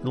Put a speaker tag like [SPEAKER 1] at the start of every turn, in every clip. [SPEAKER 1] And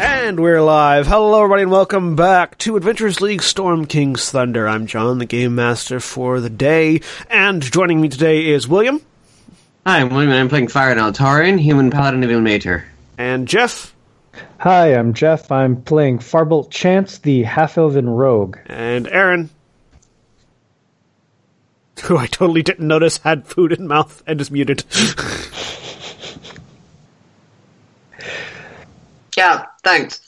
[SPEAKER 1] And we're live. Hello, everybody, and welcome back to Adventures League Storm King's Thunder. I'm John, the Game Master for the day, and joining me today is William
[SPEAKER 2] Hi, I'm William. and I'm playing Fire and Altarian, Human Paladin of Ilmater.
[SPEAKER 1] and Jeff.
[SPEAKER 3] Hi, I'm Jeff. I'm playing Farbolt Chance, the half elven rogue.
[SPEAKER 1] and Aaron, who I totally didn't notice had food in mouth and is muted.
[SPEAKER 4] Yeah, thanks.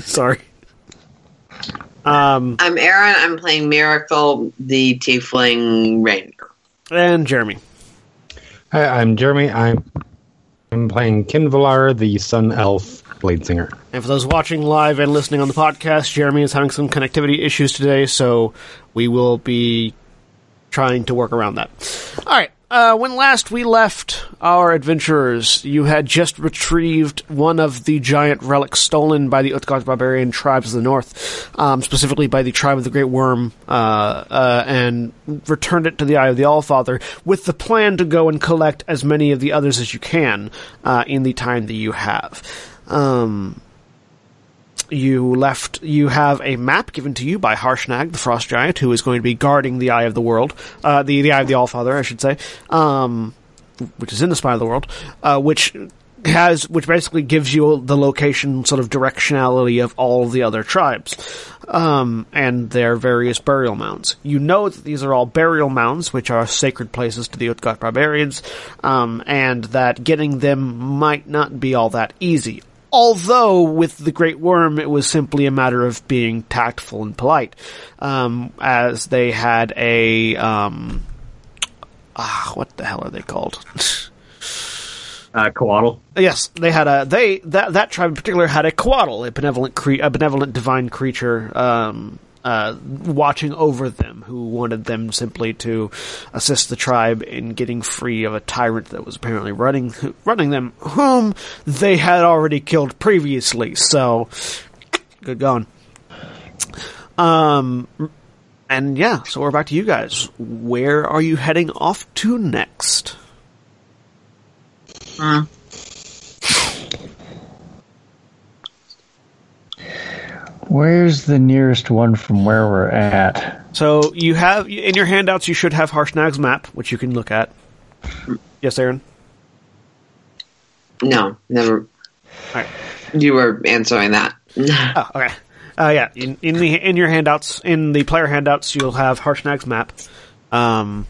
[SPEAKER 1] Sorry.
[SPEAKER 4] I'm Aaron. I'm playing Miracle, the Tiefling Ranger.
[SPEAKER 1] And Jeremy.
[SPEAKER 5] Hi, I'm Jeremy. I'm, I'm playing Kin Valara, the Sun Elf Blade Singer.
[SPEAKER 1] And for those watching live and listening on the podcast, Jeremy is having some connectivity issues today, so we will be trying to work around that. All right. Uh, when last we left our adventurers, you had just retrieved one of the giant relics stolen by the Utgard barbarian tribes of the north, um, specifically by the tribe of the Great Worm, uh, uh, and returned it to the Eye of the Allfather with the plan to go and collect as many of the others as you can uh, in the time that you have. Um, you left you have a map given to you by Harshnag, the frost giant, who is going to be guarding the eye of the world, uh, the the eye of the Allfather, I should say, um, which is in the spine of the world, uh, which has which basically gives you the location sort of directionality of all the other tribes um, and their various burial mounds. You know that these are all burial mounds, which are sacred places to the Utgard barbarians, um, and that getting them might not be all that easy. Although with the Great Worm, it was simply a matter of being tactful and polite, um, as they had a um, ah, what the hell are they called?
[SPEAKER 6] uh, Coatl.
[SPEAKER 1] Yes, they had a they that that tribe in particular had a quaddle, a benevolent cre- a benevolent divine creature um, uh, watching over them, who wanted them simply to assist the tribe in getting free of a tyrant that was apparently running running them, whom they had already killed previously. So, good going. Um, and yeah, so we're back to you guys. Where are you heading off to next?
[SPEAKER 3] Where's the nearest one from where we're at?
[SPEAKER 1] So you have in your handouts, you should have Harshnag's map, which you can look at. Yes, Aaron.
[SPEAKER 4] No, never.
[SPEAKER 1] All right.
[SPEAKER 4] You were answering that.
[SPEAKER 1] Oh, okay. Uh, yeah, in, in the in your handouts, in the player handouts, you'll have Harshnag's map, um,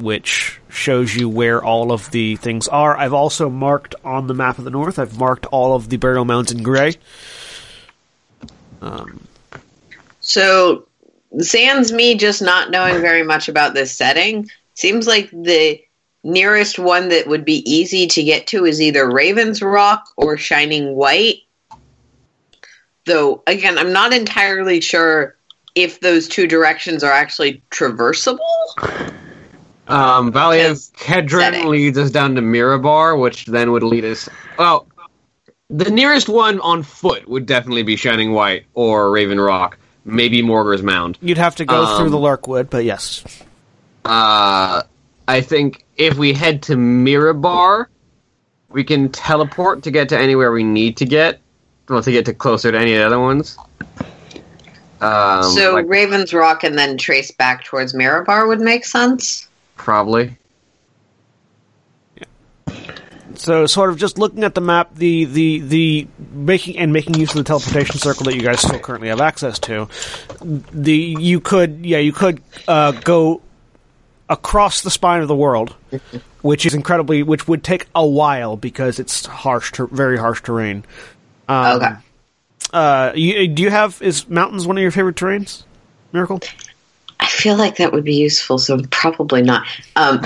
[SPEAKER 1] which shows you where all of the things are. I've also marked on the map of the north. I've marked all of the burial mounds in gray.
[SPEAKER 4] So, sans me just not knowing very much about this setting, seems like the nearest one that would be easy to get to is either Raven's Rock or Shining White. Though, again, I'm not entirely sure if those two directions are actually traversable.
[SPEAKER 2] Um, Valley of
[SPEAKER 4] Yes.
[SPEAKER 2] Kedron
[SPEAKER 4] Setting.
[SPEAKER 2] leads us down to Mirabar, which then would lead us. Well, the nearest one on foot would definitely be Shining White or Raven Rock, maybe Morgar's Mound.
[SPEAKER 1] You'd have to go through
[SPEAKER 2] Um,
[SPEAKER 1] the Larkwood, but yes,
[SPEAKER 2] Uh, I think if we head to Mirabar, we can teleport to get to anywhere we need to get, well, to get to closer to any of the other ones. Um,
[SPEAKER 4] so
[SPEAKER 2] like,
[SPEAKER 4] Ravens Rock and then trace back towards Mirabar would make sense.
[SPEAKER 2] probably.
[SPEAKER 1] So, sort of just looking at the map, the the the making and making use of the teleportation circle that you guys still currently have access to, the you could yeah you could uh, go across the spine of the world, which is incredibly which would take a while because it's harsh, ter- very harsh terrain. Um,
[SPEAKER 4] okay.
[SPEAKER 1] Uh, you, do you have is mountains one of your favorite terrains? Miracle.
[SPEAKER 4] I feel like that would be useful, so probably not. Um,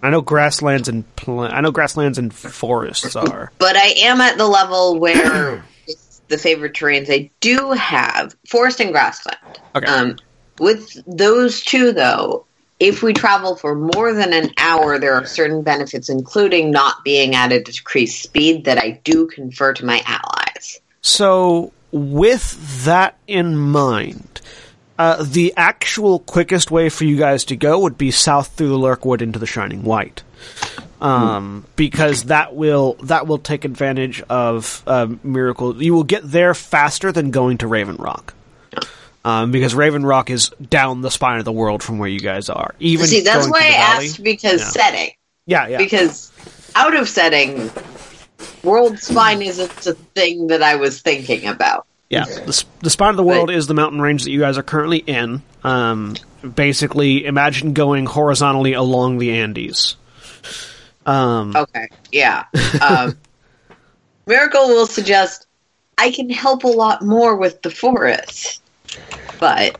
[SPEAKER 1] I know grasslands and pla- I know grasslands and forests are.
[SPEAKER 4] but I am at the level where it's the favorite terrains I do have forest and grassland.
[SPEAKER 1] Okay.
[SPEAKER 4] Um, with those two, though, if we travel for more than an hour, there are certain benefits, including not being at a decreased speed, that I do confer to my allies.
[SPEAKER 1] So, with that in mind, uh, the actual quickest way for you guys to go would be south through the Lurkwood into the Shining White, um, because that will that will take advantage of uh, Miracle. You will get there faster than going to Raven Rock. Um, because Raven Rock is down the spine of the world from where you guys are. Even
[SPEAKER 4] See, that's
[SPEAKER 1] going
[SPEAKER 4] why
[SPEAKER 1] to
[SPEAKER 4] I
[SPEAKER 1] the valley-
[SPEAKER 4] asked because
[SPEAKER 1] Yeah.
[SPEAKER 4] setting.
[SPEAKER 1] Yeah, yeah.
[SPEAKER 4] Because out of setting, world spine isn't the thing that I was thinking about.
[SPEAKER 1] Yeah, the, s- the spine of the world is the mountain range that you guys are currently in. Um, basically, imagine going horizontally along the Andes. Um,
[SPEAKER 4] Okay, yeah. Um, Miracle will suggest I can help a lot more with the forest, but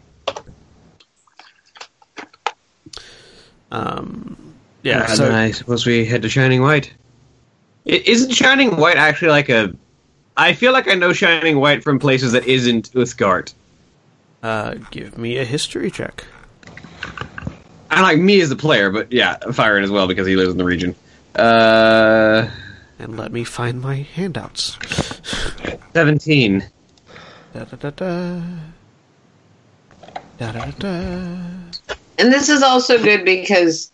[SPEAKER 1] um, yeah,
[SPEAKER 2] and
[SPEAKER 1] so
[SPEAKER 2] then I suppose we head to Shining White. I- isn't Shining White actually like a? I feel like I know Shining White from places that isn't Uthgard.
[SPEAKER 1] uh, give me a history check.
[SPEAKER 2] I like me as the player, but yeah, Fire as well because he lives in the region. Uh,
[SPEAKER 1] And let me find my handouts.
[SPEAKER 2] seventeen.
[SPEAKER 1] Da da da da. Da da da da.
[SPEAKER 4] and this is also good because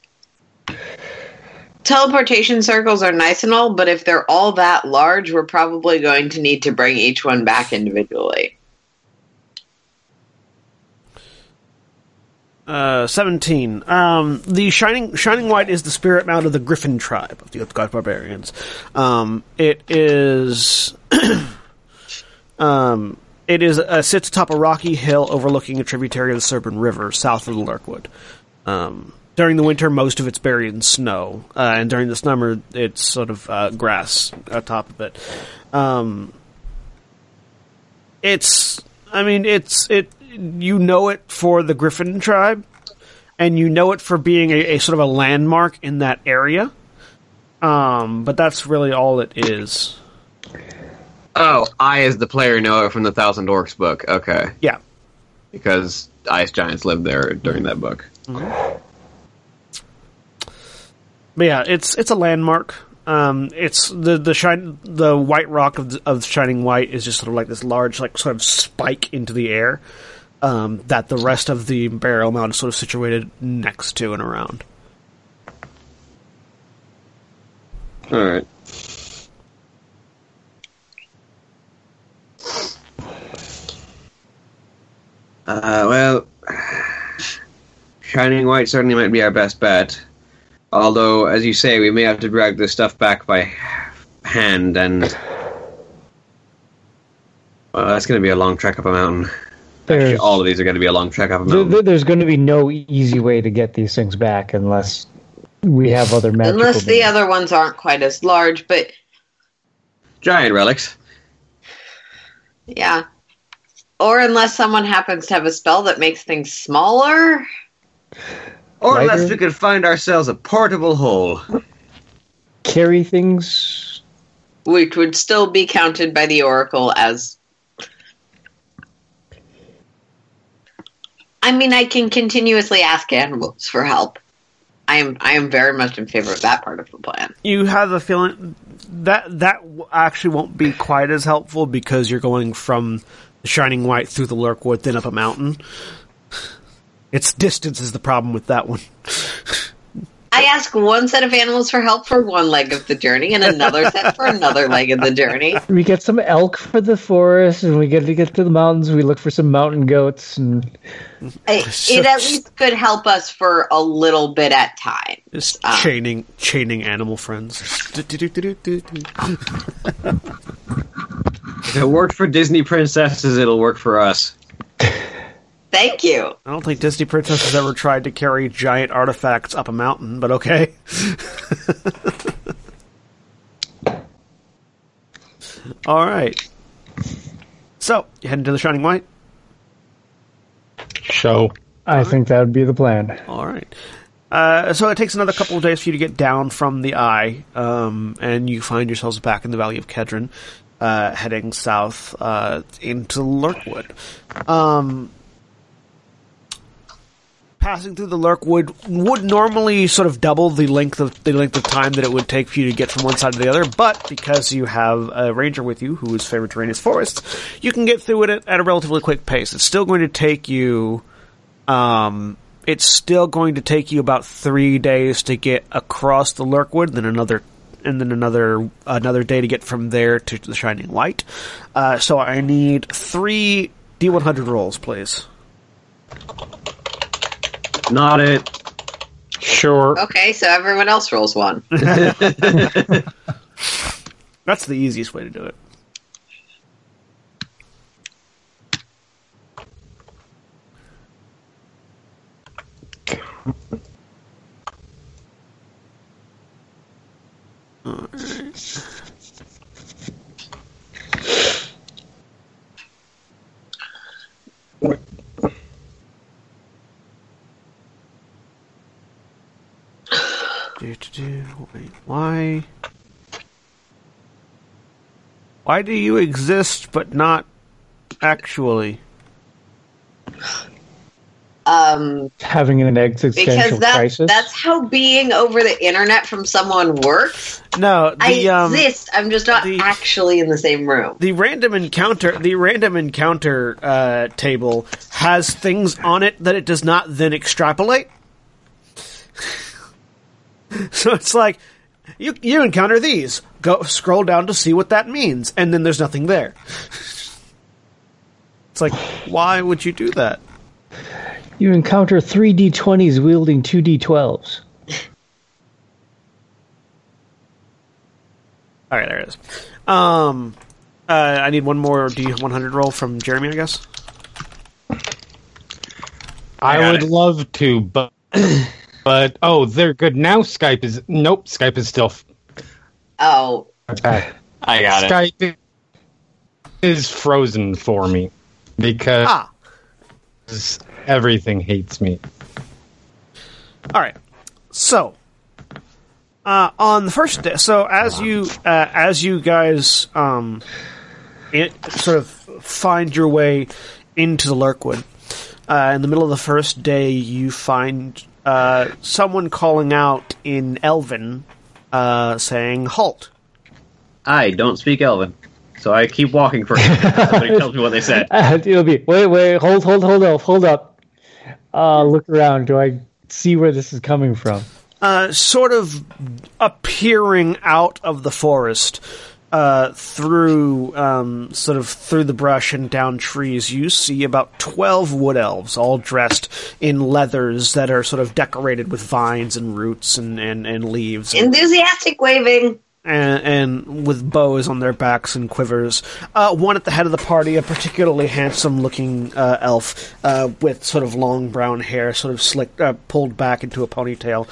[SPEAKER 4] teleportation circles are nice and all, but if they're all that large, we're probably going to need to bring each one back individually.
[SPEAKER 1] Uh, 17. Um, the Shining Shining White is the spirit mount of the Griffin tribe of the Uthgard barbarians. Um, it is. um, it is uh, sits atop a rocky hill overlooking a tributary of the Serpent River south of the Lurkwood. Um, during the winter, most of it's buried in snow, uh, and during the summer, it's sort of uh, grass atop of it. Um, it's I mean it's it you know it for the Griffin tribe and you know it for being a, a sort of a landmark in that area. Um, but that's really all it is.
[SPEAKER 2] Oh, I as the player know it from the Thousand Orcs book. Okay,
[SPEAKER 1] Yeah.
[SPEAKER 2] because ice giants lived there during that book.
[SPEAKER 1] But yeah, it's it's a landmark. Um, it's the the shine the white rock of the, of shining white is just sort of like this large like sort of spike into the air um, that the rest of the burial mound is sort of situated next to and around.
[SPEAKER 2] All right. Uh, well, Shining White certainly might be our best bet. Although, as you say, we may have to drag this stuff back by hand, and well, that's going to be a long trek up a mountain. Actually,
[SPEAKER 3] There's,
[SPEAKER 2] all of these are going to be a long trek up a
[SPEAKER 3] there-
[SPEAKER 2] mountain.
[SPEAKER 3] there- there's going to be no easy way to get these things back unless we have other magical.
[SPEAKER 4] Unless the
[SPEAKER 3] means.
[SPEAKER 4] other ones aren't quite as large, but
[SPEAKER 2] Giant relics.
[SPEAKER 4] yeah. Or unless someone happens to have a spell that makes things smaller.
[SPEAKER 2] Or
[SPEAKER 3] Lighter.
[SPEAKER 2] unless we could find ourselves a portable hole.
[SPEAKER 3] carry things.
[SPEAKER 4] which would still be counted by the oracle as I mean I can continuously ask animals for help. I am I am very much in favor of that part of the plan.
[SPEAKER 1] you have a feeling that that w- actually won't be quite as helpful because you're going from the shining white through the lurkwood then up a mountain. Its distance is the problem with that one.
[SPEAKER 4] I ask one set of animals for help for one leg of the journey and another set for another leg of the journey.
[SPEAKER 3] We get some elk for the forest, and we get to get to the mountains. We look for some mountain goats, and
[SPEAKER 4] It, it at least could help us for a little bit at time.
[SPEAKER 1] Just chaining, chaining animal friends. Du-du-du-du-du-du.
[SPEAKER 2] If it worked for Disney princesses, it'll work for us.
[SPEAKER 4] Thank you.
[SPEAKER 1] I don't think Disney Princess has ever tried to carry giant artifacts up a mountain, but okay. All right. So, you heading to the Shining White?
[SPEAKER 5] Show.
[SPEAKER 3] I
[SPEAKER 4] Uh-huh.
[SPEAKER 3] think that would be the plan.
[SPEAKER 1] All right. Uh, so it takes another couple of days for you to get down from the eye, um, and you find yourselves back in the Valley of Kedron, uh, heading south uh, into Lurkwood. Um, passing through the Lurkwood would normally sort of double the length of the length of time that it would take for you to get from one side to the other, but because you have a ranger with you who is favorite terrain is forest, you can get through it at, at a relatively quick pace. It's still going to take you um, it's still going to take you about three days to get across the Lurkwood, then another, and then another another day to get from there to the Shining Light. Uh, so I need three D100 rolls, please.
[SPEAKER 2] Not it.
[SPEAKER 5] Sure.
[SPEAKER 2] Oh,
[SPEAKER 4] Okay, so everyone else rolls one.
[SPEAKER 1] That's the easiest way to do it. Do, do, do. Wait, why? Why do you exist but not actually?
[SPEAKER 4] Um,
[SPEAKER 3] Having an existential
[SPEAKER 4] because that,
[SPEAKER 3] crisis.
[SPEAKER 4] that's how being over the internet from someone works.
[SPEAKER 1] No, the
[SPEAKER 4] I
[SPEAKER 1] um,
[SPEAKER 4] exist. I'm just not
[SPEAKER 1] the-
[SPEAKER 4] actually in the same room.
[SPEAKER 1] the random encounter the random encounter uh, table has things on it that it does not then extrapolate. so it's like you you encounter these. Go scroll down to see what that means, and then there's nothing there. it's like why would you do that?
[SPEAKER 3] you encounter three d20s wielding two d12s.
[SPEAKER 1] All right, there it is. Um, uh, I need one more D100 roll from Jeremy, I guess.
[SPEAKER 5] I
[SPEAKER 2] got
[SPEAKER 5] would
[SPEAKER 2] it.
[SPEAKER 5] love to, but but oh, they're good now. Skype is nope. Skype is still f-
[SPEAKER 4] Oh,
[SPEAKER 5] okay.
[SPEAKER 2] I got
[SPEAKER 5] Skype is frozen for me because
[SPEAKER 1] Ah,
[SPEAKER 2] Ah.
[SPEAKER 5] everything hates me.
[SPEAKER 1] All right. So, uh, on the first day, so as you uh, as you guys um, it, sort of find your way into the Lurkwood, uh, in the middle of the first day, you find uh, someone calling out in Elven, uh, saying "Halt."
[SPEAKER 2] I don't speak Elven, so I keep walking for him. Somebody tells me what they said.
[SPEAKER 3] And it'll be wait, wait, hold, hold, hold up, hold up. Uh, look around. Do I see where this is coming from?
[SPEAKER 1] uh, sort of appearing out of the forest uh, through um, sort of through the brush and down trees you see about 12 wood elves all dressed in leathers that are sort of decorated with vines and roots and, and, and leaves and,
[SPEAKER 4] enthusiastic waving.
[SPEAKER 1] and, and with bows on their backs and quivers uh, one at the head of the party a particularly handsome looking uh, elf uh, with sort of long brown hair sort of slicked uh, pulled back into a ponytail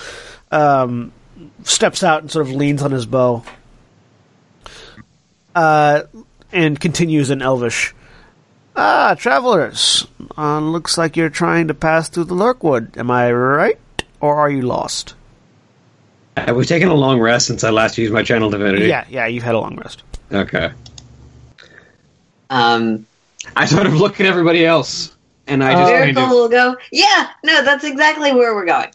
[SPEAKER 1] um, steps out and sort of leans on his bow uh, and continues in elvish ah travelers uh, looks like you're trying to pass through the lurkwood am i right or are you lost
[SPEAKER 2] Have we taken a long rest since I last used my channel divinity?
[SPEAKER 1] yeah yeah you've had a long rest
[SPEAKER 2] Okay.
[SPEAKER 4] Um,
[SPEAKER 2] I sort of look at everybody else, and
[SPEAKER 1] Oh,
[SPEAKER 2] I just
[SPEAKER 4] Miracle
[SPEAKER 2] kind of
[SPEAKER 4] will go. Yeah, no, that's exactly where we're going.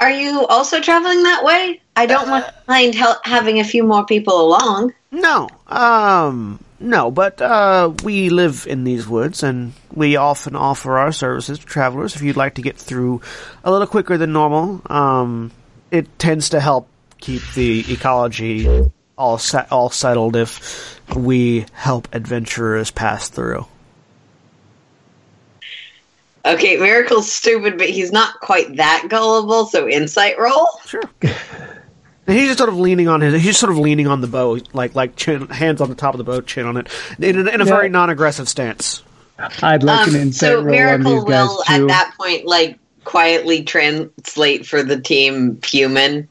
[SPEAKER 4] Are you also traveling that
[SPEAKER 1] Uh,
[SPEAKER 4] way? I don't mind hel- having a few more people along.
[SPEAKER 1] No. Um No, but uh, we live in these woods, and we often offer our services to travelers. If you'd like to get through a little quicker than normal, um, it tends to help keep the ecology all set, all settled if we help adventurers pass through.
[SPEAKER 4] Okay, Miracle's stupid, but he's not quite that gullible. So insight roll.
[SPEAKER 1] Sure. And he's just sort of leaning on his. He's just sort of leaning on the bow, like like chin, hands on the top of the bow, chin on it, in, a- in a
[SPEAKER 3] Yeah.
[SPEAKER 1] very non-aggressive stance.
[SPEAKER 3] I'd like
[SPEAKER 4] Um,
[SPEAKER 3] an insight
[SPEAKER 4] so
[SPEAKER 3] roll
[SPEAKER 4] Miracle
[SPEAKER 3] on these guys
[SPEAKER 4] will
[SPEAKER 3] too.
[SPEAKER 4] at that point like quietly translate for the team human.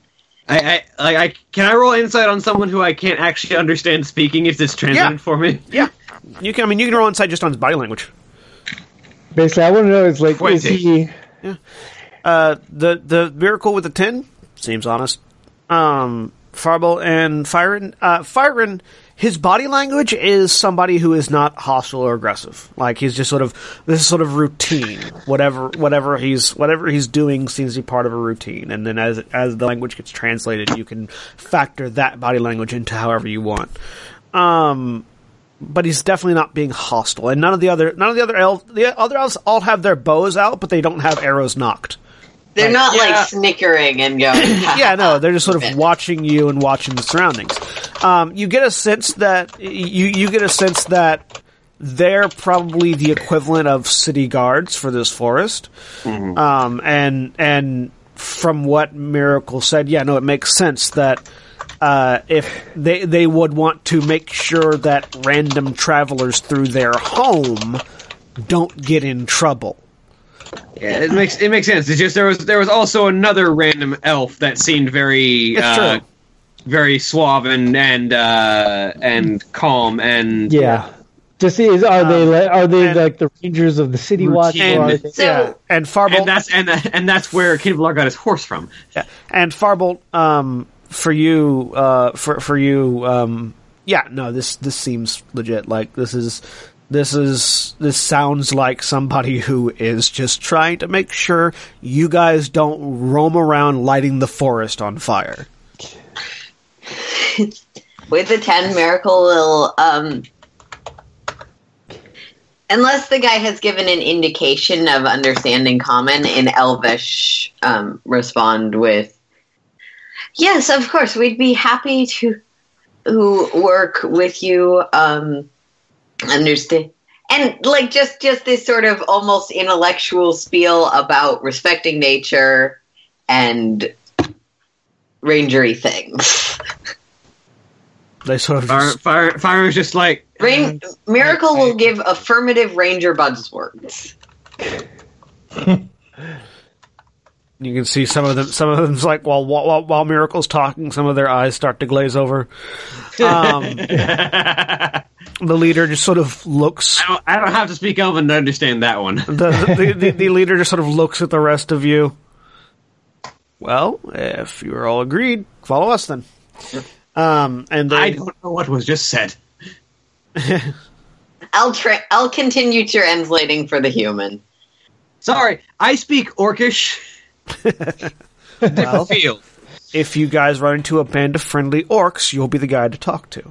[SPEAKER 2] I, I, like, I can I roll insight on someone who I can't actually understand speaking if it's translated
[SPEAKER 1] Yeah.
[SPEAKER 2] for me.
[SPEAKER 1] Yeah, you can. I mean, you can roll insight just on his body language.
[SPEAKER 3] Basically, I want to know is like is
[SPEAKER 2] Twenty.
[SPEAKER 3] he
[SPEAKER 1] Uh, the the miracle with the ten seems honest. Um, Farble and Firen, uh, Firen, his body language is somebody who is not hostile or aggressive. Like he's just sort of this is sort of routine. Whatever whatever he's whatever he's doing seems to be part of a routine. And then as as the language gets translated, you can factor that body language into however you want. Um, but he's definitely not being hostile. And none of the other none of the other elves the other elves all have their bows out, but they don't have arrows knocked.
[SPEAKER 4] They're not
[SPEAKER 2] Yeah.
[SPEAKER 4] like snickering and going.
[SPEAKER 1] yeah, no, they're just sort of
[SPEAKER 4] Okay.
[SPEAKER 1] watching you and watching the surroundings. Um, you get a sense that you you get a sense that they're probably the equivalent of city guards for this forest. Um, and and from what Miracle said, yeah, no, it makes sense that uh, if they they would want to make sure that random travelers through their home don't get in trouble.
[SPEAKER 2] Yeah, it makes it makes sense. It's just there was there was also another random elf that seemed very
[SPEAKER 1] It's
[SPEAKER 2] uh,
[SPEAKER 1] true.
[SPEAKER 2] very suave and and uh, and calm and
[SPEAKER 3] yeah. Um, Just is are they like are they
[SPEAKER 1] and-
[SPEAKER 3] like the rangers of the city watch?
[SPEAKER 2] Routine.
[SPEAKER 3] Or are they,
[SPEAKER 4] So-
[SPEAKER 1] yeah, and Farbolt
[SPEAKER 2] and that's and and that's where Kinvlar got his horse from.
[SPEAKER 1] Yeah. And Farbolt, um, for you, uh, for for you, um, yeah, no, this this seems legit. Like this is this is this sounds like somebody who is just trying to make sure you guys don't roam around lighting the forest on fire.
[SPEAKER 4] With the 10, Miracle will. Um, unless the guy has given an indication of understanding common in Elvish, um, respond with, Yes, of course, we'd be happy to who work with you. Um, understand. And like just just this sort of almost intellectual spiel about respecting nature and rangery things.
[SPEAKER 1] They sort of
[SPEAKER 2] Fire,
[SPEAKER 1] just,
[SPEAKER 2] fire, fire was just like
[SPEAKER 4] Rain- Miracle will give affirmative Ranger buzzwords.
[SPEAKER 1] you can see some of them. Some of them's like while while, while Miracle's talking, some of their eyes start to glaze over. Um, the leader just sort of looks
[SPEAKER 2] I don't, I don't have to speak Elven to understand that one.
[SPEAKER 1] the, the, the, the leader just sort of looks at the rest of you. Well, if you're all agreed, follow us then. Um, and
[SPEAKER 2] I
[SPEAKER 1] they,
[SPEAKER 2] don't know what was just said.
[SPEAKER 4] I'll tra- I'll continue translating for the human.
[SPEAKER 2] Sorry, I speak Orcish. Different field.
[SPEAKER 1] if you guys run into a band of friendly orcs, you'll be the guy to talk to.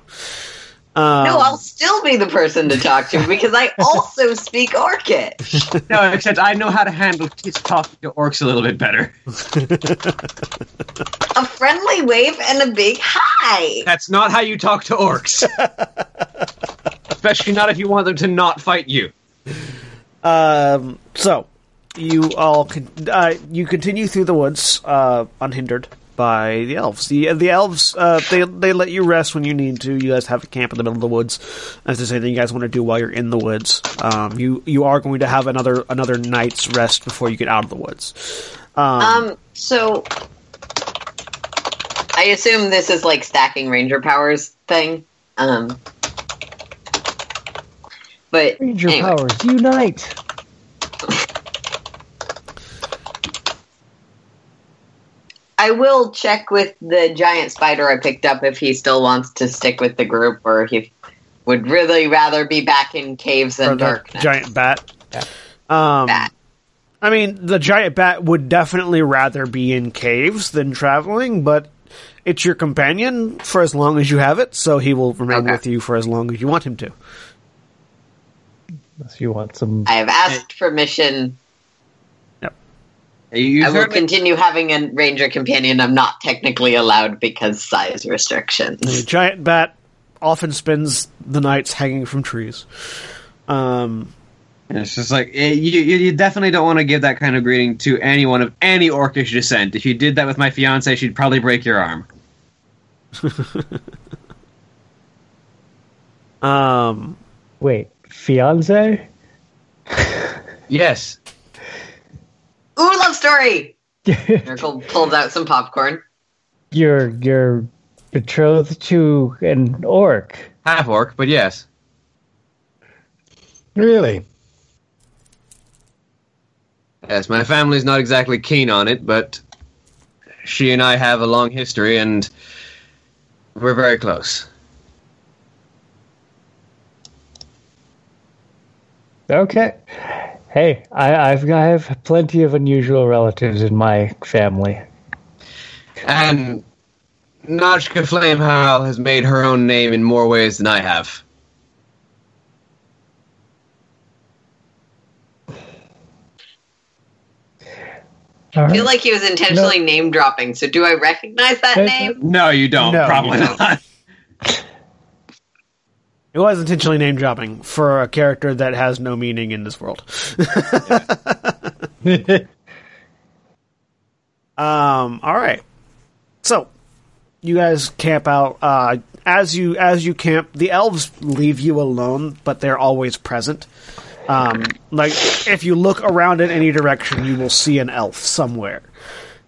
[SPEAKER 1] Um,
[SPEAKER 4] No, I'll still be the person to talk to because I also speak Orcish.
[SPEAKER 2] No, except I know how to handle kids talking to orcs a little bit better.
[SPEAKER 4] A friendly wave and a big hi.
[SPEAKER 2] That's not how you talk to orcs. Especially not if you want them to not fight you.
[SPEAKER 1] Um, so you all con- uh, you continue through the woods uh, unhindered by the elves. The the elves uh, they they let you rest when you need to. You guys have a camp in the middle of the woods. If there's anything you guys want to do while you're in the woods, um, you you are going to have another another night's rest before you get out of the woods.
[SPEAKER 4] Um, so I assume this is like stacking Ranger powers thing. Um, but
[SPEAKER 3] Ranger
[SPEAKER 4] anyway.
[SPEAKER 3] powers unite.
[SPEAKER 4] I will check with the giant spider I picked up if he still wants to stick with the group or he would really rather be back in caves
[SPEAKER 1] Or
[SPEAKER 4] and
[SPEAKER 1] the
[SPEAKER 4] darkness.
[SPEAKER 1] giant bat. Um,
[SPEAKER 4] Bat.
[SPEAKER 1] I mean, the giant bat would definitely rather be in caves than traveling, but it's your companion for as long as you have it, so he will remain
[SPEAKER 4] Okay.
[SPEAKER 1] with you for as long as you want him to.
[SPEAKER 3] Unless you want some.
[SPEAKER 4] I have asked permission.
[SPEAKER 2] You
[SPEAKER 4] I will
[SPEAKER 2] certainly-
[SPEAKER 4] continue having a ranger companion. I'm not technically allowed because size
[SPEAKER 1] The
[SPEAKER 4] restrictions.
[SPEAKER 1] giant bat often spends the nights hanging from trees. Um,
[SPEAKER 2] It's just like eh, you, you. You definitely don't want to give that kind of greeting to anyone of any orcish descent. If you did that with my fiance, she'd probably break your arm.
[SPEAKER 1] um,
[SPEAKER 3] Wait, fiance?
[SPEAKER 2] Yes.
[SPEAKER 4] Ooh, love story. Miracle pulls out some popcorn.
[SPEAKER 3] You're you're betrothed to an orc.
[SPEAKER 2] Half orc, but yes.
[SPEAKER 5] Really?
[SPEAKER 2] Yes, my family's not exactly keen on it, but she and I have a long history, and we're very close.
[SPEAKER 3] Okay. Hey, I, I've I have plenty of unusual relatives in my family.
[SPEAKER 2] And Notchka Flamehal has made her own name in more ways than I have.
[SPEAKER 3] All
[SPEAKER 4] I
[SPEAKER 3] right.
[SPEAKER 4] feel like he was intentionally name dropping. So do I recognize that
[SPEAKER 3] Hey,
[SPEAKER 4] name?
[SPEAKER 2] No, you don't.
[SPEAKER 1] No,
[SPEAKER 2] probably
[SPEAKER 1] you
[SPEAKER 2] not.
[SPEAKER 1] it was intentionally name dropping for a character that has no meaning in this world. Um, all right. So you guys camp out. Uh, as you as you camp, the elves leave you alone, but they're always present. Um, like if you look around in any direction, you will see an elf somewhere.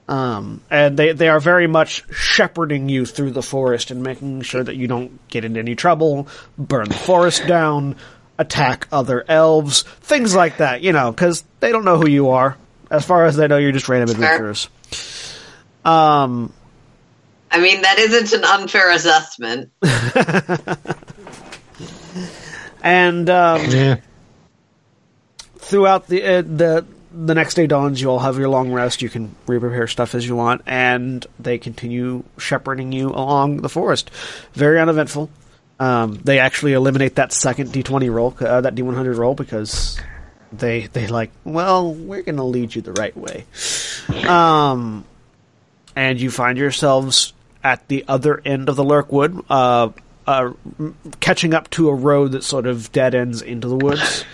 [SPEAKER 1] Um, and they, they are very much shepherding you through the forest and making sure that you don't get into any trouble, burn the forest down, attack other elves, things like that, you know, because they don't know who you are. As far as they know, you're just random adventurers.
[SPEAKER 4] I mean, that isn't an unfair assessment.
[SPEAKER 1] And um,
[SPEAKER 5] Yeah.
[SPEAKER 1] throughout the uh, the the next day dawns, you all have your long rest. You can reprepare stuff as you want, and they continue shepherding you along the forest. Very uneventful. Um, they actually eliminate that second D twenty roll, uh, that D one hundred roll, because they they like, well, we're going to lead you the right way. Um, and you find yourselves at the other end of the Lurkwood, uh, uh, m- catching up to a road that sort of dead ends into the woods.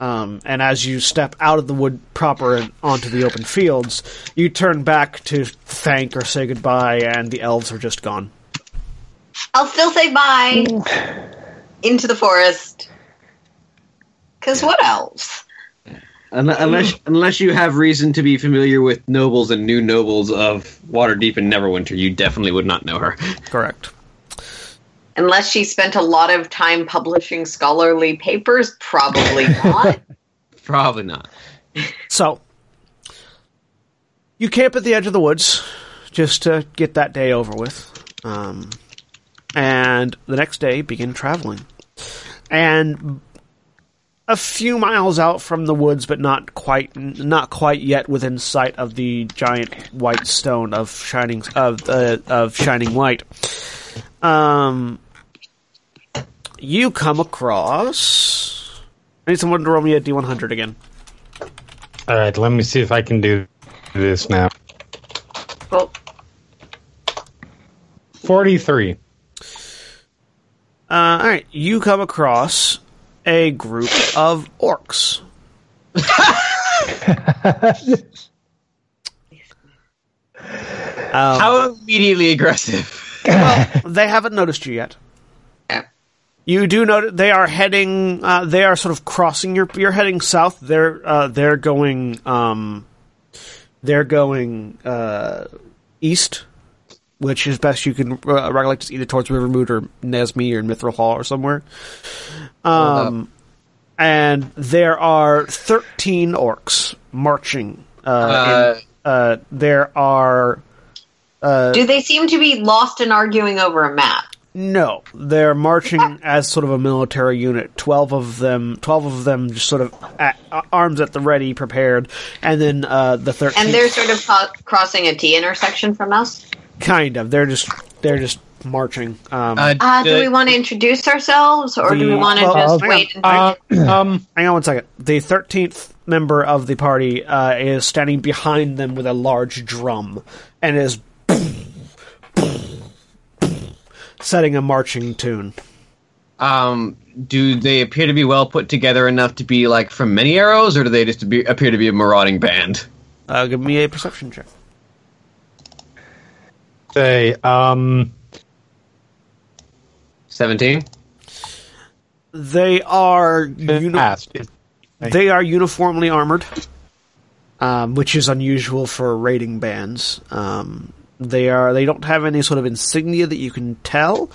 [SPEAKER 1] Um, and as you step out of the wood proper and onto the open fields, you turn back to thank or say goodbye, and the elves are just gone.
[SPEAKER 4] I'll still say bye. Into the forest. Because what else?
[SPEAKER 2] Un- Unless, unless you have reason to be familiar with nobles and new nobles of Waterdeep and Neverwinter, you definitely would not know her.
[SPEAKER 1] Correct.
[SPEAKER 4] Unless she spent a lot of time publishing scholarly papers, probably not.
[SPEAKER 2] Probably not.
[SPEAKER 1] So, you camp at the edge of the woods just to get that day over with. Um, and the next day, begin traveling. And a few miles out from the woods, but not quite, not quite yet within sight of the giant white stone of shining of uh, of shining light. Um, you come across. I need someone to roll me a d one hundred again.
[SPEAKER 5] All right, let me see if I can do this now.
[SPEAKER 4] Well,
[SPEAKER 5] 43.
[SPEAKER 1] Uh, all right, you come across a group of orcs.
[SPEAKER 6] Um,
[SPEAKER 2] How immediately aggressive.
[SPEAKER 1] They haven't noticed you yet.
[SPEAKER 4] yeah.
[SPEAKER 1] You do notice they are heading. Uh, they are sort of crossing your. You're heading south. They're uh, they're going. Um, they're going uh, east, which is best you can uh, recollect is either towards Rivermoot or Nesme or Mithril Hall or somewhere. Um, and there are thirteen orcs marching. Uh,
[SPEAKER 2] Uh,
[SPEAKER 1] in, uh, there are
[SPEAKER 4] Do they seem to be lost and arguing over a map?
[SPEAKER 1] No, they're marching as sort of a military unit. Twelve of them, twelve of them, just sort of at, uh, arms at the ready, prepared, and then uh, the thirteen.
[SPEAKER 4] And they're sort of co- crossing a T intersection from us?
[SPEAKER 1] Kind of. They're just they're just marching. Um,
[SPEAKER 4] Uh, do we want to introduce ourselves, or do we
[SPEAKER 1] The-
[SPEAKER 4] want to
[SPEAKER 1] well,
[SPEAKER 4] just
[SPEAKER 1] hang on.
[SPEAKER 4] wait? And
[SPEAKER 5] Uh, um,
[SPEAKER 1] hang on one second. The thirteenth member of the party uh, is standing behind them with a large drum and is setting a marching tune.
[SPEAKER 6] Um, do they appear to be well put together enough to be like from many arrows, or do they just be, appear to be a marauding band?
[SPEAKER 1] Uh, give me a perception check.
[SPEAKER 5] say, um,
[SPEAKER 6] Seventeen.
[SPEAKER 1] They are uni-
[SPEAKER 5] fast. Is-
[SPEAKER 1] they are uniformly armored, um, which is unusual for raiding bands. Um, they are they don't have any sort of insignia that you can tell,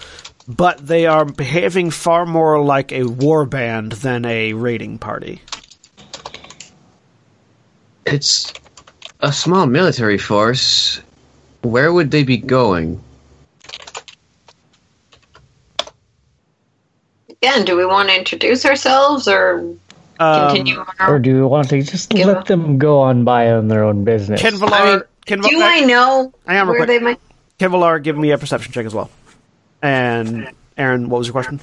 [SPEAKER 1] but they are behaving far more like a war band than a raiding party.
[SPEAKER 6] It's a small military force. Where would they be going?
[SPEAKER 4] again, do we want to introduce ourselves, or
[SPEAKER 1] Um,
[SPEAKER 4] continue on
[SPEAKER 3] Or
[SPEAKER 4] our?
[SPEAKER 3] do we want to just
[SPEAKER 4] Give
[SPEAKER 3] let
[SPEAKER 4] up.
[SPEAKER 3] them go on by on their own business?
[SPEAKER 1] Ken Villar,
[SPEAKER 4] I mean,
[SPEAKER 1] Ken,
[SPEAKER 4] Do I know
[SPEAKER 1] I am
[SPEAKER 4] where
[SPEAKER 1] real
[SPEAKER 4] they
[SPEAKER 1] quick.
[SPEAKER 4] might?
[SPEAKER 1] Ken Villar, give me a perception check as well. And Aaron, what was your question?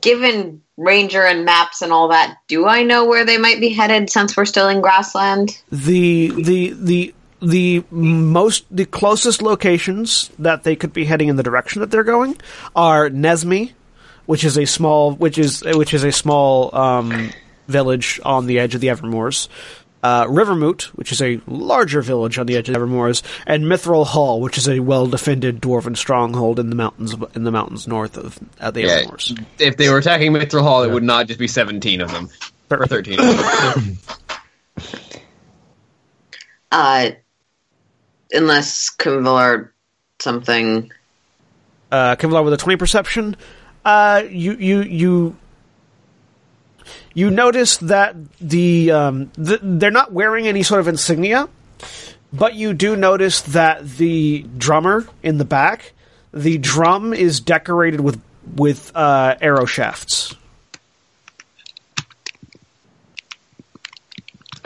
[SPEAKER 4] Given ranger and maps and all that, do I know where they might be headed since we're still in grassland?
[SPEAKER 1] the the the the most the closest locations that they could be heading in the direction that they're going are Nesme, which is a small which is which is a small um, village on the edge of the Evermoors. Uh, Rivermoot, which is a larger village on the edge of the Evermoors, and Mithril Hall, which is a well-defended dwarven stronghold in the mountains in the mountains north of uh, the Evermoors.
[SPEAKER 6] If they were attacking Mithril Hall, it would not just be seventeen of them or thirteen. of them.
[SPEAKER 4] Uh, unless Convalar something.
[SPEAKER 1] uh, Kevlar with a twenty perception. Uh, you you you you notice that the um, th- they're not wearing any sort of insignia, but you do notice that the drummer in the back, the drum is decorated with with uh, arrow shafts.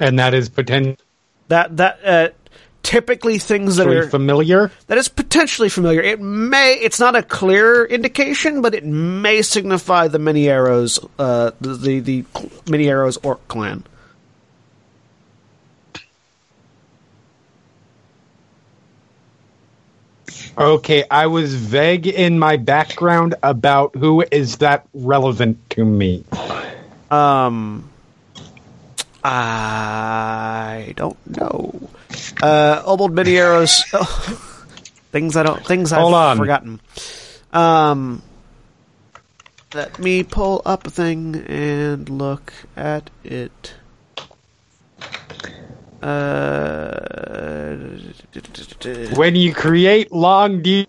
[SPEAKER 5] and that is potentially
[SPEAKER 1] That that uh, typically things that are
[SPEAKER 5] familiar.
[SPEAKER 1] that is potentially familiar. It may it's not a clear indication, but it may signify the many arrows, uh, the the, the cl- many arrows orc clan.
[SPEAKER 5] Okay, I was vague in my background about who is that relevant to me.
[SPEAKER 1] Um, I don't know. Uh, Obold many arrows. oh, things I don't. Things I've
[SPEAKER 5] Hold on.
[SPEAKER 1] forgotten. Um, let me pull up a thing and look at it. Uh,
[SPEAKER 5] When you create long, de-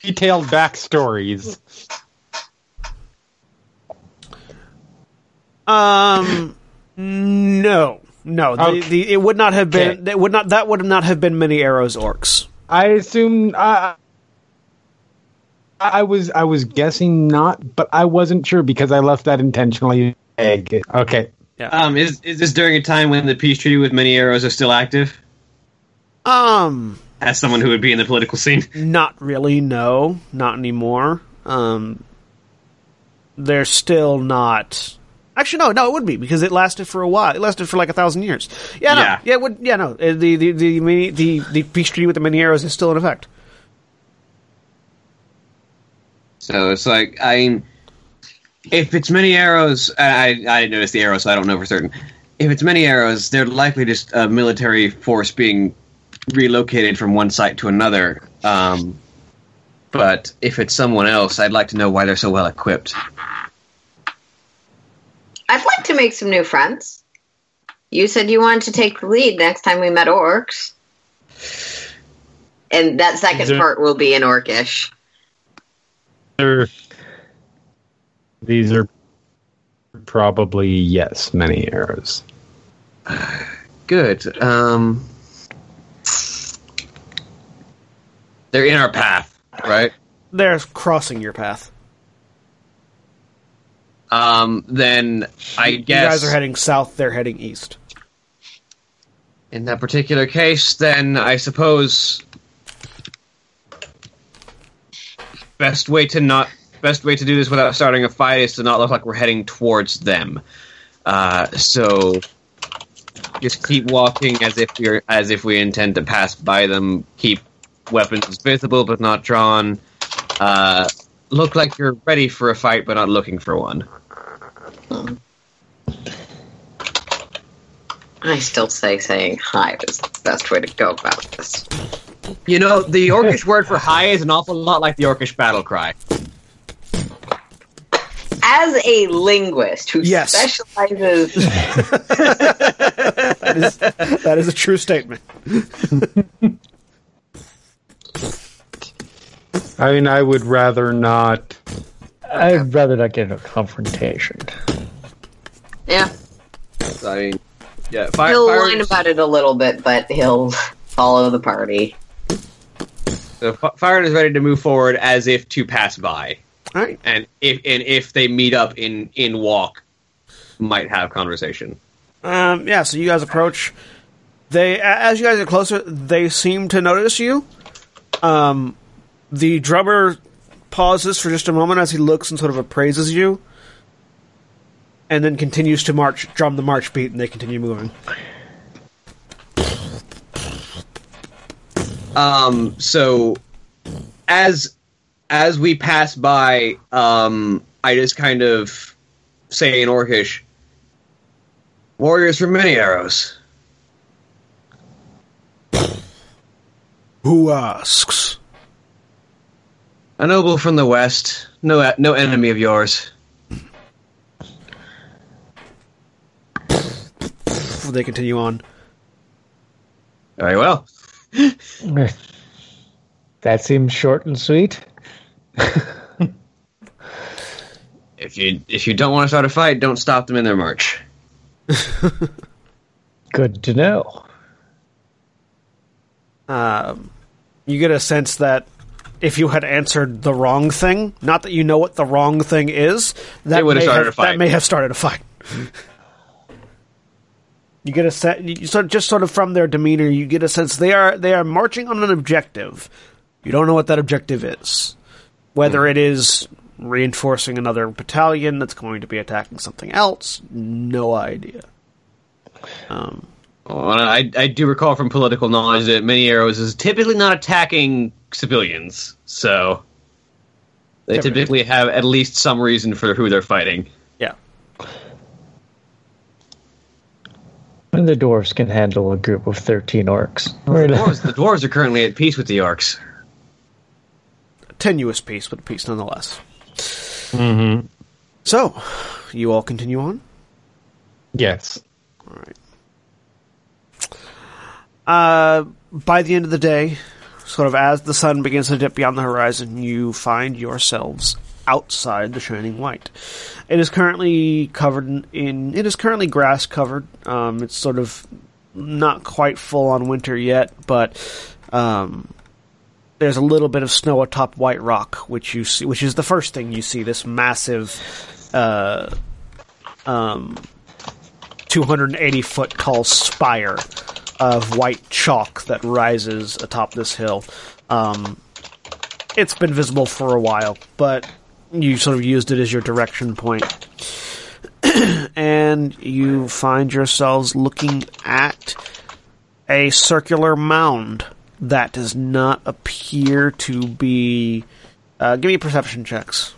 [SPEAKER 5] detailed backstories,
[SPEAKER 1] Um, no, no. The,
[SPEAKER 5] Okay.
[SPEAKER 1] the, it would not have been.
[SPEAKER 5] Okay.
[SPEAKER 1] It would not. That would not have been many arrows orcs.
[SPEAKER 5] I assume I, I was I was guessing not, but I wasn't sure because I left that intentionally vague. Okay,
[SPEAKER 6] um, is is this during a time when the peace treaty with many arrows are still active?
[SPEAKER 1] Um.
[SPEAKER 6] As someone who would be in the political scene,
[SPEAKER 1] Not really, no. Not anymore. Um, they're still not. Actually, no, no, it would be because it lasted for a while. It lasted for like a thousand years. Yeah, no, yeah,
[SPEAKER 6] Yeah.
[SPEAKER 1] it would, yeah, no. Uh, The the the mini, the the peace treaty with the many arrows is still in effect.
[SPEAKER 6] so it's like I'm. If it's many arrows, I I I didn't notice the arrows, so I don't know for certain. If it's many arrows, they're likely just a military force being relocated from one site to another. Um, but if it's someone else, I'd like to know why they're so well equipped.
[SPEAKER 4] I'd like to make some new friends. You said you wanted to take the lead next time we met orcs. And that second
[SPEAKER 5] Is there-
[SPEAKER 4] part will be in orcish.
[SPEAKER 5] They're- these are probably yes, many arrows.
[SPEAKER 6] Good. Um, they're in our path, right?
[SPEAKER 1] They're crossing your path.
[SPEAKER 6] Um, then I
[SPEAKER 1] You
[SPEAKER 6] guess Um,
[SPEAKER 1] guys are heading south. They're heading east.
[SPEAKER 6] in that particular case, then I suppose best way to not best way to do this without starting a fight is to not look like we're heading towards them. Uh, so just keep walking as if we're as if we intend to pass by them. Keep weapons visible but not drawn. Uh, look like you're ready for a fight but not looking for one.
[SPEAKER 4] I still say saying hi is the best way to go about this.
[SPEAKER 6] You know, the Orcish word for high is an awful lot like the Orcish battle cry.
[SPEAKER 4] As a linguist who
[SPEAKER 1] Yes.
[SPEAKER 4] specializes,
[SPEAKER 1] That is, that is a true statement.
[SPEAKER 5] I mean, I would rather not.
[SPEAKER 3] I'd rather not get into a confrontation.
[SPEAKER 4] yeah,
[SPEAKER 6] So, I mean, yeah, fire,
[SPEAKER 4] he'll
[SPEAKER 6] fire-
[SPEAKER 4] whine about it a little bit, but he'll follow the party.
[SPEAKER 6] So F- Firen is ready to move forward as if to pass by,
[SPEAKER 1] All right.
[SPEAKER 6] and if and if they meet up in in walk, might have conversation.
[SPEAKER 1] Um, yeah, so you guys approach. They, a- as you guys get closer, they seem to notice you. Um, the drummer pauses for just a moment as he looks and sort of appraises you, and then continues to march, drum the march beat, and they continue moving.
[SPEAKER 6] Um, so as as we pass by, um, I just kind of say in Orcish, "Warriors for many arrows."
[SPEAKER 1] Who asks?
[SPEAKER 6] A noble from the west, no no enemy of yours.
[SPEAKER 1] They continue on.
[SPEAKER 6] Very well.
[SPEAKER 3] That seems short and sweet.
[SPEAKER 6] If you if you don't want to start a fight, don't stop them in their march.
[SPEAKER 3] Good to know.
[SPEAKER 1] you get a sense that if you had answered the wrong thing, not that you know what the wrong thing is, that
[SPEAKER 6] It would have
[SPEAKER 1] may
[SPEAKER 6] started a fight.
[SPEAKER 1] That may have started a fight. you get a sense, you sort of, just sort of from their demeanor, you get a sense they are they are marching on an objective. You don't know what that objective is, whether
[SPEAKER 6] Hmm.
[SPEAKER 1] it is reinforcing another battalion that's going to be attacking something else. No idea.
[SPEAKER 6] Well, I, I do recall from political knowledge that many arrows is typically not attacking civilians, so they
[SPEAKER 1] Typically.
[SPEAKER 6] typically have at least some reason for who they're fighting.
[SPEAKER 1] Yeah.
[SPEAKER 3] And the dwarves can handle a group of 13 orcs. We're gonna-
[SPEAKER 6] Dwarves, the dwarves are currently at peace with the orcs.
[SPEAKER 1] tenuous peace, but a peace nonetheless. Mm-hmm. So, you all continue on.
[SPEAKER 5] Yes.
[SPEAKER 1] Uh, by the end of the day, sort of as the sun begins to dip beyond the horizon, you find yourselves outside the shining white. It is currently covered in, in it is currently grass covered. Um, it's sort of not quite full on winter yet, but um, there's a little bit of snow atop White Rock, which you see, which is the first thing you see. This massive, uh, um, 280 foot tall spire of white chalk that rises atop this hill. Um, it's been visible for a while, but you sort of used it as your direction point. and you find yourselves looking at a circular mound that does not appear to be. Uh, give me perception checks.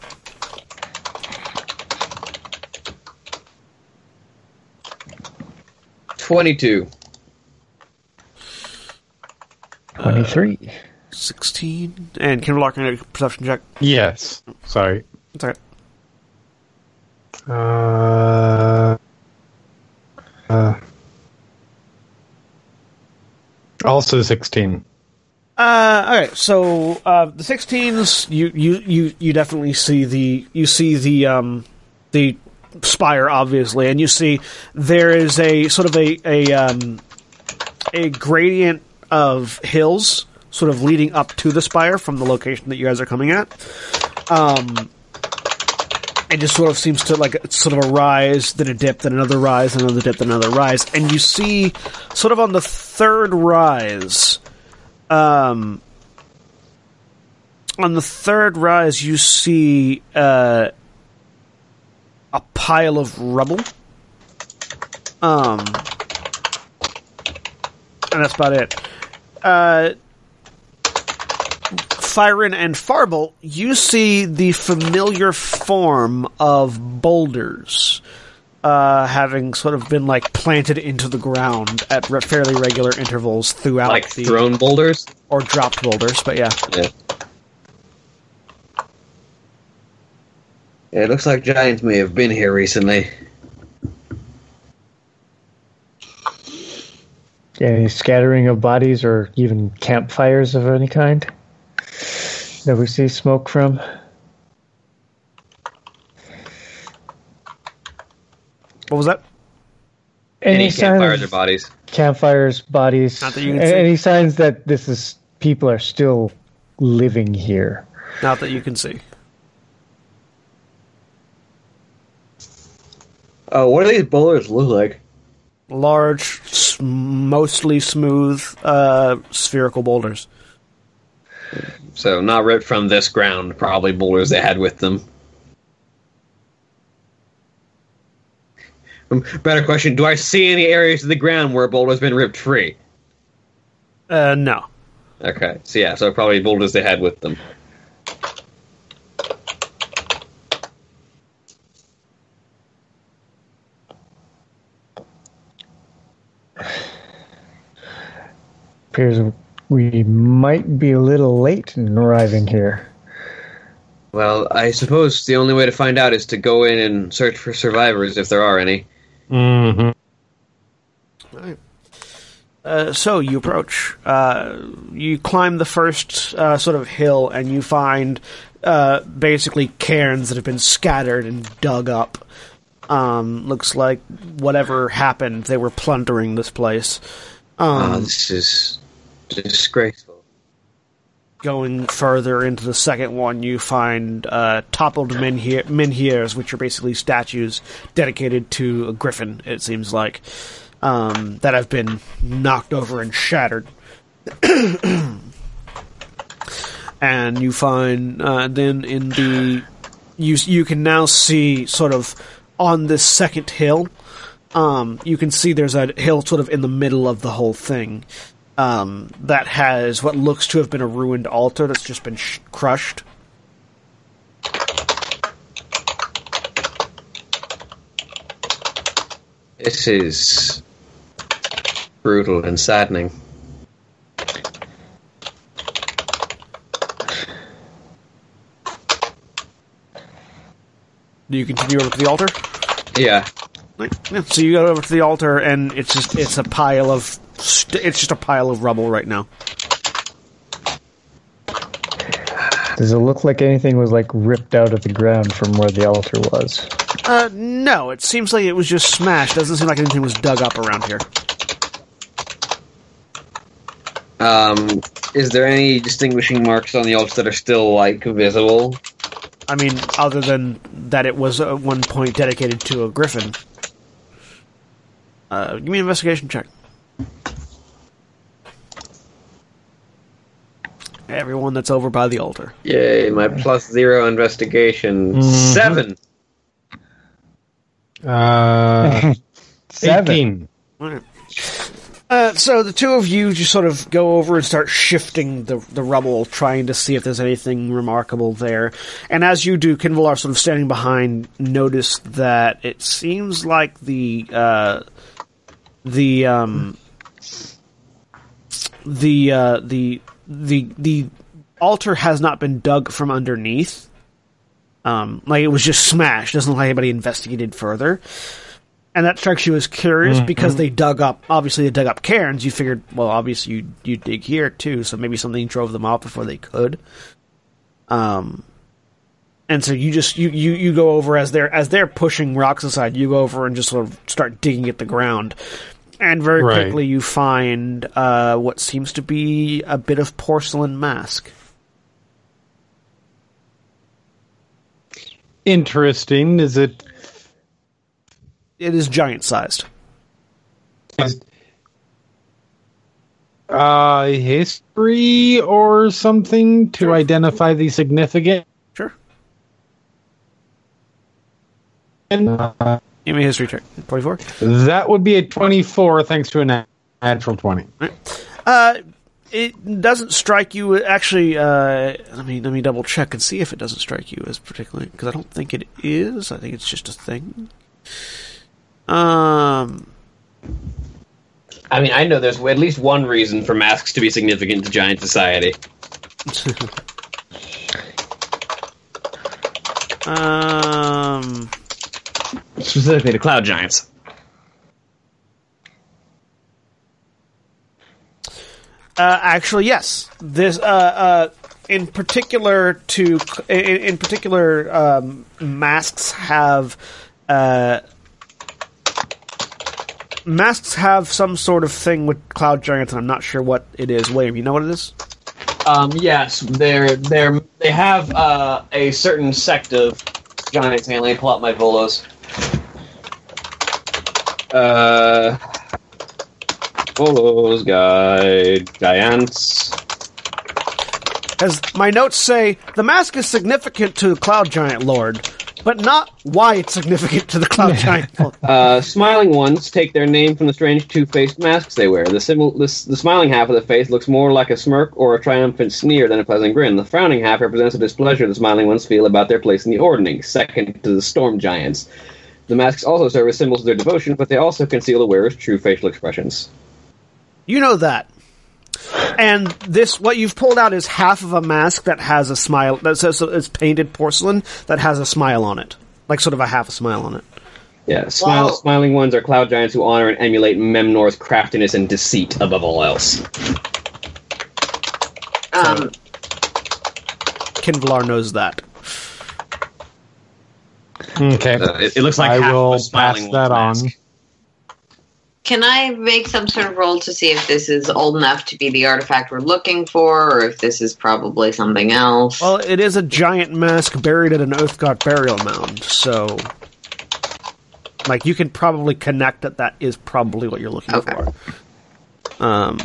[SPEAKER 6] Twenty-two.
[SPEAKER 3] 23.
[SPEAKER 1] 16. And Kimberlock, can I get a perception check?
[SPEAKER 5] Yes. Sorry.
[SPEAKER 1] It's all right.
[SPEAKER 5] Uh, uh, also 16.
[SPEAKER 1] Uh, all right. So uh, the sixteens, you, you you you definitely see the you see the um the spire obviously, and you see there is a sort of a a um a gradient of hills sort of leading up to the spire from the location that you guys are coming at. Um, it just sort of seems to like it's sort of a rise, then a dip, then another rise, then another dip, then another rise, and you see sort of on the third rise, um, on the third rise you see uh, a pile of rubble, um, and that's about it. Uh, Firen and Farble, you see the familiar form of boulders uh, having sort of been like planted into the ground at re- fairly regular intervals throughout
[SPEAKER 6] like
[SPEAKER 1] the
[SPEAKER 6] thrown boulders.
[SPEAKER 1] or dropped boulders, but yeah.
[SPEAKER 6] Yeah. Yeah, it looks like giants may have been here recently.
[SPEAKER 3] Any scattering of bodies or even campfires of any kind that we see smoke from?
[SPEAKER 1] What was that?
[SPEAKER 3] Any, sign
[SPEAKER 6] campfires or
[SPEAKER 3] of
[SPEAKER 6] bodies?
[SPEAKER 3] campfires, bodies?
[SPEAKER 1] Not that you can
[SPEAKER 3] a-
[SPEAKER 1] see.
[SPEAKER 3] Any signs that this is people are still living here?
[SPEAKER 1] Not that you can see.
[SPEAKER 6] Oh, what do these boulders look like?
[SPEAKER 1] Large, s- mostly smooth, uh, spherical boulders.
[SPEAKER 6] So not ripped from this ground, probably boulders they had with them. Um, Better question: Do I see any areas of the ground where a boulder's been ripped free?
[SPEAKER 1] Uh, no.
[SPEAKER 6] Okay, so yeah, so probably boulders they had with them.
[SPEAKER 3] Appears we might be a little late in arriving here.
[SPEAKER 6] Well, I suppose the only way to find out is to go in and search for survivors if there are any.
[SPEAKER 5] Mm-hmm.
[SPEAKER 1] Uh, so you approach. Uh, you climb the first uh, sort of hill, and you find uh, basically cairns that have been scattered and dug up. Um, looks like whatever happened, they were plundering this place.
[SPEAKER 6] Oh,
[SPEAKER 1] Um,
[SPEAKER 6] this is disgraceful.
[SPEAKER 1] going further into the second one, you find uh, toppled menhir- menhirs, which are basically statues dedicated to a griffin. It seems like um, that have been knocked over and shattered. and you find uh, then in the you you can now see sort of on this second hill. Um, you can see there's a hill sort of in the middle of the whole thing um, that has what looks to have been a ruined altar that's just been sh- crushed.
[SPEAKER 6] This is brutal and saddening.
[SPEAKER 1] Do you continue over to the altar?
[SPEAKER 6] Yeah,
[SPEAKER 1] Right. Yeah. So you go over to the altar, and it's just it's a pile of st- it's just a pile of rubble right now.
[SPEAKER 3] Does it look like anything was like ripped out of the ground from where the altar was?
[SPEAKER 1] Uh, no, it seems like it was just smashed. Doesn't seem like anything was dug up around here.
[SPEAKER 6] Um, is there any distinguishing marks on the altar that are still like visible?
[SPEAKER 1] I mean, other than that, it was at one point dedicated to a griffin. Uh, give me an investigation check. Everyone that's over by the altar.
[SPEAKER 6] Yay! My plus zero investigation seven.
[SPEAKER 5] Uh, 18.
[SPEAKER 1] Alright. Uh, so the two of you just sort of go over and start shifting the the rubble, trying to see if there's anything remarkable there. And as you do, Kinvalar, sort of standing behind, noticed that it seems like the uh, the um, the uh, the the the altar has not been dug from underneath. Um, like it was just smashed. Doesn't look like anybody investigated further and that strikes you as curious because they dug up obviously they dug up cairns you figured well obviously you you dig here too so maybe something drove them out before they could um and so you just you you, you go over as they're as they're pushing rocks aside you go over and just sort of start digging at the ground and very
[SPEAKER 5] Right.
[SPEAKER 1] quickly you find uh, what seems to be a bit of porcelain mask
[SPEAKER 5] interesting. Is it?
[SPEAKER 1] It is giant sized.
[SPEAKER 5] Is, uh, history or something to identify the significant?
[SPEAKER 1] Sure.
[SPEAKER 5] Uh,
[SPEAKER 1] Give me a history check. 24.
[SPEAKER 5] that would be a 24 thanks to a na- natural 20.
[SPEAKER 1] Uh, it doesn't strike you actually. Uh, let me let me double check and see if it doesn't strike you as particularly because I don't think it is. I think it's just a thing. Um,
[SPEAKER 6] I mean, I know there's at least one reason for masks to be significant to giant society.
[SPEAKER 1] um,
[SPEAKER 6] Specifically to cloud giants.
[SPEAKER 1] uh, actually, yes. This uh, uh, in particular to in, in particular um, masks have uh, masks have some sort of thing with cloud giants, and I'm not sure what it is. William, you know what it is?
[SPEAKER 6] Um, yes, they're they're they have uh, a certain sect of giants. Man, let me pull out my bolos. Uh, bolos guide giants.
[SPEAKER 1] As my notes say, the mask is significant to the Cloud Giant Lord, but not why it's significant to the Cloud Giant Lord.
[SPEAKER 6] Uh, smiling ones take their name from the strange two-faced masks they wear. The, simil- the, s- the smiling half of the face looks more like a smirk or a triumphant sneer than a pleasant grin. The frowning half represents the displeasure the smiling ones feel about their place in the ordning, second to the storm giants. The masks also serve as symbols of their devotion, but they also conceal the wearer's true facial expressions.
[SPEAKER 1] You know that. And this, what you've pulled out is half of a mask that has a smile, that says it's painted porcelain that has a smile on it. Like sort of a half a smile on it.
[SPEAKER 6] Yeah, smile-
[SPEAKER 4] Wow.
[SPEAKER 6] smiling ones are cloud giants who honor and emulate Memnor's craftiness and deceit above all else.
[SPEAKER 4] Um,
[SPEAKER 1] Kinvlar knows that.
[SPEAKER 5] Okay.
[SPEAKER 6] Uh, it, it looks like half
[SPEAKER 5] I
[SPEAKER 6] of
[SPEAKER 5] will
[SPEAKER 6] a smiling
[SPEAKER 5] pass
[SPEAKER 6] one's
[SPEAKER 5] that on.
[SPEAKER 6] mask.
[SPEAKER 4] can I make some sort of roll to see if this is old enough to be the artifact we're looking for, or if this is probably something else?
[SPEAKER 1] Well, it is a giant mask buried at an Oath God burial mound, so. Like, you can probably connect that that is probably what you're looking
[SPEAKER 4] Okay.
[SPEAKER 1] for. Um,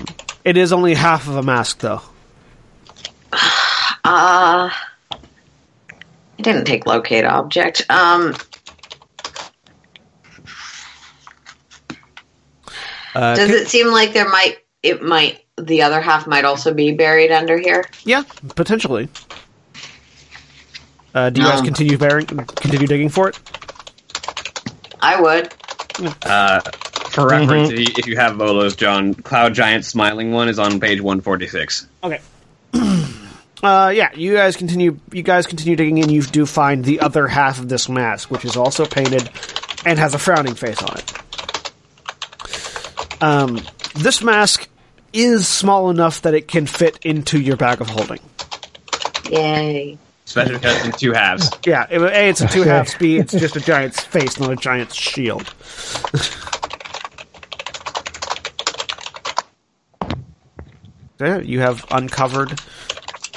[SPEAKER 1] it is only half of a mask, though.
[SPEAKER 4] Uh, I didn't take locate object. Um,
[SPEAKER 1] Uh,
[SPEAKER 4] does
[SPEAKER 1] Kin-
[SPEAKER 4] it seem like there might it might the other half might also be buried under here?
[SPEAKER 1] yeah, potentially. Uh, do you guys
[SPEAKER 4] Um.
[SPEAKER 1] continue bearing, continue digging for it?
[SPEAKER 4] I would.
[SPEAKER 6] Uh, for reference, if, you, if you have Volos, John, Cloud Giant Smiling One is on page 146.
[SPEAKER 1] Okay. uh, yeah, you guys continue. You guys continue digging, and you do find the other half of this mask, which is also painted and has a frowning face on it. Um, this mask is small enough that it can fit into your bag of holding.
[SPEAKER 4] Yay.
[SPEAKER 6] Especially because it's in two halves.
[SPEAKER 1] Yeah, it, a it's a two half speed. It's just a giant's face, not a giant's shield. yeah, you have uncovered.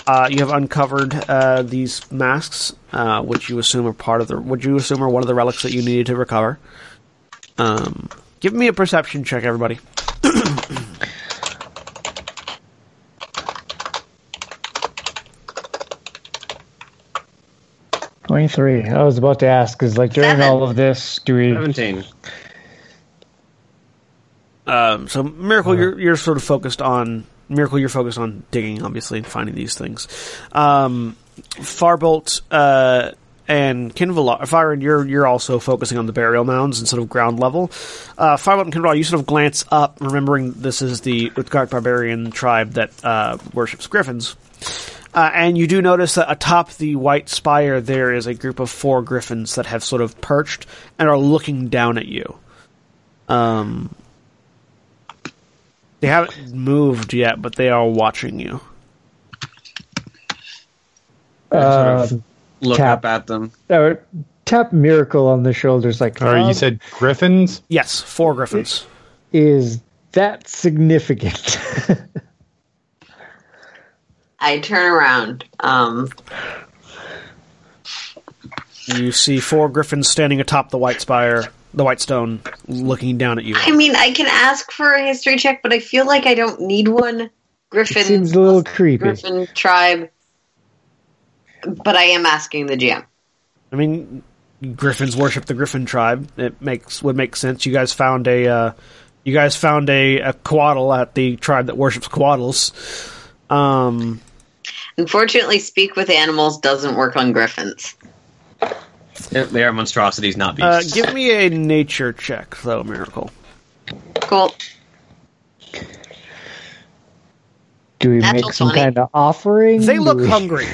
[SPEAKER 1] Uh, you have uncovered uh, these masks, uh, which you assume are part of the. Would you assume are one of the relics that you needed to recover? Um, give me a perception check, everybody.
[SPEAKER 3] Twenty-three. I was about to ask, is like during
[SPEAKER 4] Seven.
[SPEAKER 3] all of this, do we?
[SPEAKER 6] 17.
[SPEAKER 1] Um, so miracle, you're you're sort of focused on miracle. You're focused on digging, obviously, and finding these things. Um, Farbolt uh, and Kinvalar, Firen, you're you're also focusing on the burial mounds and sort of ground level. Uh, Firebolt and Kinvalar, you sort of glance up, remembering this is the Utgard barbarian tribe that uh, worships griffins. Uh, and you do notice that atop the white spire there is a group of four griffins that have sort of perched and are looking down at you. Um, they haven't moved yet, but they are watching you.
[SPEAKER 3] Uh,
[SPEAKER 6] Look
[SPEAKER 3] Cap.
[SPEAKER 6] up at them.
[SPEAKER 3] uh, tap miracle on the shoulders, like.
[SPEAKER 5] Or
[SPEAKER 3] um,
[SPEAKER 5] you said griffins?
[SPEAKER 1] Yes, four griffins.
[SPEAKER 3] is that significant?
[SPEAKER 4] I turn around. Um,
[SPEAKER 1] You see four griffins standing atop the White Spire, the White Stone, looking down at you.
[SPEAKER 4] I mean, I can ask for a history check, but I feel like I don't need one. Griffin
[SPEAKER 3] It seems a little creepy.
[SPEAKER 4] Griffin tribe. But I am asking the GM.
[SPEAKER 1] I mean, Griffins worship the Griffin tribe. It makes would make sense. You guys found a uh, you guys found a, a quaddle at the tribe that worships quaddles. Um,
[SPEAKER 4] Unfortunately, speak with animals doesn't work on griffins.
[SPEAKER 6] They are monstrosities, not
[SPEAKER 1] uh,
[SPEAKER 6] beasts.
[SPEAKER 1] give me a nature check, though, Miracle.
[SPEAKER 4] Cool.
[SPEAKER 3] Do we
[SPEAKER 4] Natural
[SPEAKER 3] make some
[SPEAKER 4] 20.
[SPEAKER 3] kind of offering?
[SPEAKER 1] They
[SPEAKER 3] Do
[SPEAKER 1] look
[SPEAKER 3] we-
[SPEAKER 1] hungry.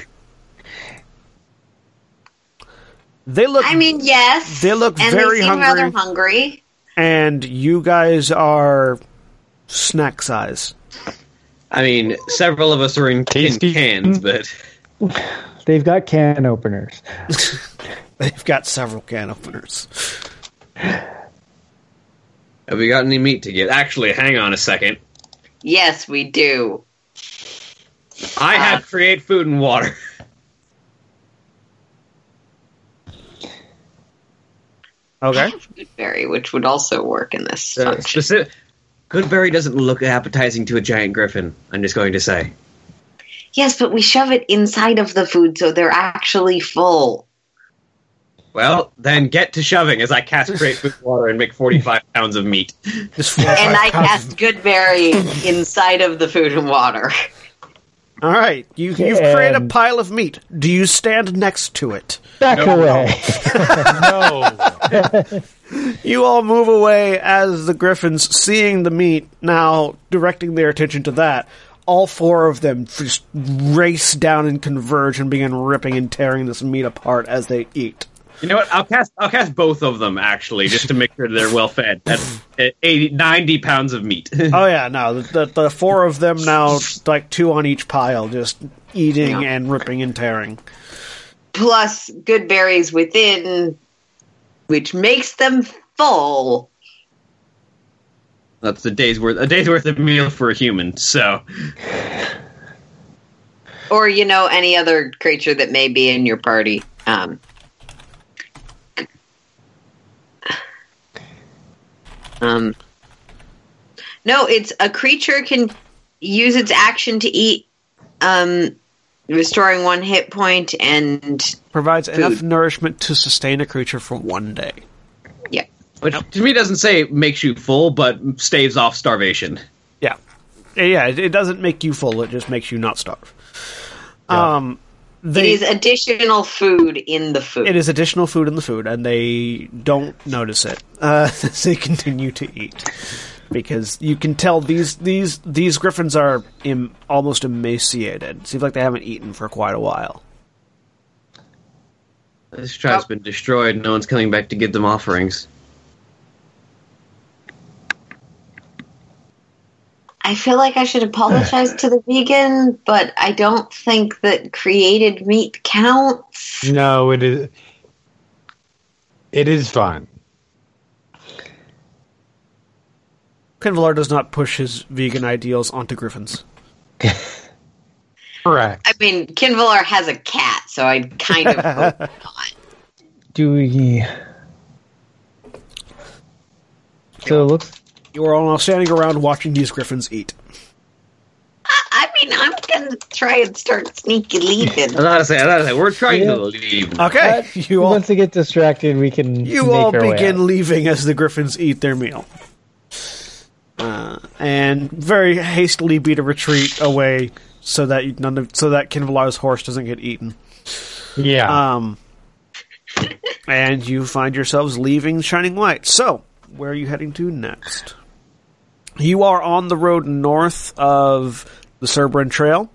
[SPEAKER 1] They look.
[SPEAKER 4] I mean, yes.
[SPEAKER 1] They look
[SPEAKER 4] and
[SPEAKER 1] very
[SPEAKER 4] they seem
[SPEAKER 1] hungry.
[SPEAKER 4] rather hungry.
[SPEAKER 1] and you guys are snack size.
[SPEAKER 6] I mean, several of us are in tin
[SPEAKER 5] Tasty.
[SPEAKER 6] cans, but
[SPEAKER 3] They've got can openers.
[SPEAKER 1] They've got several can openers.
[SPEAKER 6] have we got any meat to get? Actually, hang on a second.
[SPEAKER 4] Yes, we do.
[SPEAKER 6] I
[SPEAKER 1] Ah.
[SPEAKER 6] have create food and water.
[SPEAKER 1] Okay.
[SPEAKER 4] Berry, which would also work in this
[SPEAKER 6] Uh,
[SPEAKER 4] function.
[SPEAKER 6] speci- Goodberry doesn't look appetizing to a giant griffin. I'm just going to say.
[SPEAKER 4] Yes, but we shove it inside of the food so they're actually full.
[SPEAKER 6] Well, then get to shoving as I cast create food and water and make 45 pounds of meat.
[SPEAKER 1] Just four or
[SPEAKER 4] And
[SPEAKER 1] five
[SPEAKER 4] I
[SPEAKER 1] pounds.
[SPEAKER 4] cast Goodberry inside of the food and water.
[SPEAKER 1] All right, you, you've created a
[SPEAKER 3] And-
[SPEAKER 1] pile of meat. Do you stand next to it?
[SPEAKER 3] Back
[SPEAKER 6] No.
[SPEAKER 3] away.
[SPEAKER 5] No.
[SPEAKER 1] You all move away as the griffins, seeing the meat, now directing their attention to that. All four of them just race down and converge and begin ripping and tearing this meat apart as they eat.
[SPEAKER 6] You know what? I'll cast I'll cast both of them actually, just to make sure they're well fed. That's at 80, 90 pounds of meat.
[SPEAKER 1] Oh yeah, no, the, the, the four of them now, like two on each pile, just eating and ripping and tearing.
[SPEAKER 4] Plus, Goodberry's within, which makes them full.
[SPEAKER 6] That's a day's worth a day's worth of meal for a human. So
[SPEAKER 4] or you know any other creature that may be in your party um um no it's a creature can use its action to eat um restoring one hit point and
[SPEAKER 1] Provides enough
[SPEAKER 4] Food.
[SPEAKER 1] nourishment to sustain a creature for one day.
[SPEAKER 4] yeah
[SPEAKER 6] which to me doesn't say makes you full, but staves off starvation.
[SPEAKER 1] Yeah, yeah. It, it doesn't make you full. It just makes you not starve. Um,
[SPEAKER 4] it
[SPEAKER 1] they,
[SPEAKER 4] is additional food in the food
[SPEAKER 1] it is additional food in the food, and they don't notice it. Uh, they continue to eat because you can tell these these these griffins are Im- almost emaciated. Seems like they haven't eaten for quite a while.
[SPEAKER 6] This tribe's been destroyed. No one's coming back to give them offerings.
[SPEAKER 4] i feel like i should apologize to the vegan but i don't think that created meat counts
[SPEAKER 5] No, it is. It is fine.
[SPEAKER 1] Kinvalar does not push his vegan ideals onto griffins.
[SPEAKER 5] Correct.
[SPEAKER 4] I mean, Kinvalar has a cat, so I kind of hope not.
[SPEAKER 3] Do we? So it looks.
[SPEAKER 1] You are all now standing around watching these griffins eat.
[SPEAKER 4] I- I mean, I'm gonna try and start sneaky leaving.
[SPEAKER 6] I gotta say, I gotta say, we're trying
[SPEAKER 3] Yeah.
[SPEAKER 6] to leave.
[SPEAKER 1] Okay,
[SPEAKER 3] but
[SPEAKER 1] you all
[SPEAKER 3] once they get distracted, we can.
[SPEAKER 1] You
[SPEAKER 3] make
[SPEAKER 1] all
[SPEAKER 3] our way
[SPEAKER 1] begin
[SPEAKER 3] out.
[SPEAKER 1] leaving as the griffins eat their meal. Uh, and very hastily beat a retreat away so that none of, so that Kinvalar's horse doesn't get eaten.
[SPEAKER 5] Yeah.
[SPEAKER 1] Um, and you find yourselves leaving Shining Light. So, where are you heading to next? You are on the road north of the Cerberan Trail.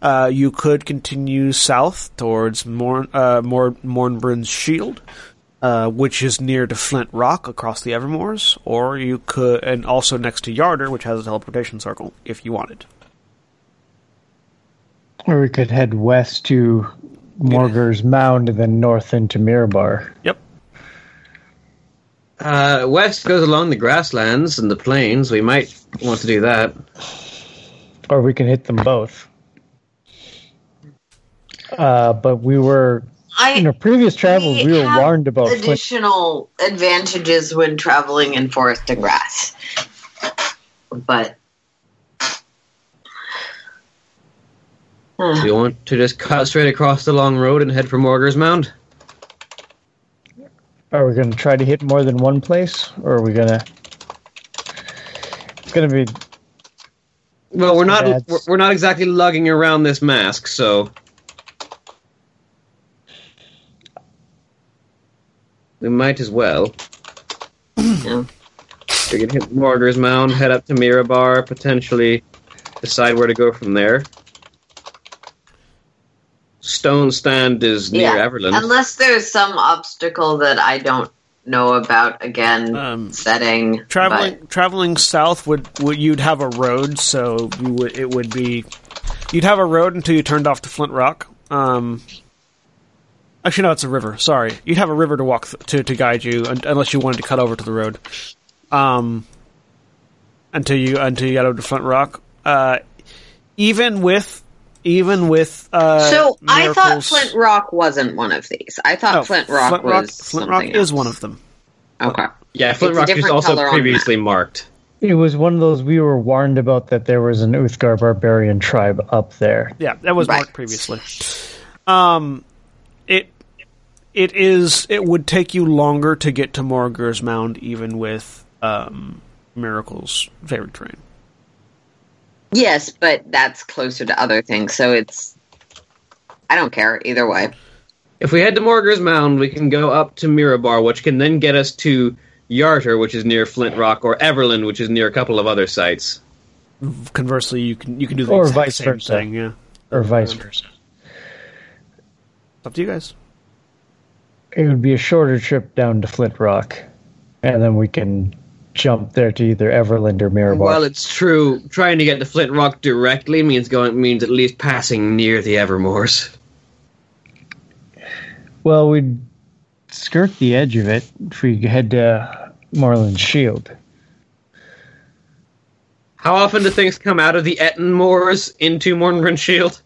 [SPEAKER 1] Uh, you could continue south towards Morn, uh, Mor- Mornbrin's Shield, uh, which is near to Flint Rock across the Evermoors, or you could, and also next to Yarder, which has a teleportation circle, if you wanted.
[SPEAKER 3] Or we could head west to Morgar's Mound and then north into Mirabar.
[SPEAKER 1] Yep.
[SPEAKER 6] Uh, west goes along the grasslands and the plains. We might want to do that.
[SPEAKER 3] Or we can hit them both. Uh, but we were
[SPEAKER 4] I
[SPEAKER 3] In our previous travels, we, were
[SPEAKER 4] have
[SPEAKER 3] warned about flint.
[SPEAKER 4] additional advantages when traveling in forest and grass. But
[SPEAKER 6] Do you want to just cut straight across the long road and head for Morgar's Mound?
[SPEAKER 3] Are we going to try to hit more than one place, or are we going to? It's going to be
[SPEAKER 6] Well, we're not
[SPEAKER 3] That's-
[SPEAKER 6] we're- we're not exactly lugging around this mask, so we might as well.
[SPEAKER 4] Yeah.
[SPEAKER 6] We can hit Morgar's Mound, head up to Mirabar, potentially decide where to go from there. Stone Stand is near
[SPEAKER 4] Yeah,
[SPEAKER 6] Everland.
[SPEAKER 4] unless there's some obstacle that I don't know about, again,
[SPEAKER 1] Um,
[SPEAKER 4] setting
[SPEAKER 1] traveling traveling south would, would you'd have a road, so you would it would be you'd have a road until you turned off to Flint Rock. Um, actually, no, it's a river. Sorry, you'd have a river to walk th- to to guide you, un- unless you wanted to cut over to the road. Um, until you until you got over to Flint Rock. Uh, even with even with uh,
[SPEAKER 4] but- So I thought
[SPEAKER 1] Miracle's-
[SPEAKER 4] Flint Rock wasn't one of these. I thought
[SPEAKER 1] no,
[SPEAKER 4] Flint Rock
[SPEAKER 1] Flint Rock,
[SPEAKER 4] was
[SPEAKER 1] Flint Rock
[SPEAKER 4] something
[SPEAKER 1] is
[SPEAKER 4] else.
[SPEAKER 1] one of them.
[SPEAKER 4] Okay.
[SPEAKER 6] yeah, Flint
[SPEAKER 4] It's a
[SPEAKER 6] Rock is
[SPEAKER 4] different
[SPEAKER 6] also
[SPEAKER 4] color on the
[SPEAKER 6] previously marked.
[SPEAKER 3] It was one of those we were warned about that there was an Uthgar barbarian tribe up there.
[SPEAKER 1] Yeah, that was
[SPEAKER 4] Right.
[SPEAKER 1] marked previously. Um, it it is it would take you longer to get to Morgur's Mound even with um, Miracle's favorite train.
[SPEAKER 4] Yes, but that's closer to other things, so it's. I don't care either way.
[SPEAKER 6] If we head to Morgar's Mound, we can go up to Mirabar, which can then get us to Yarter, which is near Flint Rock, or Everland, which is near a couple of other sites.
[SPEAKER 1] Conversely, you can you can do the
[SPEAKER 3] Or
[SPEAKER 1] exact
[SPEAKER 3] vice
[SPEAKER 1] same
[SPEAKER 3] versa.
[SPEAKER 1] thing. Yeah,
[SPEAKER 3] Or vice versa.
[SPEAKER 1] it's up to you guys.
[SPEAKER 3] It would be a shorter trip down to Flint Rock, and then we can jump there to either Everland or Mirabar.
[SPEAKER 6] While it's true, trying to get to Flint Rock directly means going means at least passing near the Evermores.
[SPEAKER 3] well, we'd skirt the edge of it if we head to Marlin's Shield.
[SPEAKER 6] How often do things come out of the Ettenmoors into Mornbrun Shield?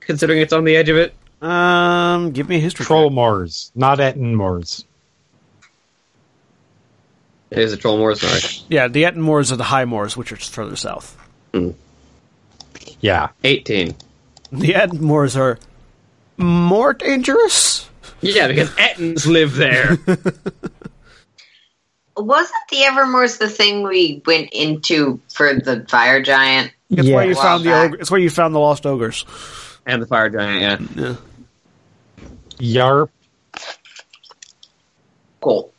[SPEAKER 6] Considering it's on the edge of it,
[SPEAKER 1] Um, give me a history. check.
[SPEAKER 5] Troll Moors, not Etten Moors.
[SPEAKER 6] it is a Trollmoor. Sorry,
[SPEAKER 1] Yeah, the Ettenmoors are the High Moors, which are further south.
[SPEAKER 5] Yeah.
[SPEAKER 6] eighteen.
[SPEAKER 1] The Ettenmoors are more dangerous.
[SPEAKER 6] Yeah, because Ettens live there.
[SPEAKER 4] Wasn't the Evermore's the thing we went into for the fire giant?
[SPEAKER 1] It's where you
[SPEAKER 4] Wow.
[SPEAKER 1] found the ogre, it's where you found the lost ogres.
[SPEAKER 6] and the fire giant. Yeah.
[SPEAKER 1] Yeah.
[SPEAKER 5] Yarp.
[SPEAKER 4] Cool.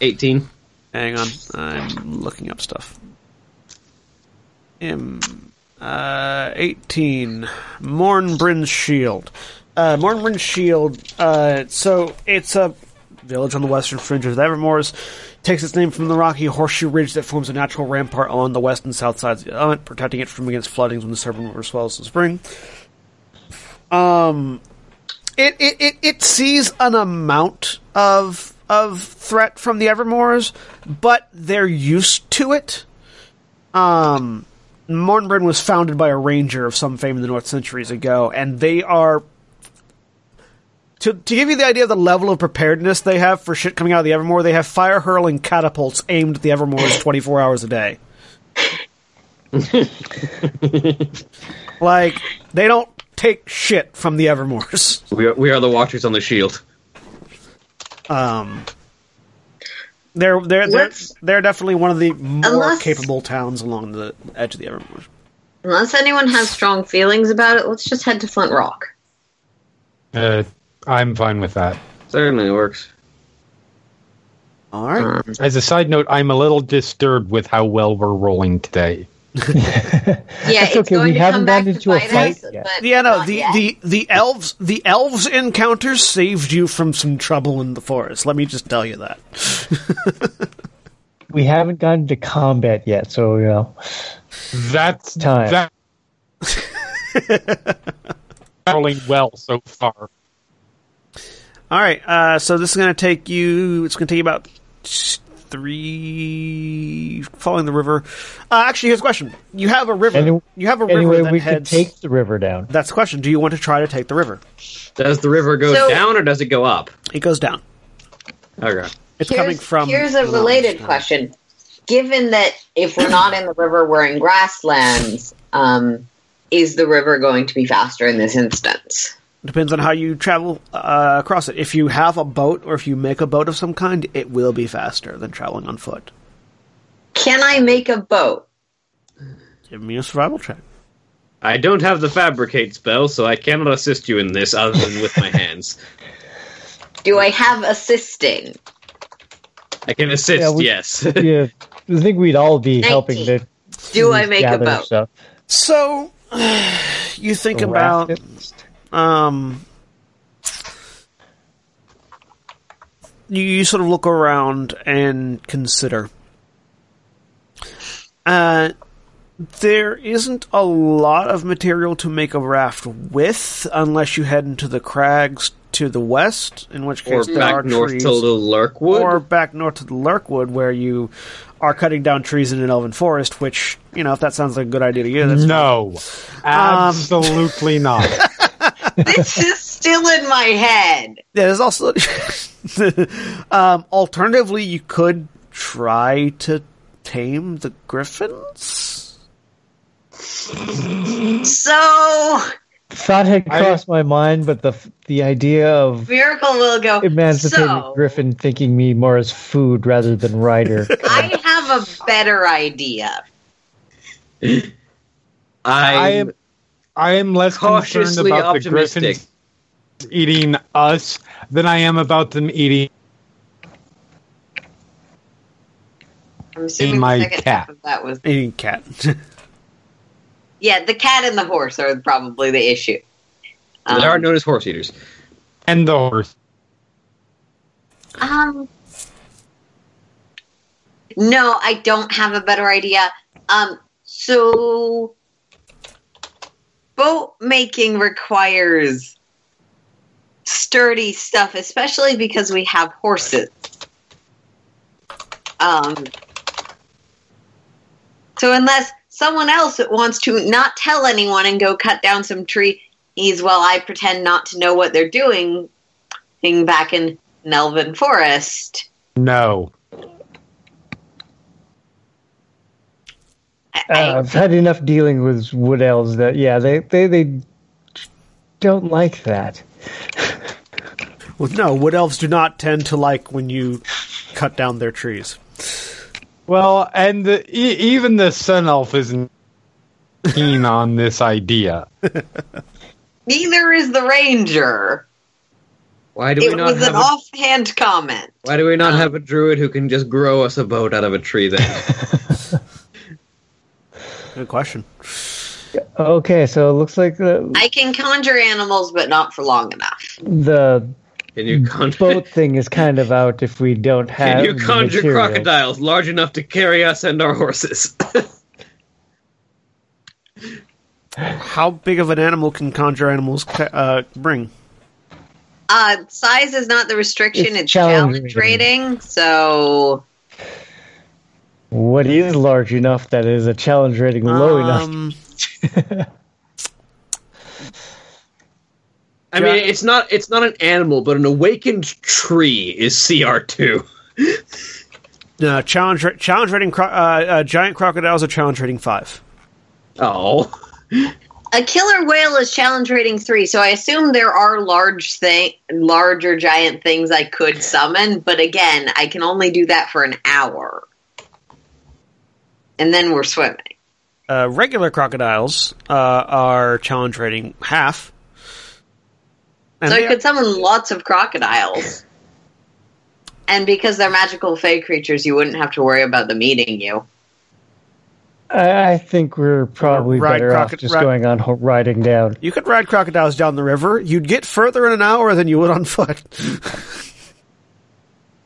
[SPEAKER 6] Eighteen.
[SPEAKER 1] Hang on, I'm looking up stuff. M, uh, eighteen. Mornbrin's Shield. Uh, Mornbrin's Shield. Uh, so it's a village on the western fringe of the Evermores. Takes its name from the rocky horseshoe ridge that forms a natural rampart along the west and south sides of the element, protecting it from against floodings when the Serpent River swells in spring. it, it, it, it sees an amount of of threat from the Evermores, but they're used to it. Um, Mornbryn was founded by a ranger of some fame in the North centuries ago, and they are. To, to give you the idea of the level of preparedness they have for shit coming out of the Evermore, they have fire hurling catapults aimed at the Evermores 24 hours a day. like, they don't take shit from the Evermores.
[SPEAKER 6] We are, we are the Watchers on the Shield.
[SPEAKER 1] Um, they're they're they're,
[SPEAKER 4] Let's-
[SPEAKER 1] they're definitely one of the more
[SPEAKER 4] Unless-
[SPEAKER 1] capable towns along the edge of the Evermore.
[SPEAKER 4] Unless anyone has strong feelings about it, let's just head to Flint Rock.
[SPEAKER 5] Uh, I'm fine with that.
[SPEAKER 6] Certainly works.
[SPEAKER 1] All right,
[SPEAKER 4] Uh,
[SPEAKER 5] As a side note, I'm a little disturbed with how well we're rolling today.
[SPEAKER 4] Yeah,
[SPEAKER 3] That's
[SPEAKER 4] it's
[SPEAKER 3] okay,
[SPEAKER 4] going
[SPEAKER 3] we
[SPEAKER 4] to
[SPEAKER 3] haven't
[SPEAKER 4] come back
[SPEAKER 3] gotten
[SPEAKER 4] to
[SPEAKER 3] into a
[SPEAKER 4] bite
[SPEAKER 3] fight
[SPEAKER 4] us,
[SPEAKER 3] yet.
[SPEAKER 4] but
[SPEAKER 1] yeah, no
[SPEAKER 4] not
[SPEAKER 1] the,
[SPEAKER 4] yet.
[SPEAKER 1] the the elves the elves encounter saved you from some trouble in the forest. Let me just tell you that.
[SPEAKER 3] We haven't gotten to combat yet, so you know.
[SPEAKER 5] That's
[SPEAKER 3] Time.
[SPEAKER 5] That, rolling well so far.
[SPEAKER 1] All right, uh, so this is going to take you. It's going to take you about three, following the river. Uh, actually, here's a question: You have a river.
[SPEAKER 3] Any-
[SPEAKER 1] you have a river
[SPEAKER 3] Anyway,
[SPEAKER 1] that
[SPEAKER 3] we could
[SPEAKER 1] heads.
[SPEAKER 3] take the river down.
[SPEAKER 1] That's the question. Do you want to try to take the river?
[SPEAKER 6] Does the river go
[SPEAKER 4] So-
[SPEAKER 6] down or does it go up?
[SPEAKER 1] It goes down.
[SPEAKER 6] Okay.
[SPEAKER 1] It's coming from.
[SPEAKER 4] Here's a related question. Given that if we're not in the river, we're in grasslands, um, is the river going to be faster in this instance?
[SPEAKER 1] Depends on how you travel uh, across it. If you have a boat or if you make a boat of some kind, it will be faster than traveling on foot.
[SPEAKER 4] Can I make a boat?
[SPEAKER 1] Give me a survival check.
[SPEAKER 6] I don't have the fabricate spell, so I cannot assist you in this other than with my hands.
[SPEAKER 4] Do I have assisting?
[SPEAKER 6] I can assist,
[SPEAKER 3] Yeah, we-
[SPEAKER 6] yes.
[SPEAKER 3] yeah, I think we'd all be helping to
[SPEAKER 4] Do I make a
[SPEAKER 3] gather
[SPEAKER 4] boat?
[SPEAKER 3] stuff.
[SPEAKER 1] So, you think about
[SPEAKER 3] Raft it.
[SPEAKER 1] um, you, you sort of look around and consider. Uh, there isn't a lot of material to make a raft with, unless you head into the crags to the west, in which
[SPEAKER 6] or
[SPEAKER 1] case there are
[SPEAKER 6] back north
[SPEAKER 1] trees,
[SPEAKER 6] to Little Lurkwood.
[SPEAKER 1] or back north to the Lurkwood, where you are cutting down trees in an elven forest. Which you know, if that sounds like a good idea to you,
[SPEAKER 3] Mm-hmm.
[SPEAKER 1] that's
[SPEAKER 5] No,
[SPEAKER 6] Um,
[SPEAKER 5] absolutely not.
[SPEAKER 4] this is still in my head.
[SPEAKER 1] Yeah, there's also um, alternatively you could try to tame the griffins.
[SPEAKER 4] So,
[SPEAKER 3] Thought had
[SPEAKER 5] I-
[SPEAKER 3] crossed my mind, but the the idea of
[SPEAKER 4] Miracle will go.
[SPEAKER 3] emancipated
[SPEAKER 4] so,
[SPEAKER 3] Griffin thinking me more as food rather than rider.
[SPEAKER 4] I have a better idea.
[SPEAKER 5] I
[SPEAKER 6] I,
[SPEAKER 5] am, I am less concerned
[SPEAKER 6] cautiously
[SPEAKER 5] about the
[SPEAKER 6] optimistic.
[SPEAKER 5] griffins eating us than I am about them eating.
[SPEAKER 4] I'm assuming
[SPEAKER 5] my
[SPEAKER 4] the second
[SPEAKER 5] cat.
[SPEAKER 4] half of that was.
[SPEAKER 1] Eating cat.
[SPEAKER 4] Yeah, the cat and the horse are probably the issue. Um,
[SPEAKER 6] They are known as horse eaters.
[SPEAKER 5] And the horse.
[SPEAKER 4] Um, no, I don't have a better idea. Um, so boat making requires sturdy stuff, especially because we have horses. Um, so unless someone else wants to not tell anyone and go cut down some trees while I pretend not to know what they're doing, thing back in Melvin Forest.
[SPEAKER 5] No.
[SPEAKER 4] I-
[SPEAKER 3] Uh, I've had enough dealing with wood elves that yeah, they they, they don't like that.
[SPEAKER 1] well, no, wood elves do not tend to like when you cut down their trees.
[SPEAKER 5] Well, and the, e- even the sun elf isn't keen on this idea.
[SPEAKER 4] neither is the ranger.
[SPEAKER 6] Why do we
[SPEAKER 4] It
[SPEAKER 6] not
[SPEAKER 4] was
[SPEAKER 6] have
[SPEAKER 4] an um,
[SPEAKER 6] a,
[SPEAKER 4] offhand comment.
[SPEAKER 6] why do we not have a druid who can just grow us a boat out of a tree then?
[SPEAKER 1] Good question.
[SPEAKER 3] Okay, so it looks like uh, the
[SPEAKER 4] I can conjure animals, but not for long enough.
[SPEAKER 3] the
[SPEAKER 6] Can you conjure
[SPEAKER 3] boat thing is kind of out if we don't have.
[SPEAKER 6] Can you
[SPEAKER 3] the
[SPEAKER 6] conjure
[SPEAKER 3] material.
[SPEAKER 6] crocodiles large enough to carry us and our horses?
[SPEAKER 1] How big of an animal can conjure animals ca- uh, bring?
[SPEAKER 4] Uh, size is not the restriction; it's,
[SPEAKER 3] It's
[SPEAKER 4] challenge
[SPEAKER 3] challenge
[SPEAKER 4] rating. So,
[SPEAKER 3] What is large enough that is a challenge rating low enough?
[SPEAKER 1] Um,
[SPEAKER 6] I mean, it's not it's not an animal, but an awakened tree is CR two.
[SPEAKER 1] no, uh, challenge ra- challenge rating cro- uh, uh, giant crocodiles are challenge rating five.
[SPEAKER 6] Oh,
[SPEAKER 4] a killer whale is challenge rating three. So, I assume there are large thing, larger giant things I could summon. But again, I can only do that for an hour, and then we're swimming.
[SPEAKER 1] uh, regular crocodiles uh, are challenge rating half. And
[SPEAKER 4] so
[SPEAKER 1] they
[SPEAKER 4] I could summon lots of crocodiles. And because they're magical fey creatures, you wouldn't have to worry about them eating you.
[SPEAKER 3] I, I think we're probably
[SPEAKER 1] Ride
[SPEAKER 3] better
[SPEAKER 1] croco-
[SPEAKER 3] off just
[SPEAKER 1] ri-
[SPEAKER 3] going on ho- riding down.
[SPEAKER 1] you could ride crocodiles down the river. You'd get further in an hour than you would on foot.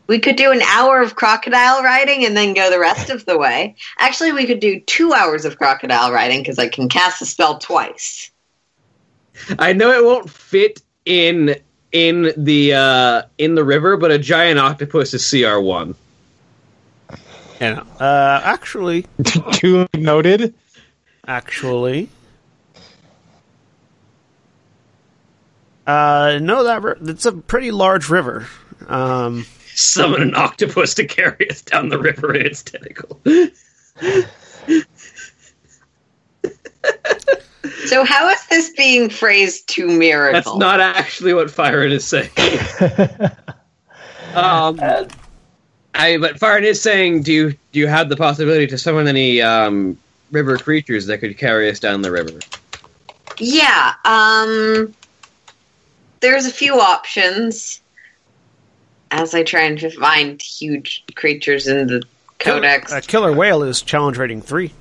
[SPEAKER 4] We could do an hour of crocodile riding and then go the rest of the way. Actually, we could do two hours of crocodile riding because I can cast the spell twice.
[SPEAKER 6] I know it won't fit in in the uh, in the river, but a giant octopus is CR one.
[SPEAKER 1] And uh, actually,
[SPEAKER 5] Duly noted.
[SPEAKER 1] actually, uh, no, that ri- it's a pretty large river. Um,
[SPEAKER 6] Summon an octopus to carry us down the river in its tentacle.
[SPEAKER 4] So how is this being phrased to miracle?
[SPEAKER 6] That's not actually what Firen is saying. um, I but Firen is saying, do you do you have the possibility to summon any um, river creatures that could carry us down the river?
[SPEAKER 4] Yeah, um there's a few options as I try and find huge creatures in the codex.
[SPEAKER 1] a killer whale is challenge rating three.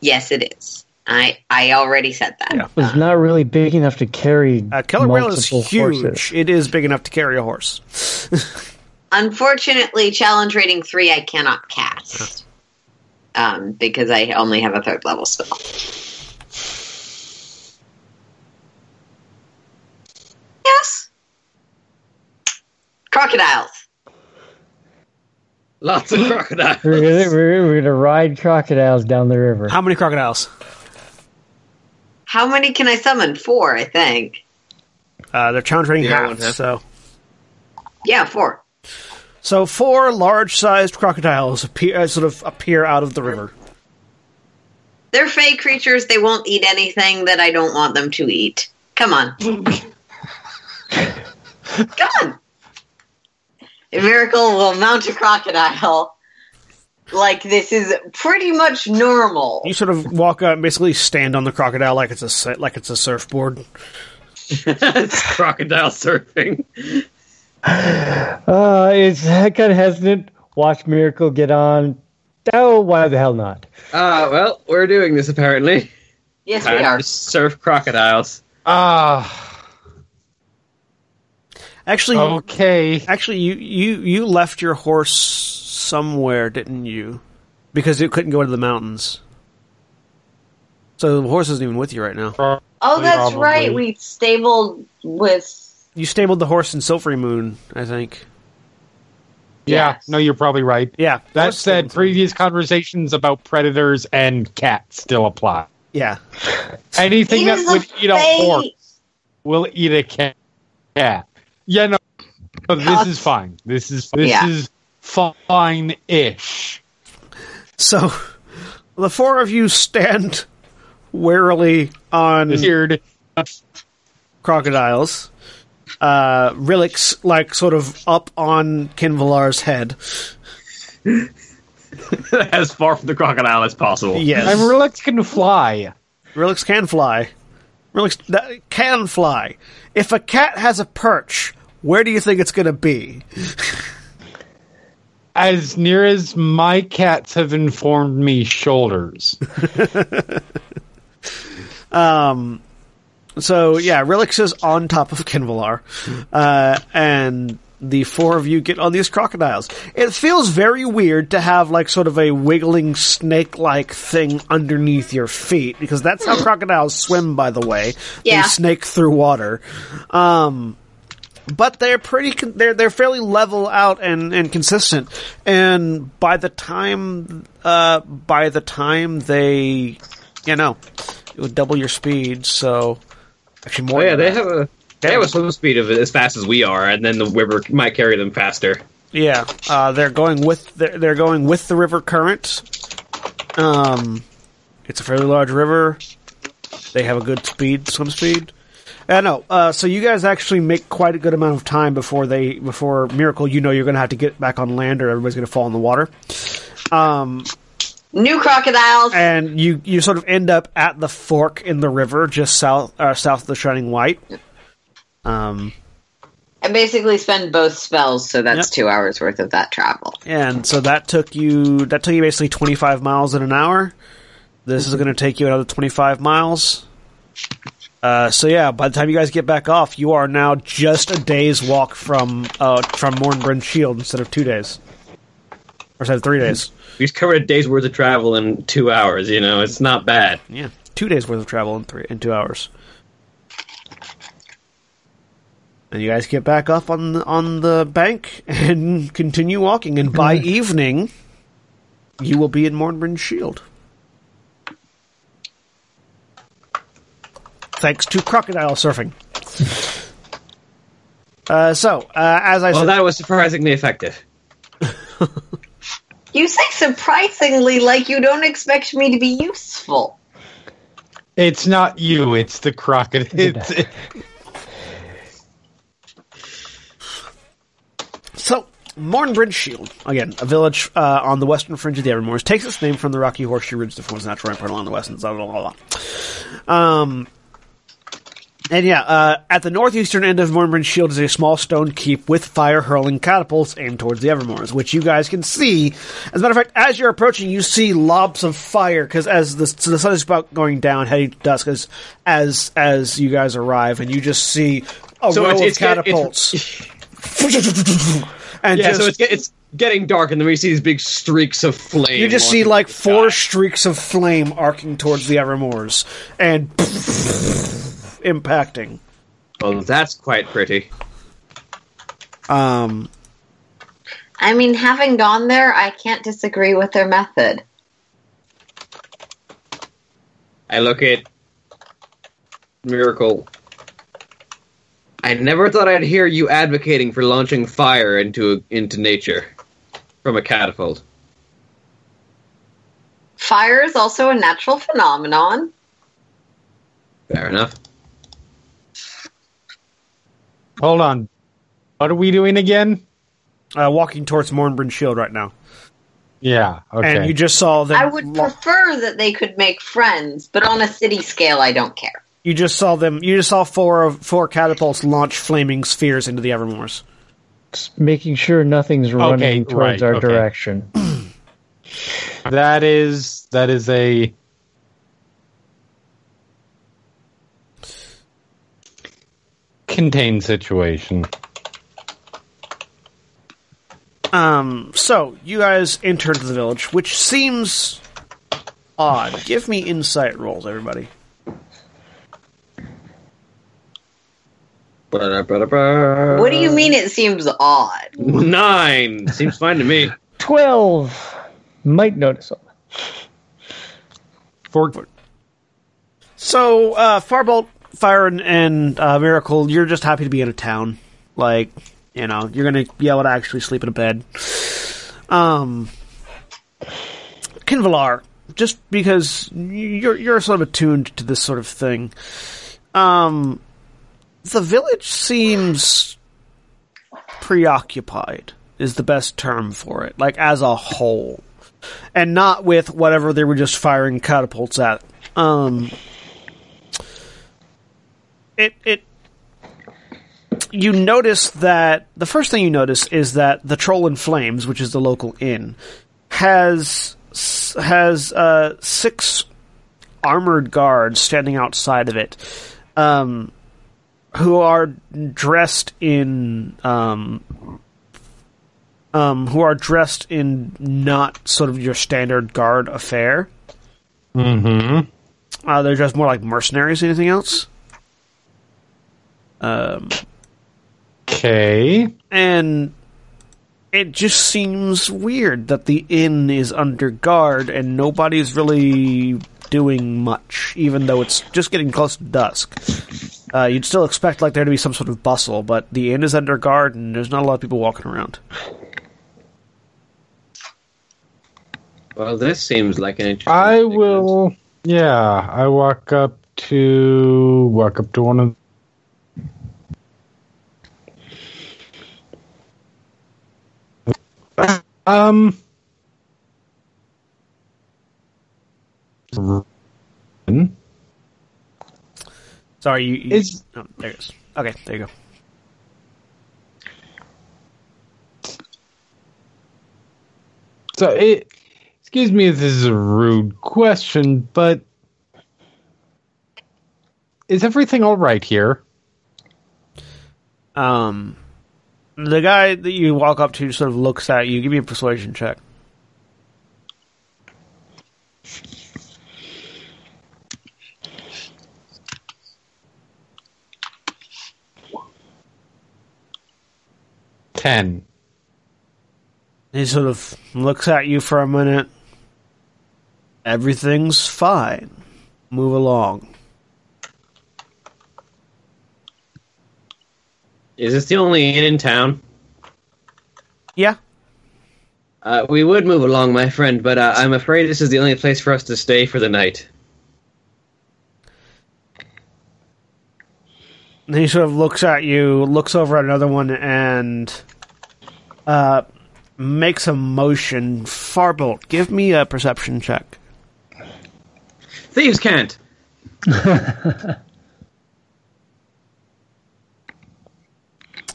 [SPEAKER 4] Yes, it is. I I already said that.
[SPEAKER 3] It's not really big enough to carry.
[SPEAKER 1] A killer whale Uh, is
[SPEAKER 3] multiple
[SPEAKER 1] huge.
[SPEAKER 3] horses.
[SPEAKER 1] It is big enough to carry a horse.
[SPEAKER 4] Unfortunately, challenge rating three I cannot cast. Um, because I only have a third level spell. Yes. Crocodiles.
[SPEAKER 6] Lots of crocodiles.
[SPEAKER 3] We're gonna, we're, we're gonna ride crocodiles down the river.
[SPEAKER 1] How many crocodiles?
[SPEAKER 4] How many can I summon? Four, I think.
[SPEAKER 1] Uh, they're challenge rating
[SPEAKER 6] Yeah,
[SPEAKER 1] half,
[SPEAKER 6] one half.
[SPEAKER 1] So,
[SPEAKER 4] Yeah, four.
[SPEAKER 1] so four large-sized crocodiles appear, uh, sort of appear out of the river.
[SPEAKER 4] They're fey creatures. They won't eat anything that I don't want them to eat. Come on. Come on. A miracle will mount a crocodile. Like, this is pretty much normal.
[SPEAKER 1] You sort of walk up and basically stand on the crocodile like it's a sa- like it's a surfboard.
[SPEAKER 6] it's crocodile surfing.
[SPEAKER 3] Uh, it's kind of hesitant. Watch Miracle get on. Oh, why the hell not?
[SPEAKER 6] Uh, well, we're doing this apparently.
[SPEAKER 4] Yes, we
[SPEAKER 6] Time
[SPEAKER 4] are.
[SPEAKER 6] to surf crocodiles.
[SPEAKER 5] Ah,
[SPEAKER 1] Actually,
[SPEAKER 5] Oh. okay.
[SPEAKER 1] actually, you, you you left your horse somewhere, didn't you? Because it couldn't go into the mountains. So the horse isn't even with you right now.
[SPEAKER 4] Oh, that's
[SPEAKER 5] Probably.
[SPEAKER 4] right. We stabled with.
[SPEAKER 1] You stabled the horse in Silvery Moon, I think.
[SPEAKER 5] Yeah,
[SPEAKER 4] Yes.
[SPEAKER 5] no, you're probably right.
[SPEAKER 1] Yeah.
[SPEAKER 5] That
[SPEAKER 1] horse
[SPEAKER 5] said,
[SPEAKER 1] stabled-
[SPEAKER 5] previous conversations about predators and cats still apply.
[SPEAKER 1] Yeah.
[SPEAKER 5] Anything
[SPEAKER 4] He
[SPEAKER 5] that
[SPEAKER 4] was
[SPEAKER 5] would
[SPEAKER 4] a
[SPEAKER 5] eat a
[SPEAKER 4] fey.
[SPEAKER 5] horse will eat a cat. Yeah, yeah, no, but this is fine. This is this
[SPEAKER 4] Yeah.
[SPEAKER 5] is fine-ish.
[SPEAKER 1] So the four of you stand warily on
[SPEAKER 5] Weird.
[SPEAKER 1] crocodiles. Uh, Rillick's like sort of up on Kinvalar's head.
[SPEAKER 6] as far from the crocodile as possible.
[SPEAKER 1] Yes,
[SPEAKER 5] I'm reluctant to fly.
[SPEAKER 1] Relix can fly. Relix that can fly. If a cat has a perch, where do you think it's going to be?
[SPEAKER 5] As near as my cats have informed me, shoulders.
[SPEAKER 1] So yeah, Relix is on top of Kinvalar, uh, and the four of you get on these crocodiles. It feels very weird to have like sort of a wiggling snake-like thing underneath your feet because that's how crocodiles swim. By the way,
[SPEAKER 4] Yeah.
[SPEAKER 1] they snake through water. Um, but they're pretty con- they're they're fairly level out and and consistent. And by the time uh by the time they you know it would double your speed, so actually more.
[SPEAKER 6] Oh yeah,
[SPEAKER 1] than
[SPEAKER 6] they
[SPEAKER 1] that.
[SPEAKER 6] have a they have a swim speed of as fast as we are, and then the river might carry them faster.
[SPEAKER 1] Yeah, uh, they're going with they're, they're going with the river current. Um, it's a fairly large river. They have a good speed, swim speed. I know. Uh, so you guys actually make quite a good amount of time before they before miracle. You know you're going to have to get back on land, or everybody's going to fall in the water.
[SPEAKER 4] New crocodiles.
[SPEAKER 1] And you you sort of end up at the fork in the river, just south uh, south of the Shining White. Um,
[SPEAKER 4] I basically spend both spells, so that's
[SPEAKER 1] Yep.
[SPEAKER 4] two hours worth of that travel.
[SPEAKER 1] And so that took you that took you basically 25 miles in an hour. This is going to take you another 25 miles. Uh, so yeah, by the time you guys get back off, you are now just a day's walk from uh, from Mornbryn Shield instead of two days, or instead of three days.
[SPEAKER 6] We just covered a day's worth of travel in two hours. You know, it's not bad.
[SPEAKER 1] Yeah, two days worth of travel in three in two hours. And you guys get back up on the, on the bank and continue walking. And by evening, you will be in Mornbrin's shield. Thanks to crocodile surfing. Uh, so, uh, as I
[SPEAKER 6] Well,
[SPEAKER 1] said,
[SPEAKER 6] that was surprisingly effective.
[SPEAKER 4] You say surprisingly like you don't expect me to be useful.
[SPEAKER 5] It's not you. It's the crocodile. It's,
[SPEAKER 1] So, Mornbridge Shield, again, a village uh, on the western fringe of the Evermoors, takes its name from the rocky horseshoe ridge that forms the natural rampart along the western blah, blah, blah, blah. Um, and yeah, uh, at the northeastern end of Mornbridge Shield is a small stone keep with fire hurling catapults aimed towards the Evermoors, which you guys can see. As a matter of fact, as you're approaching, you see lobs of fire because as the, so the sun is about going down, heading to dusk, as as as you guys arrive, and you just see a
[SPEAKER 6] So
[SPEAKER 1] row
[SPEAKER 6] it's-
[SPEAKER 1] of
[SPEAKER 6] it's get- it's-
[SPEAKER 1] catapults and
[SPEAKER 6] Yeah,
[SPEAKER 1] just,
[SPEAKER 6] so it's get- it's getting dark, and then we see these big streaks of flame.
[SPEAKER 1] you just see
[SPEAKER 6] launching
[SPEAKER 1] like
[SPEAKER 6] from the
[SPEAKER 1] four
[SPEAKER 6] sky.
[SPEAKER 1] streaks of flame arcing towards the Evermoors and impacting.
[SPEAKER 6] Well, that's quite pretty.
[SPEAKER 1] Um,
[SPEAKER 4] I mean, having gone there, I can't disagree with their method.
[SPEAKER 6] I look at Miracle. I never thought I'd hear you advocating for launching fire into into nature from a catapult.
[SPEAKER 4] Fire is also a natural phenomenon.
[SPEAKER 6] Fair enough.
[SPEAKER 5] hold on. What are we doing again?
[SPEAKER 1] uh, walking towards Mornbrin Shield right now,
[SPEAKER 5] Yeah. Okay.
[SPEAKER 1] and you just saw them.
[SPEAKER 4] I would
[SPEAKER 1] lo-
[SPEAKER 4] prefer that they could make friends, but on a city scale, I don't care.
[SPEAKER 1] you just saw them. You just saw four of four catapults launch flaming spheres into the Evermoors.
[SPEAKER 3] Just making sure nothing's running
[SPEAKER 5] right,
[SPEAKER 3] towards our
[SPEAKER 5] okay.
[SPEAKER 3] direction.
[SPEAKER 5] that is that is a contained situation.
[SPEAKER 1] Um, so you guys entered the village, which seems odd. Give me insight rolls, everybody.
[SPEAKER 6] Ba-da-ba-da-ba.
[SPEAKER 4] What do you mean it seems odd?
[SPEAKER 6] Nine seems fine to me.
[SPEAKER 3] Twelve might notice. something.
[SPEAKER 5] For
[SPEAKER 1] So, uh, Farbolt, Fire, and, and uh, Miracle, you're just happy to be in a town. Like, you know, you're gonna be able to actually sleep in a bed. Um, Kinvalar, just because you're you're sort of attuned to this sort of thing. Um, the village seems preoccupied. Is the best term for it. Like as a whole, and not with whatever they were just firing catapults at. Um, it it you notice that the first thing you notice is that the Troll in Flames, which is the local inn, has s- has uh, six armored guards standing outside of it, um, who are dressed in um, um, who are dressed in not sort of your standard guard affair.
[SPEAKER 5] mm-hmm.
[SPEAKER 1] Uh, they're just more like mercenaries. than Anything else? Um,
[SPEAKER 5] Okay.
[SPEAKER 1] and it just seems weird that the inn is under guard and nobody's really doing much, even though it's just getting close to dusk. Uh, you'd still expect like there to be some sort of bustle, but the inn is under guard and there's not a lot of people walking around.
[SPEAKER 6] Well, this seems like an interesting.
[SPEAKER 5] I will. Yeah, I walk up to walk up to one of. Um.
[SPEAKER 1] Sorry, you. you
[SPEAKER 5] Is-
[SPEAKER 1] oh, there it is. Okay, there you go.
[SPEAKER 5] So it. Excuse me if this is a rude question, but is everything all right here?
[SPEAKER 1] Um, the guy that you walk up to sort of looks at you. Give me a persuasion check.
[SPEAKER 5] Ten.
[SPEAKER 1] He sort of looks at you for a minute, Everything's fine. Move along.
[SPEAKER 6] Is this the only inn in town?
[SPEAKER 1] Yeah.
[SPEAKER 6] Uh, we would move along, my friend, but uh, I'm afraid this is the only place for us to stay for the night.
[SPEAKER 1] And he sort of looks at you, looks over at another one, and uh, makes a motion. Farbolt, give me a perception check.
[SPEAKER 6] Thieves can't.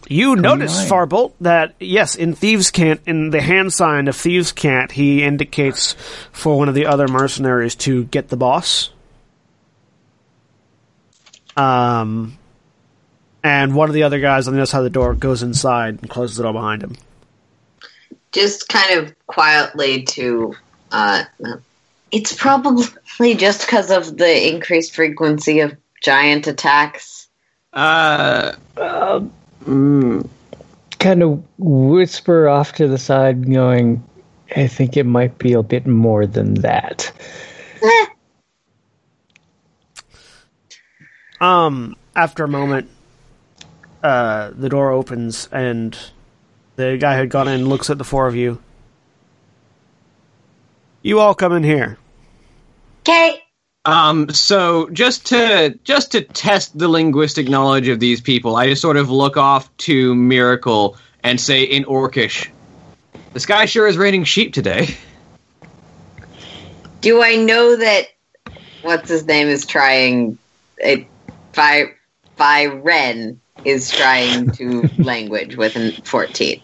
[SPEAKER 1] You notice,
[SPEAKER 3] nine.
[SPEAKER 1] Farbolt, that yes, in Thieves Cant, in the hand sign of Thieves Cant, he indicates for one of the other mercenaries to get the boss. Um, and one of the other guys on the other side of the door goes inside and closes the door behind him.
[SPEAKER 4] just kind of quietly to uh it's probably just because of the increased frequency of giant attacks
[SPEAKER 6] Uh,
[SPEAKER 3] Kind of whisper off to the side, going, I think it might be a bit more than that.
[SPEAKER 4] Eh,
[SPEAKER 1] Um, after a moment, uh, the door opens and the guy who had gone in looks at the four of you. You all come in here.
[SPEAKER 4] okay
[SPEAKER 6] um, so just to just to test the linguistic knowledge of these people, I just sort of look off to Miracle and say in Orcish, "The sky sure is raining sheep today."
[SPEAKER 4] do i know that what's his name is trying it by by ren is trying to language with an 14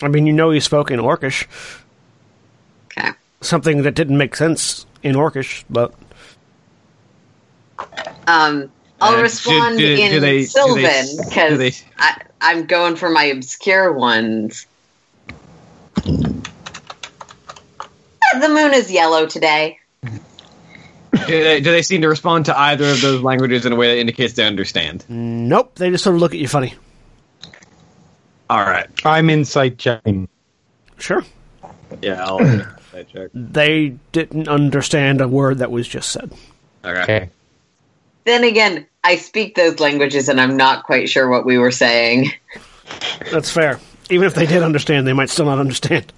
[SPEAKER 1] I mean, you know he spoke in Orcish,
[SPEAKER 4] okay
[SPEAKER 1] something that didn't make sense in Orcish, but
[SPEAKER 4] um I'll
[SPEAKER 6] Uh, do-
[SPEAKER 4] respond
[SPEAKER 6] do-
[SPEAKER 4] in
[SPEAKER 6] do they- do
[SPEAKER 4] Sylvan
[SPEAKER 6] they- do they-
[SPEAKER 4] because I'm going for my obscure ones. Uh, The moon is yellow today.
[SPEAKER 6] Do they, do they seem to respond to either of those languages in a way that indicates they understand?
[SPEAKER 1] nope, they just sort of look at you funny.
[SPEAKER 6] All right.
[SPEAKER 5] I'm insight checking.
[SPEAKER 1] Sure.
[SPEAKER 6] Yeah, I'll I check.
[SPEAKER 1] They didn't understand a word that was just said.
[SPEAKER 6] Okay.
[SPEAKER 5] Okay.
[SPEAKER 4] Then again, I speak those languages and I'm not quite sure what we were saying.
[SPEAKER 1] That's fair. Even if they did understand, they might still not understand.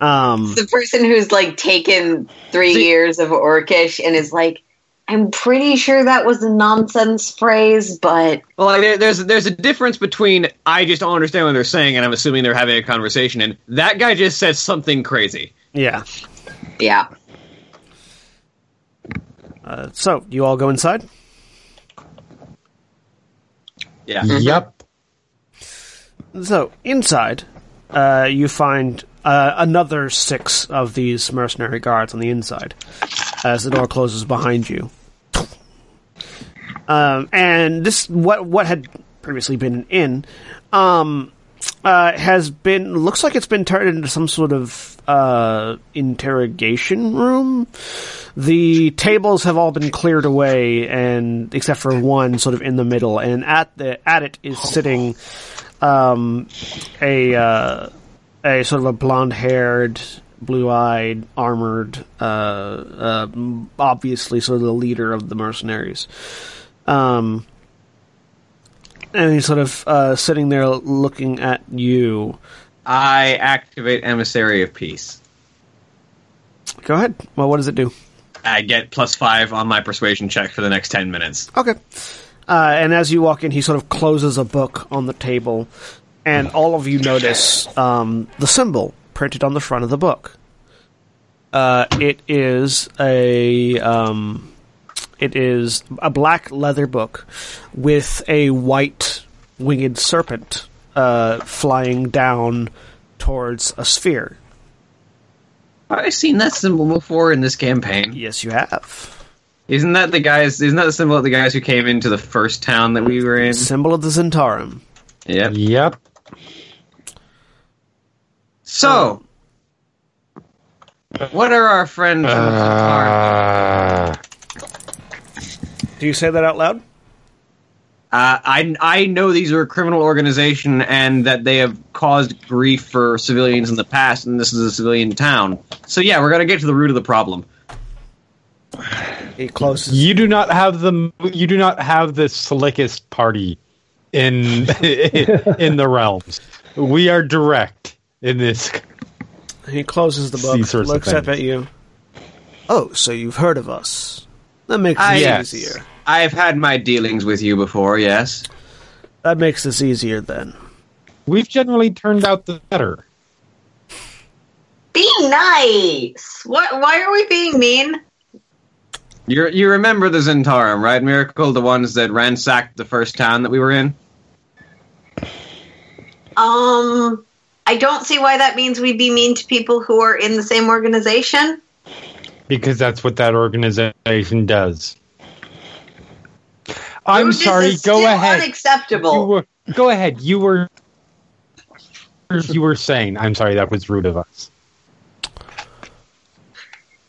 [SPEAKER 1] Um,
[SPEAKER 4] The person who's like taken three years of Orcish and is like, I'm pretty sure that was a nonsense phrase, but
[SPEAKER 6] Well, like, there, there's there's a difference between I just don't understand what they're saying and I'm assuming they're having a conversation, and that guy just said something crazy.
[SPEAKER 1] yeah.
[SPEAKER 4] yeah.
[SPEAKER 1] Uh, so, you all go inside?
[SPEAKER 6] Yeah.
[SPEAKER 5] Yep.
[SPEAKER 1] So inside, uh, you find uh, another six of these mercenary guards on the inside as the door closes behind you. Um, and this what what had previously been an inn um, uh, has been looks like it's been turned into some sort of uh, interrogation room. The tables have all been cleared away, and except for one, sort of in the middle, and at the at it is sitting um, a uh, a sort of a blonde-haired, blue-eyed, armored, uh, uh, m- obviously sort of the leader of the mercenaries. Um, and he's sort of uh, sitting there looking at you.
[SPEAKER 6] I activate emissary of peace.
[SPEAKER 1] Go ahead. Well, what does it do?
[SPEAKER 6] I get plus five on my persuasion check for the next ten minutes.
[SPEAKER 1] Okay. Uh, and as you walk in, he sort of closes a book on the table, and all of you notice um, the symbol printed on the front of the book. Uh, it is a um, it is a black leather book with a white winged serpent uh, flying down towards a sphere.
[SPEAKER 6] Have I seen that symbol before in this campaign?
[SPEAKER 1] Yes, you have.
[SPEAKER 6] Isn't that the guys? Isn't that the symbol of the guys who came into the first town that we were in?
[SPEAKER 1] Symbol of the Zentarum.
[SPEAKER 6] Yep.
[SPEAKER 5] Yep.
[SPEAKER 6] So, what are our friends? from Zatara-
[SPEAKER 5] Uh,
[SPEAKER 1] Do you say that out loud?
[SPEAKER 6] Uh, I I know these are a criminal organization and that they have caused grief for civilians in the past, and this is a civilian town. So yeah, we're gonna get to the root of the problem.
[SPEAKER 1] He closes.
[SPEAKER 5] You do not have the you do not have the slickest party in in the realms. We are direct in this.
[SPEAKER 1] He closes the
[SPEAKER 5] These
[SPEAKER 1] book.
[SPEAKER 5] sorts of
[SPEAKER 1] Looks up
[SPEAKER 5] things.
[SPEAKER 1] at you. Oh, so you've heard of us? That makes
[SPEAKER 6] I-
[SPEAKER 1] it
[SPEAKER 5] Yes.
[SPEAKER 1] easier.
[SPEAKER 6] I've had my dealings with you before, yes.
[SPEAKER 1] That makes this easier then.
[SPEAKER 5] We've generally turned out the better.
[SPEAKER 4] Be nice. What? Why are we being mean?
[SPEAKER 6] You you remember the Zentarum, right, Miracle? The ones that ransacked the first town that we were in.
[SPEAKER 4] Um, I don't see why that means we'd be mean to people who are in the same organization.
[SPEAKER 5] because that's what that organization does. I'm
[SPEAKER 4] Rudeness
[SPEAKER 5] sorry.
[SPEAKER 4] is
[SPEAKER 5] Go
[SPEAKER 4] still
[SPEAKER 5] ahead. You
[SPEAKER 4] Unacceptable.
[SPEAKER 5] were, go ahead. You were you were saying. I'm sorry. That was rude of us.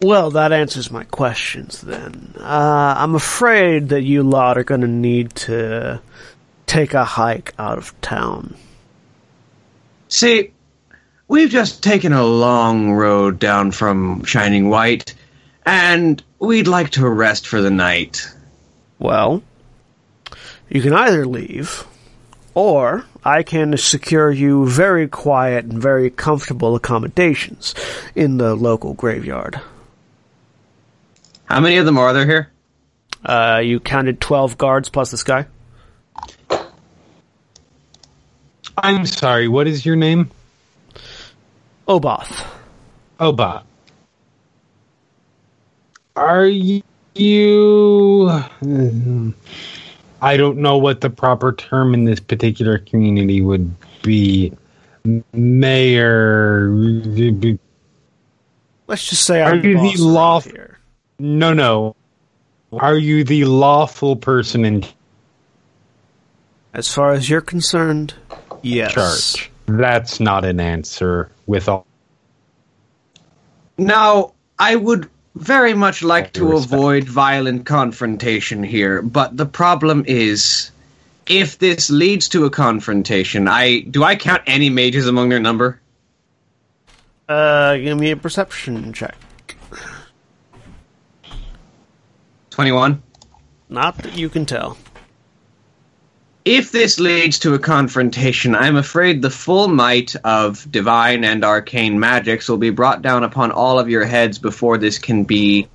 [SPEAKER 1] Well, that answers my questions then. Uh, I'm afraid that you lot are going to need to take a hike out of town.
[SPEAKER 6] See, we've just taken a long road down from Shining White, and we'd like to rest for the night.
[SPEAKER 1] Well, you can either leave, or I can secure you very quiet and very comfortable accommodations in the local graveyard.
[SPEAKER 6] How many of them are there here?
[SPEAKER 1] Uh, you counted 12 guards plus this guy?
[SPEAKER 5] I'm sorry. What is your name?
[SPEAKER 1] Oboth.
[SPEAKER 5] Oba. Are you? I don't know what the proper term in this particular community would be. Mayor.
[SPEAKER 1] Let's just say
[SPEAKER 5] Are
[SPEAKER 1] I'm
[SPEAKER 5] you the
[SPEAKER 1] boss around
[SPEAKER 5] law-
[SPEAKER 1] here.
[SPEAKER 5] No, no. Are you the lawful person in
[SPEAKER 1] As far as you're concerned, yes.
[SPEAKER 5] charge? That's not an answer with all.
[SPEAKER 6] Now, I would very much like to
[SPEAKER 5] Respect.
[SPEAKER 6] avoid violent confrontation here, but the problem is if this leads to a confrontation, I do I count any mages among their number?
[SPEAKER 1] Uh, give me a perception check.
[SPEAKER 6] 21.
[SPEAKER 1] Not that you can tell.
[SPEAKER 6] If this leads to a confrontation, I'm afraid the full might of divine and arcane magics will be brought down upon all of your heads before this can be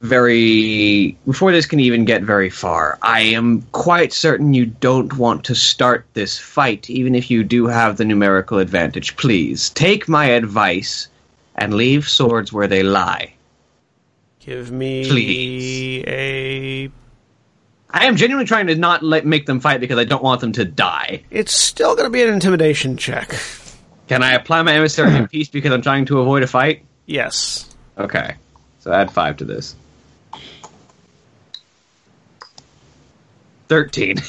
[SPEAKER 6] very. before this can even get very far. I am quite certain you don't want to start this fight, even if you do have the numerical advantage. Please, take my advice and leave swords where they lie.
[SPEAKER 1] Give me
[SPEAKER 6] Please.
[SPEAKER 1] a.
[SPEAKER 6] I am genuinely trying to not let, make them fight because I don't want them to die.
[SPEAKER 1] It's still going to be an intimidation check.
[SPEAKER 6] Can I apply my emissary in peace because I'm trying to avoid a fight?
[SPEAKER 1] Yes.
[SPEAKER 6] Okay. So add five to this. Thirteen.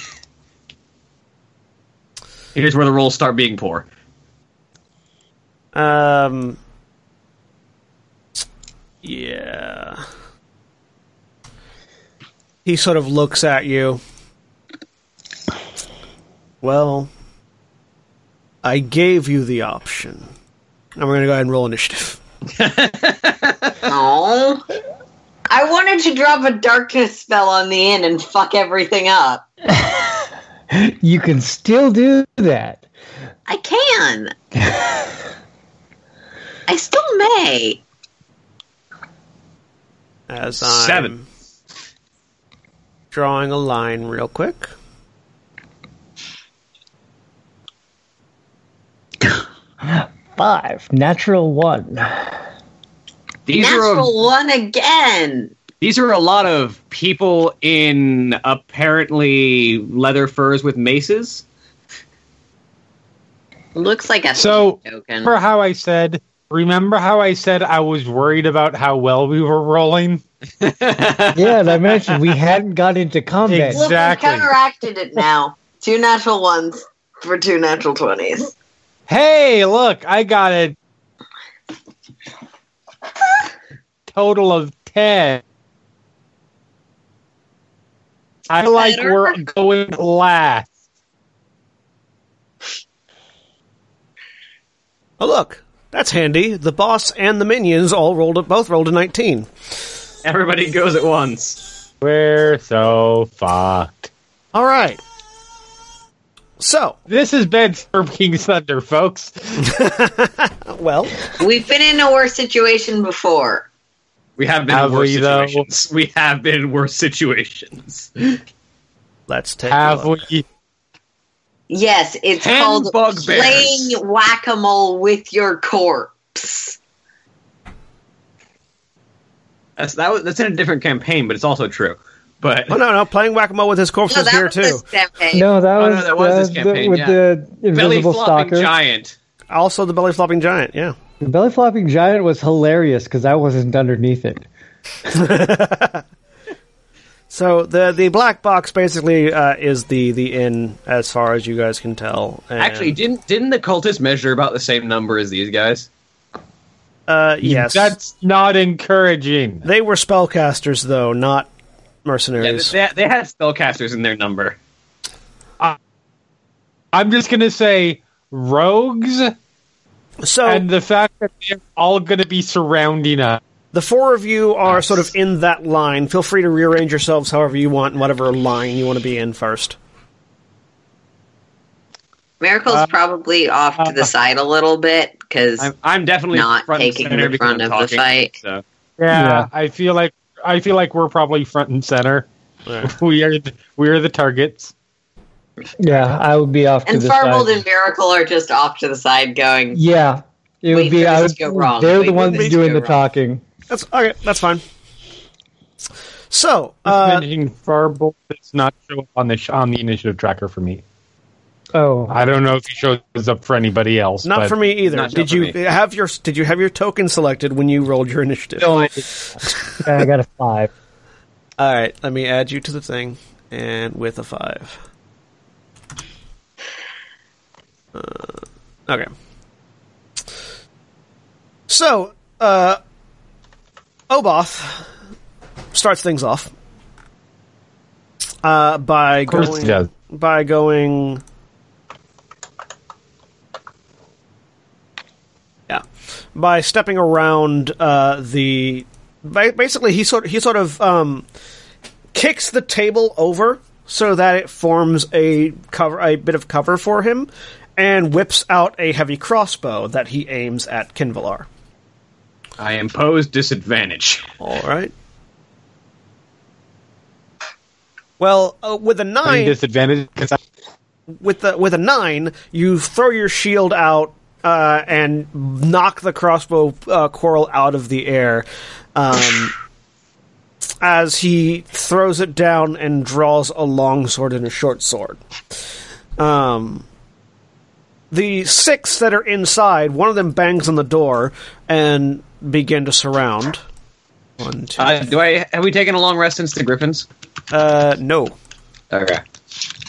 [SPEAKER 6] Here's where the rolls start being poor.
[SPEAKER 1] Um. Yeah. He sort of looks at you. Well, I gave you the option. And we're going to go ahead and roll initiative.
[SPEAKER 4] Oh, I wanted to drop a darkness spell on the inn and fuck everything up.
[SPEAKER 3] You can still do that.
[SPEAKER 4] I can. I still may.
[SPEAKER 1] As I'm
[SPEAKER 6] Seven.
[SPEAKER 1] drawing a line real quick.
[SPEAKER 3] Five. Natural one.
[SPEAKER 6] These are a,
[SPEAKER 4] Natural one again.
[SPEAKER 6] these are a lot of people in apparently leather furs with maces.
[SPEAKER 4] Looks like a
[SPEAKER 5] So,
[SPEAKER 4] token.
[SPEAKER 5] remember how I said? Remember how I said I was worried about how well we were rolling?
[SPEAKER 3] Yeah, and I mentioned we hadn't got into combat.
[SPEAKER 5] Ex-
[SPEAKER 4] Look, we
[SPEAKER 5] exactly.
[SPEAKER 4] counteracted it now. Two natural ones for two natural twenties.
[SPEAKER 5] Hey, look, I got a total of 10. I like
[SPEAKER 4] Better?
[SPEAKER 5] we're going last.
[SPEAKER 1] Oh, look, that's handy. The boss and the minions all rolled a, both rolled a nineteen.
[SPEAKER 6] Everybody goes at once.
[SPEAKER 5] We're so fucked.
[SPEAKER 1] All right. So,
[SPEAKER 5] This has been Storm King's Thunder, folks.
[SPEAKER 1] well,
[SPEAKER 4] We've been in a worse situation before.
[SPEAKER 6] We have been
[SPEAKER 5] Have
[SPEAKER 6] in worse
[SPEAKER 5] we, though?
[SPEAKER 6] situations. We have been in worse situations.
[SPEAKER 1] let's take.
[SPEAKER 5] Have
[SPEAKER 1] a look.
[SPEAKER 5] we?
[SPEAKER 4] Yes, it's
[SPEAKER 6] Ten
[SPEAKER 4] called
[SPEAKER 6] bugbears.
[SPEAKER 4] playing whack a mole with your corpse.
[SPEAKER 6] That's that was that's in a different campaign, but it's also true. But
[SPEAKER 1] Oh no, no, playing whack a mole with his corpse is
[SPEAKER 4] that
[SPEAKER 1] here
[SPEAKER 4] was
[SPEAKER 1] too.
[SPEAKER 4] this campaign.
[SPEAKER 3] No, that
[SPEAKER 6] Oh, no,
[SPEAKER 3] was, uh,
[SPEAKER 6] that was this
[SPEAKER 3] the-
[SPEAKER 6] campaign,
[SPEAKER 3] with
[SPEAKER 6] yeah.
[SPEAKER 3] the
[SPEAKER 6] belly
[SPEAKER 3] invisible
[SPEAKER 6] flopping
[SPEAKER 3] stalker.
[SPEAKER 6] giant.
[SPEAKER 1] Also, the belly flopping giant. Yeah.
[SPEAKER 3] The belly flopping giant was hilarious because I wasn't underneath it.
[SPEAKER 1] So the the black box basically uh, is the the inn as far as you guys can tell. And,
[SPEAKER 6] Actually, didn't didn't the cultists measure about the same number as these guys?
[SPEAKER 1] uh, yes,
[SPEAKER 5] That's not encouraging.
[SPEAKER 1] they were spellcasters though, not
[SPEAKER 6] Yeah,
[SPEAKER 1] mercenaries.
[SPEAKER 6] they, they had spellcasters in their number.
[SPEAKER 5] I'm just going to say rogues
[SPEAKER 1] so
[SPEAKER 5] and the fact that they're all going to be surrounding us.
[SPEAKER 1] the four of you are sort of in that line. Feel free to rearrange yourselves however you want, in whatever line you want to be in first.
[SPEAKER 4] Miracle's probably off to the side a little bit because
[SPEAKER 6] uh, I'm, I'm definitely
[SPEAKER 4] Not
[SPEAKER 6] front
[SPEAKER 4] taking
[SPEAKER 6] and center
[SPEAKER 4] the
[SPEAKER 6] because
[SPEAKER 4] front
[SPEAKER 6] I'm
[SPEAKER 4] of the
[SPEAKER 6] talking,
[SPEAKER 4] fight.
[SPEAKER 6] So.
[SPEAKER 5] Yeah,
[SPEAKER 3] Yeah.
[SPEAKER 5] I feel like I feel like we're probably front and center.
[SPEAKER 1] Right.
[SPEAKER 5] We are th- we are the targets.
[SPEAKER 3] Yeah, I would be off to
[SPEAKER 4] and
[SPEAKER 3] the
[SPEAKER 4] Farbold
[SPEAKER 3] side.
[SPEAKER 4] and Miracle are just off to the side going.
[SPEAKER 3] yeah, it
[SPEAKER 4] Wait
[SPEAKER 3] would be.
[SPEAKER 4] for
[SPEAKER 3] I
[SPEAKER 4] this
[SPEAKER 3] would,
[SPEAKER 4] to go wrong.
[SPEAKER 3] They're
[SPEAKER 4] Wait
[SPEAKER 3] the
[SPEAKER 4] for
[SPEAKER 3] ones
[SPEAKER 4] this to
[SPEAKER 3] doing
[SPEAKER 4] go
[SPEAKER 3] the
[SPEAKER 4] wrong.
[SPEAKER 3] talking.
[SPEAKER 1] That's okay. That's fine. So uh,
[SPEAKER 5] Managing Firebolt does not show up on the sh- on the initiative tracker for me.
[SPEAKER 3] Oh,
[SPEAKER 5] I don't know if he shows up for anybody else.
[SPEAKER 1] not
[SPEAKER 5] but
[SPEAKER 1] for me either.
[SPEAKER 6] Not
[SPEAKER 1] Did
[SPEAKER 6] for
[SPEAKER 1] you
[SPEAKER 6] me.
[SPEAKER 1] have your Did you have your token selected when you rolled your initiative?
[SPEAKER 3] I got a five.
[SPEAKER 1] All right, let me add you to the thing, and with a five. Uh, okay. So, uh, Oboth starts things off uh, by
[SPEAKER 5] course
[SPEAKER 1] going
[SPEAKER 5] he does.
[SPEAKER 1] by going. Yeah, by stepping around uh, the. ba- Basically, he sort he sort of um, kicks the table over so that it forms a cover a bit of cover for him, and whips out a heavy crossbow that he aims at Kinvalar.
[SPEAKER 6] I impose disadvantage.
[SPEAKER 1] All right. Well, uh, with a
[SPEAKER 5] I'm
[SPEAKER 1] nine,
[SPEAKER 5] disadvantaged because
[SPEAKER 1] with the with a nine, you throw your shield out uh, and knock the crossbow uh, quarrel out of the air. Um, as he throws it down and draws a long sword and a short sword. Um, the six that are inside, one of them bangs on the door and begin to surround. One, two.
[SPEAKER 6] Uh, do I have we taken a long rest since the Griffins?
[SPEAKER 1] Uh, no.
[SPEAKER 6] Okay.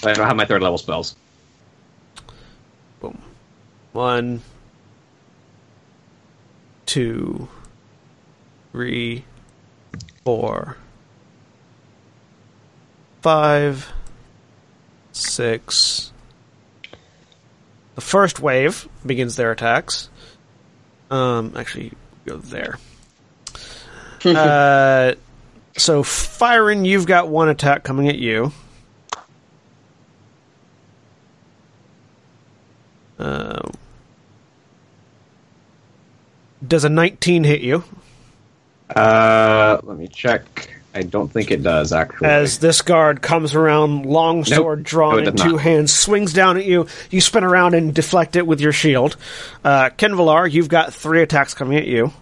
[SPEAKER 6] I don't have my third level spells.
[SPEAKER 1] One, two, three, four, five, six. The first wave begins their attacks. Um, actually, go there. uh, so, Firen, you've got one attack coming at you. Uh, does a 19 hit you?
[SPEAKER 6] Uh, let me check. I don't think it does actually.
[SPEAKER 1] As this guard comes around, long sword drawn
[SPEAKER 6] No, it
[SPEAKER 1] in
[SPEAKER 6] does
[SPEAKER 1] two
[SPEAKER 6] not.
[SPEAKER 1] hands, swings down at you. You spin around and deflect it with your shield. Uh, Kenvalar, you've got three attacks coming at you.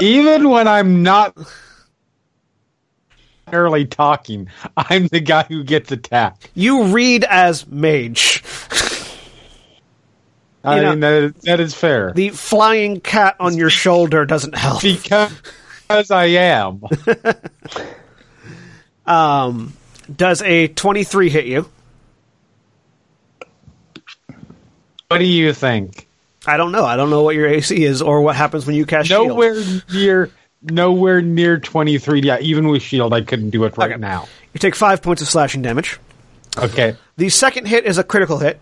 [SPEAKER 5] even when I'm not barely talking, I'm the guy who gets attacked.
[SPEAKER 1] You read as mage.
[SPEAKER 5] I
[SPEAKER 1] You know-
[SPEAKER 5] mean that is, that is fair
[SPEAKER 1] The flying cat on your shoulder doesn't help.
[SPEAKER 5] because because I am.
[SPEAKER 1] Does a 23 hit you?
[SPEAKER 5] What do you think?
[SPEAKER 1] I don't know. I don't know what your AC is or what happens when you cast shield.
[SPEAKER 5] Nowhere near nowhere near 23. Yeah, even with shield, I couldn't do it right
[SPEAKER 1] Okay.
[SPEAKER 5] now.
[SPEAKER 1] You take five points of slashing damage.
[SPEAKER 5] Okay.
[SPEAKER 1] The second hit is a critical hit,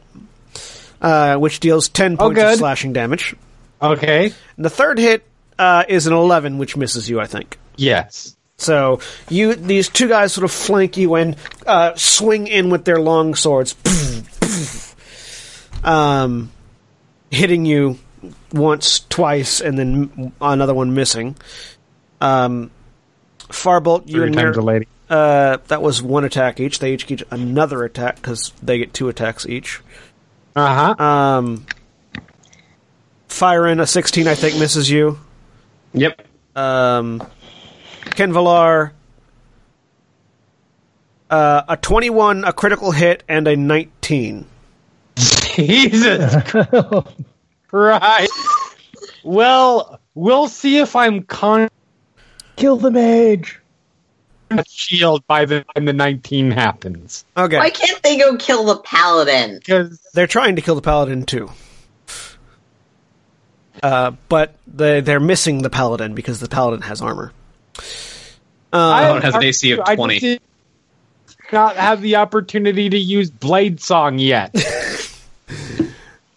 [SPEAKER 1] uh, which deals 10
[SPEAKER 6] Oh,
[SPEAKER 1] points of
[SPEAKER 5] good.
[SPEAKER 1] slashing damage.
[SPEAKER 5] Okay.
[SPEAKER 1] And the third hit uh, is an 11, which misses you, I think.
[SPEAKER 5] Yes.
[SPEAKER 1] So you these two guys sort of flank you and uh, swing in with their long swords, um, hitting you once, twice, and then m- another one missing. Um, Farbolt, you
[SPEAKER 5] Three
[SPEAKER 1] and
[SPEAKER 5] times
[SPEAKER 1] Mir-
[SPEAKER 5] a lady.
[SPEAKER 1] uh, that was one attack each. They each get another attack because they get two attacks each.
[SPEAKER 5] Uh huh.
[SPEAKER 1] Um, fire in a sixteen, I think, misses you.
[SPEAKER 2] Yep.
[SPEAKER 1] Um, Ken Villar, uh, a twenty-one, a critical hit, and a nineteen.
[SPEAKER 5] Jesus Christ. Well, we'll see if I'm con
[SPEAKER 3] Kill the mage.
[SPEAKER 5] shield by the time the 19 happens.
[SPEAKER 1] Okay,
[SPEAKER 4] Why can't they go kill the paladin?
[SPEAKER 5] Because
[SPEAKER 1] they're trying to kill the paladin too. Uh, but they they're missing the paladin because the paladin has armor.
[SPEAKER 5] I
[SPEAKER 6] has an AC of
[SPEAKER 5] I
[SPEAKER 6] 20.
[SPEAKER 5] did not have the opportunity to use Blade Song yet.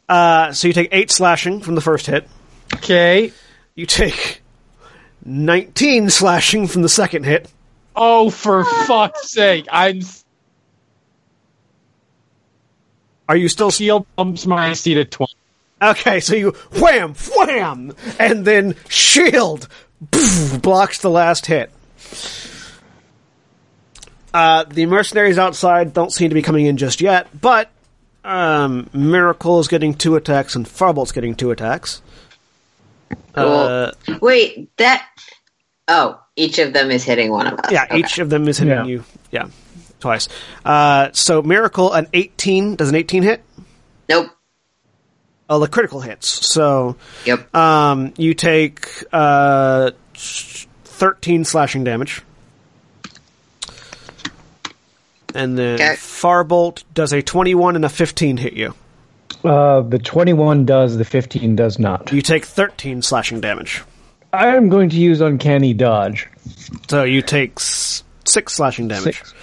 [SPEAKER 1] Uh, so you take eight slashing from the first hit.
[SPEAKER 5] Okay.
[SPEAKER 1] You take nineteen slashing from the second hit.
[SPEAKER 5] Oh, for fuck's sake! I'm
[SPEAKER 1] Are you still
[SPEAKER 5] shield pumps my seat at twenty.
[SPEAKER 1] Okay, so you wham, wham, and then shield poof, blocks the last hit. Uh, the mercenaries outside don't seem to be coming in just yet, but um, Miracle is getting two attacks and Farbolt's getting two attacks. Uh,
[SPEAKER 4] Wait, that. Oh, each of them is hitting one of us. Oh,
[SPEAKER 1] yeah,
[SPEAKER 4] Okay.
[SPEAKER 1] each of them is hitting
[SPEAKER 3] Yeah.
[SPEAKER 1] you. Yeah, twice. Uh, so Miracle, an 18, does an 18 hit?
[SPEAKER 4] Nope.
[SPEAKER 1] Oh, the critical hits. So
[SPEAKER 4] Yep.
[SPEAKER 1] Um, you take uh, thirteen slashing damage, and then
[SPEAKER 4] Okay.
[SPEAKER 1] Farbolt does a twenty-one and a fifteen hit you.
[SPEAKER 3] Uh, the 21 does, the 15 does not.
[SPEAKER 1] You take thirteen slashing damage,
[SPEAKER 3] I am going to use Uncanny Dodge.
[SPEAKER 1] so you take s- six slashing damage.
[SPEAKER 3] Six.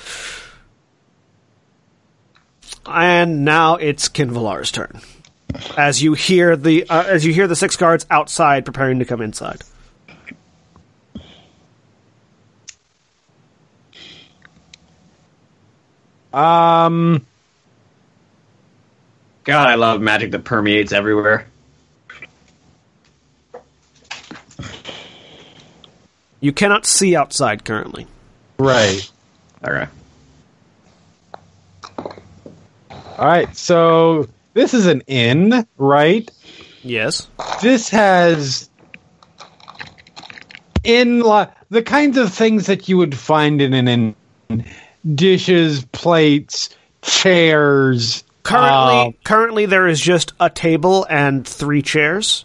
[SPEAKER 1] And now it's Kinvalar's turn. As you hear the uh, as you hear the six guards outside preparing to come inside.
[SPEAKER 5] Um,
[SPEAKER 2] God, I love magic that permeates everywhere.
[SPEAKER 1] You cannot see outside currently.
[SPEAKER 5] right.
[SPEAKER 2] Okay.
[SPEAKER 5] All right. So this is an inn, right?
[SPEAKER 1] Yes.
[SPEAKER 5] This has in li- the kinds of things that you would find in an inn: dishes, plates, chairs.
[SPEAKER 1] Currently,
[SPEAKER 5] um,
[SPEAKER 1] currently there is just a table and three chairs.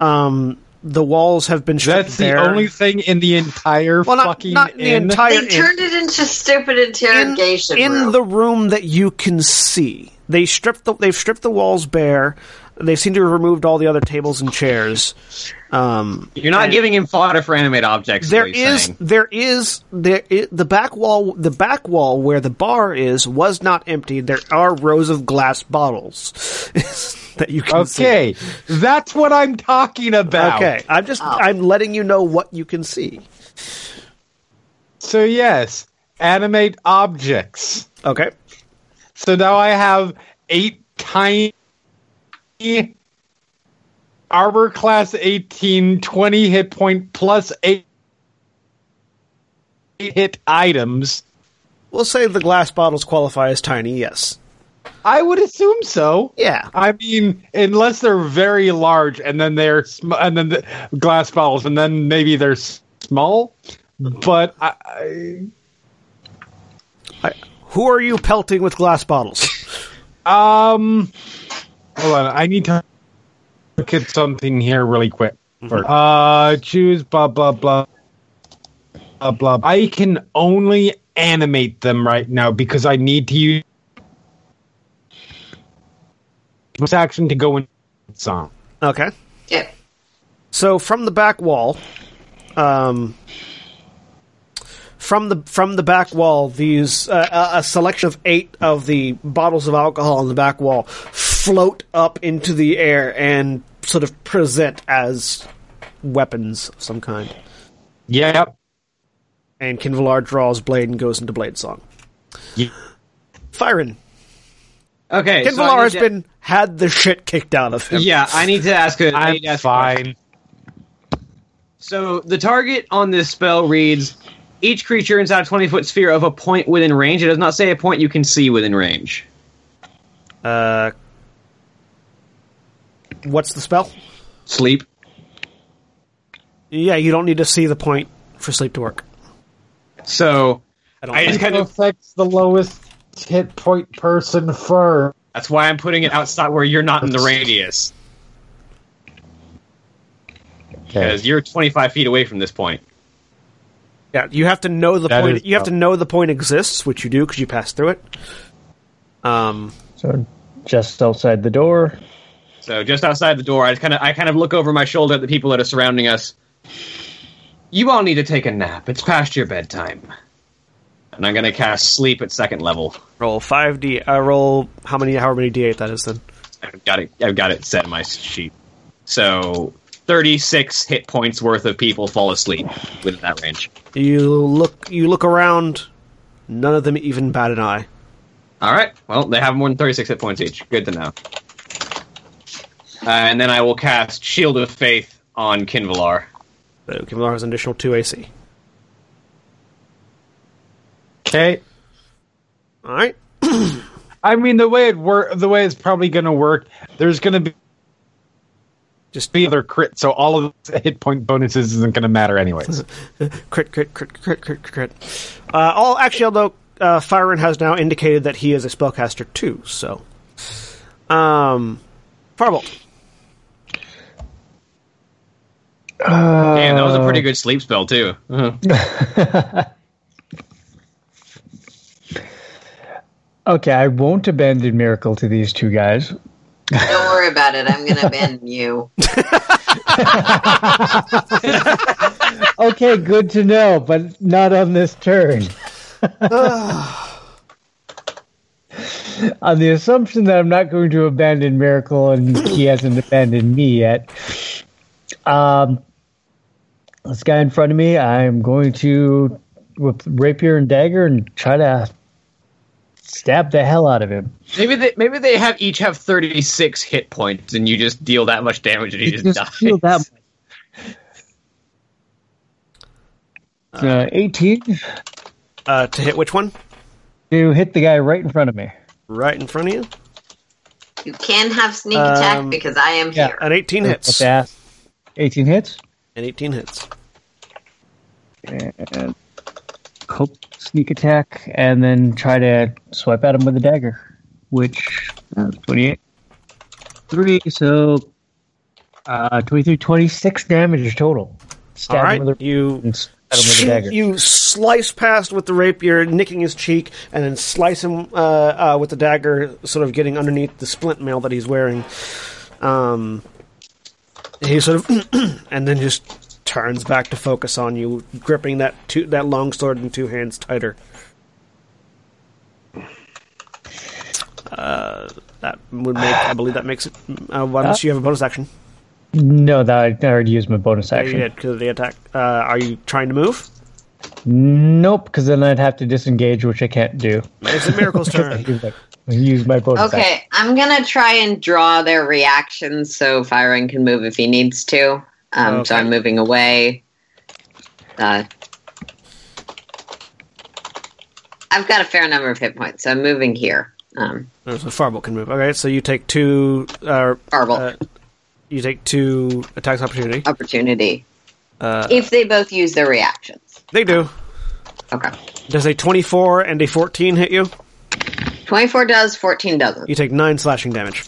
[SPEAKER 1] Um, the walls have been stripped
[SPEAKER 5] that's
[SPEAKER 1] bare.
[SPEAKER 5] the only thing in the entire
[SPEAKER 1] well, not,
[SPEAKER 5] fucking
[SPEAKER 1] not in the
[SPEAKER 5] inn.
[SPEAKER 1] entire
[SPEAKER 4] They turned it into stupid
[SPEAKER 1] in,
[SPEAKER 4] interrogation.
[SPEAKER 1] in
[SPEAKER 4] room.
[SPEAKER 1] the room that you can see. They stripped the, they've stripped the walls bare. They seem to have removed all the other tables and chairs. Um,
[SPEAKER 6] You're not giving him fodder for animate objects.
[SPEAKER 1] there
[SPEAKER 6] what he's
[SPEAKER 1] is
[SPEAKER 6] saying.
[SPEAKER 1] there is there i the back wall the back wall where the bar is was not empty. There are rows of glass bottles that you can see.
[SPEAKER 5] Okay, that's what I'm talking about.
[SPEAKER 1] Okay, I'm just I'm letting you know what you can see.
[SPEAKER 5] So yes, animate objects.
[SPEAKER 1] Okay,
[SPEAKER 5] So now I have eight tiny armor class 18 20 hit point plus eight eight hit items.
[SPEAKER 1] we'll say the glass bottles qualify as tiny. Yes,
[SPEAKER 5] I would assume so.
[SPEAKER 1] yeah,
[SPEAKER 5] I mean, unless they're very large, and then they're sm- and then the glass bottles, and then maybe they're s- small. But I, I-
[SPEAKER 1] Who are you pelting with glass bottles?
[SPEAKER 5] Um, hold on. I need to look at something here really quick. Uh, choose blah blah blah blah blah. I can only animate them right now because I need to use this action to go in song.
[SPEAKER 1] okay,
[SPEAKER 4] Yep.
[SPEAKER 1] so from the back wall, um, from the from the back wall these uh, a- a selection of eight of the bottles of alcohol on the back wall float up into the air and sort of present as weapons of some kind.
[SPEAKER 5] Yep.
[SPEAKER 1] And Kinvalar draws blade and goes into blade song.
[SPEAKER 5] Ye-
[SPEAKER 1] Firen,
[SPEAKER 6] Okay.
[SPEAKER 1] Kinvalar
[SPEAKER 6] so I need
[SPEAKER 1] has
[SPEAKER 6] to-
[SPEAKER 1] been had the shit kicked out of him.
[SPEAKER 6] Yeah, I need to ask a. I
[SPEAKER 5] I'm
[SPEAKER 6] need to ask a question.
[SPEAKER 5] fine.
[SPEAKER 6] So the target on this spell reads: each creature inside a twenty foot sphere of a point within range. It does not say a point you can see within range.
[SPEAKER 1] Uh, what's the spell?
[SPEAKER 6] Sleep.
[SPEAKER 1] Yeah, you don't need to see the point for sleep to work.
[SPEAKER 6] So
[SPEAKER 1] I don't.
[SPEAKER 6] I just kind
[SPEAKER 5] It
[SPEAKER 6] of.
[SPEAKER 5] affects the lowest hit point person first.
[SPEAKER 6] That's why I'm putting it outside where you're not in the radius because you're 25 feet away from this point.
[SPEAKER 1] yeah, you have to know the
[SPEAKER 5] That
[SPEAKER 1] point.
[SPEAKER 5] is-
[SPEAKER 1] you have to know the point exists, which you do because you pass through it. Um,
[SPEAKER 3] So just outside the door.
[SPEAKER 6] So just outside the door, I kind of I kind of look over my shoulder at the people that are surrounding us. You all need to take a nap. It's past your bedtime. And I'm going to cast sleep at second level.
[SPEAKER 1] roll five d. Uh, roll how many? However many d eight that is then.
[SPEAKER 6] I've got it. I've got it set in my sheet. So thirty-six hit points worth of people fall asleep within that range.
[SPEAKER 1] You look. You look around. None of them even bat an eye.
[SPEAKER 6] All right. Well, they have more than thirty-six hit points each. Good to know. Uh, and then I will cast Shield of Faith on Kinvalar.
[SPEAKER 1] So Kimlar has an additional two AC.
[SPEAKER 5] Okay.
[SPEAKER 1] All right.
[SPEAKER 5] I mean, the way it work, the way it's probably going to work, there's going to be
[SPEAKER 1] Just
[SPEAKER 5] be other crit, so all of the hit point bonuses isn't going to matter anyways.
[SPEAKER 1] crit, crit, crit, crit, crit, crit, crit. Uh, all actually, although uh, Firen has now indicated that he is a spellcaster too. So, um, Firebolt.
[SPEAKER 6] Damn, that was a pretty good sleep spell too. Uh-huh.
[SPEAKER 3] Okay, I won't abandon Miracle to these two guys.
[SPEAKER 4] Don't worry about it. I'm going to abandon you.
[SPEAKER 3] Okay, good to know, but not on this turn. on the assumption that I'm not going to abandon Miracle and he hasn't abandoned me yet. Um, this guy in front of me, I'm going to with rapier and dagger and try to stab the hell out of him.
[SPEAKER 6] Maybe they maybe they have each have thirty six hit points, and you just deal that much damage, and he just, dies.
[SPEAKER 3] feel that. Uh, 18
[SPEAKER 1] Uh, to hit which one?
[SPEAKER 3] to hit the guy right in front of me.
[SPEAKER 1] Right in front of you.
[SPEAKER 4] You can have sneak attack
[SPEAKER 1] Um,
[SPEAKER 4] because I am
[SPEAKER 3] yeah,
[SPEAKER 4] here.
[SPEAKER 1] An 18 hits.
[SPEAKER 3] Let's
[SPEAKER 1] An
[SPEAKER 3] ask. 18 hits?
[SPEAKER 1] 18 hits.
[SPEAKER 3] and hope sneak attack, and then try to swipe at him with a dagger, which uh, 28. 3, so uh, 23, 26 damage total. Stab
[SPEAKER 1] All
[SPEAKER 3] him
[SPEAKER 1] right.
[SPEAKER 3] with a-
[SPEAKER 1] You
[SPEAKER 3] and stab him with a dagger.
[SPEAKER 1] you slice past with the rapier, nicking his cheek, and then slice him uh, uh, with the dagger, sort of getting underneath the splint mail that he's wearing. Um, he sort of, and then just turns back to focus on you, gripping that two, that long sword in two hands tighter. Uh, that would make, I believe, that makes it. Uh, unless you have a bonus action,
[SPEAKER 3] No, that I already used my bonus
[SPEAKER 1] Yeah, you
[SPEAKER 3] action.
[SPEAKER 1] did because of the attack. Uh, are you trying to move?
[SPEAKER 3] Nope, because then I'd have to disengage, which I can't do.
[SPEAKER 1] It's a miracle's turn.
[SPEAKER 3] Use my- Use my bonus action.
[SPEAKER 4] Okay, I'm gonna try and draw their reactions so Firen can move if he needs to. Um,
[SPEAKER 1] Okay.
[SPEAKER 4] So I'm moving away. Uh, I've got a fair number of hit points, so I'm moving here. Um,
[SPEAKER 1] Oh, so Farbolt can move. Okay, so you take two. Uh,
[SPEAKER 4] Farble,
[SPEAKER 1] Uh, you take two attacks opportunity.
[SPEAKER 4] opportunity.
[SPEAKER 1] uh,
[SPEAKER 4] if they both use their reactions.
[SPEAKER 1] They do.
[SPEAKER 4] Okay.
[SPEAKER 1] Does a twenty-four and a fourteen hit you?
[SPEAKER 4] 24 does, 14 doesn't.
[SPEAKER 1] You take nine slashing damage.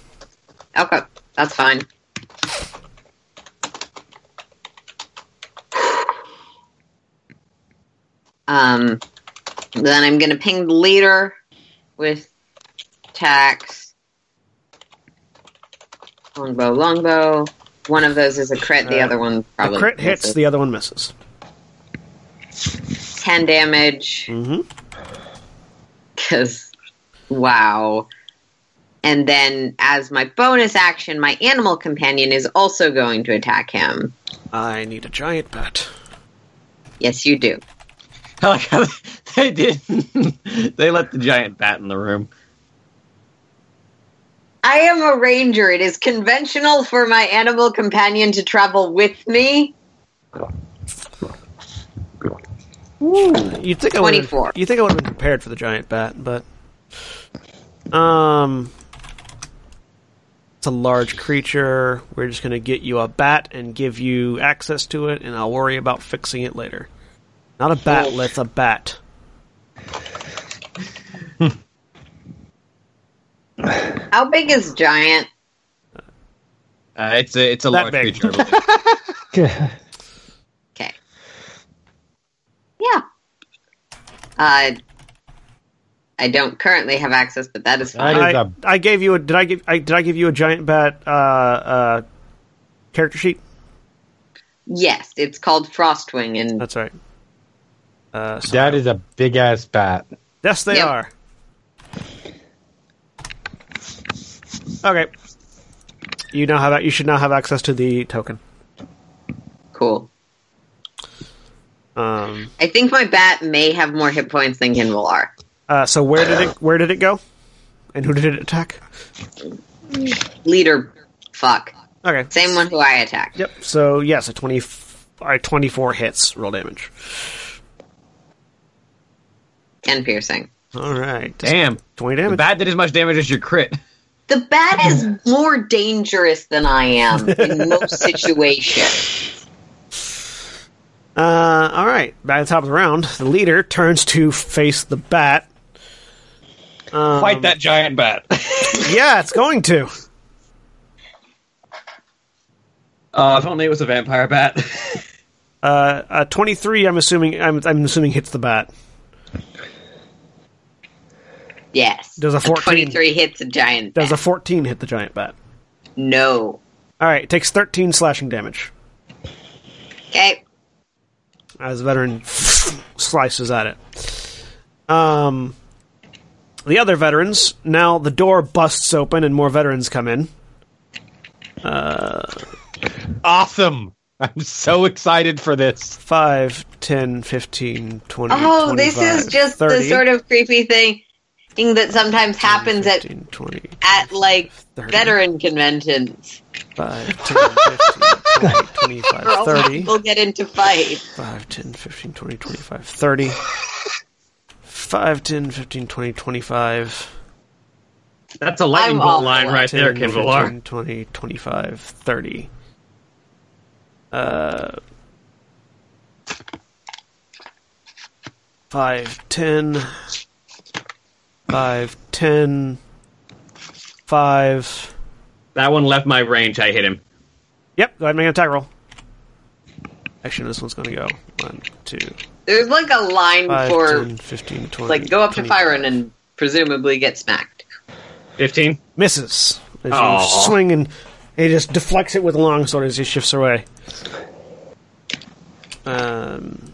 [SPEAKER 4] Okay, that's fine. Um, then I'm going to ping the leader with tax. Longbow, longbow. One of those is a crit, the
[SPEAKER 1] Uh,
[SPEAKER 4] other one
[SPEAKER 1] The
[SPEAKER 4] probably.
[SPEAKER 1] crit hits. The other one misses.
[SPEAKER 4] ten damage.
[SPEAKER 1] Mm-hmm.
[SPEAKER 4] Because, wow. And then, as my bonus action, my animal companion is also going to attack him.
[SPEAKER 1] I need a giant pet.
[SPEAKER 4] Yes, you do.
[SPEAKER 6] I like how they did. they let the giant bat in the room.
[SPEAKER 4] I am a ranger. It is conventional for my animal companion to travel with me.
[SPEAKER 1] You'd think I would.
[SPEAKER 4] 24.
[SPEAKER 1] You think I would have been prepared for the giant bat, but um, it's a large creature. We're just gonna get you a bat and give you access to it, and I'll worry about fixing it later. Not a batlet, it's a bat.
[SPEAKER 4] How big is giant?
[SPEAKER 6] Uh, it's a it's a
[SPEAKER 1] That
[SPEAKER 6] large
[SPEAKER 1] big.
[SPEAKER 6] creature. I believe.
[SPEAKER 4] Okay. Yeah. Uh, I don't currently have access, but that is fine.
[SPEAKER 5] That is
[SPEAKER 1] I,
[SPEAKER 5] a-
[SPEAKER 1] I gave you a did I give I, did I give you a giant bat uh, uh, character sheet?
[SPEAKER 4] yes, it's called Frostwing, and
[SPEAKER 1] That's right. Uh, so-
[SPEAKER 5] That is a big ass bat.
[SPEAKER 1] yes, they
[SPEAKER 4] Yep.
[SPEAKER 1] are. Okay. You now have you should now have access to the token.
[SPEAKER 4] cool.
[SPEAKER 1] Um,
[SPEAKER 4] I think my bat may have more hit points than Kinvalar.
[SPEAKER 1] uh, so where did it where did it go, and who did it attack?
[SPEAKER 4] Leader, fuck.
[SPEAKER 1] Okay.
[SPEAKER 4] Same one who I attacked.
[SPEAKER 1] Yep. So yes, a twenty uh, twenty four hits roll damage.
[SPEAKER 4] And piercing.
[SPEAKER 1] All right.
[SPEAKER 6] Damn,
[SPEAKER 1] Twenty
[SPEAKER 6] the
[SPEAKER 1] damage.
[SPEAKER 6] bat did as much damage as your crit.
[SPEAKER 4] The bat is more dangerous than I am in most situations.
[SPEAKER 1] Uh, all right. By the top of the round, the leader turns to face the bat.
[SPEAKER 6] Fight that giant bat.
[SPEAKER 1] Yeah, it's going to.
[SPEAKER 6] Uh, if only it was a vampire bat.
[SPEAKER 1] Uh, uh, twenty three. I'm assuming. I'm, I'm assuming hits the bat.
[SPEAKER 4] Yes.
[SPEAKER 1] Does a 14
[SPEAKER 4] 23 hits a giant
[SPEAKER 1] Does a
[SPEAKER 4] bat.
[SPEAKER 1] fourteen hit the giant bat?
[SPEAKER 4] no.
[SPEAKER 1] All right. Takes thirteen slashing damage
[SPEAKER 4] Okay.
[SPEAKER 1] as the veteran slices at it. Um, the other veterans. Now the door busts open and more veterans come in.
[SPEAKER 5] Awesome. I'm so excited for this.
[SPEAKER 1] 5, 10, 15, 20,
[SPEAKER 4] Oh, this is
[SPEAKER 1] 25,
[SPEAKER 4] just
[SPEAKER 1] 30,
[SPEAKER 4] the sort of creepy thing thing that sometimes happens at,
[SPEAKER 1] 15, 20,
[SPEAKER 4] at like,
[SPEAKER 1] 30.
[SPEAKER 4] veteran conventions.
[SPEAKER 1] 5, 10, 15, 20, 25,
[SPEAKER 4] Where all
[SPEAKER 1] 30.
[SPEAKER 4] people get into fights.
[SPEAKER 1] 5, 10, 15, 20, 25, 30. 5, 10, 15, 20, 25.
[SPEAKER 6] That's a
[SPEAKER 4] lightning I'm bolt all line for it. right
[SPEAKER 1] 10, 15, 20, 25, 30. Uh, 5, 10, 5, 10, 5.
[SPEAKER 6] That one left my range. I hit him.
[SPEAKER 1] Yep, go ahead and make an attack roll. Actually, this one's going to go 1, 2,
[SPEAKER 4] There's like a line
[SPEAKER 1] 5,
[SPEAKER 4] for
[SPEAKER 1] 10, 15, 20.
[SPEAKER 4] like go up to
[SPEAKER 1] 25.
[SPEAKER 4] Fyron and presumably get smacked.
[SPEAKER 6] Fifteen.
[SPEAKER 1] misses. As you
[SPEAKER 6] Aw.
[SPEAKER 1] swing and he just deflects it with a long sword as he shifts away. Um,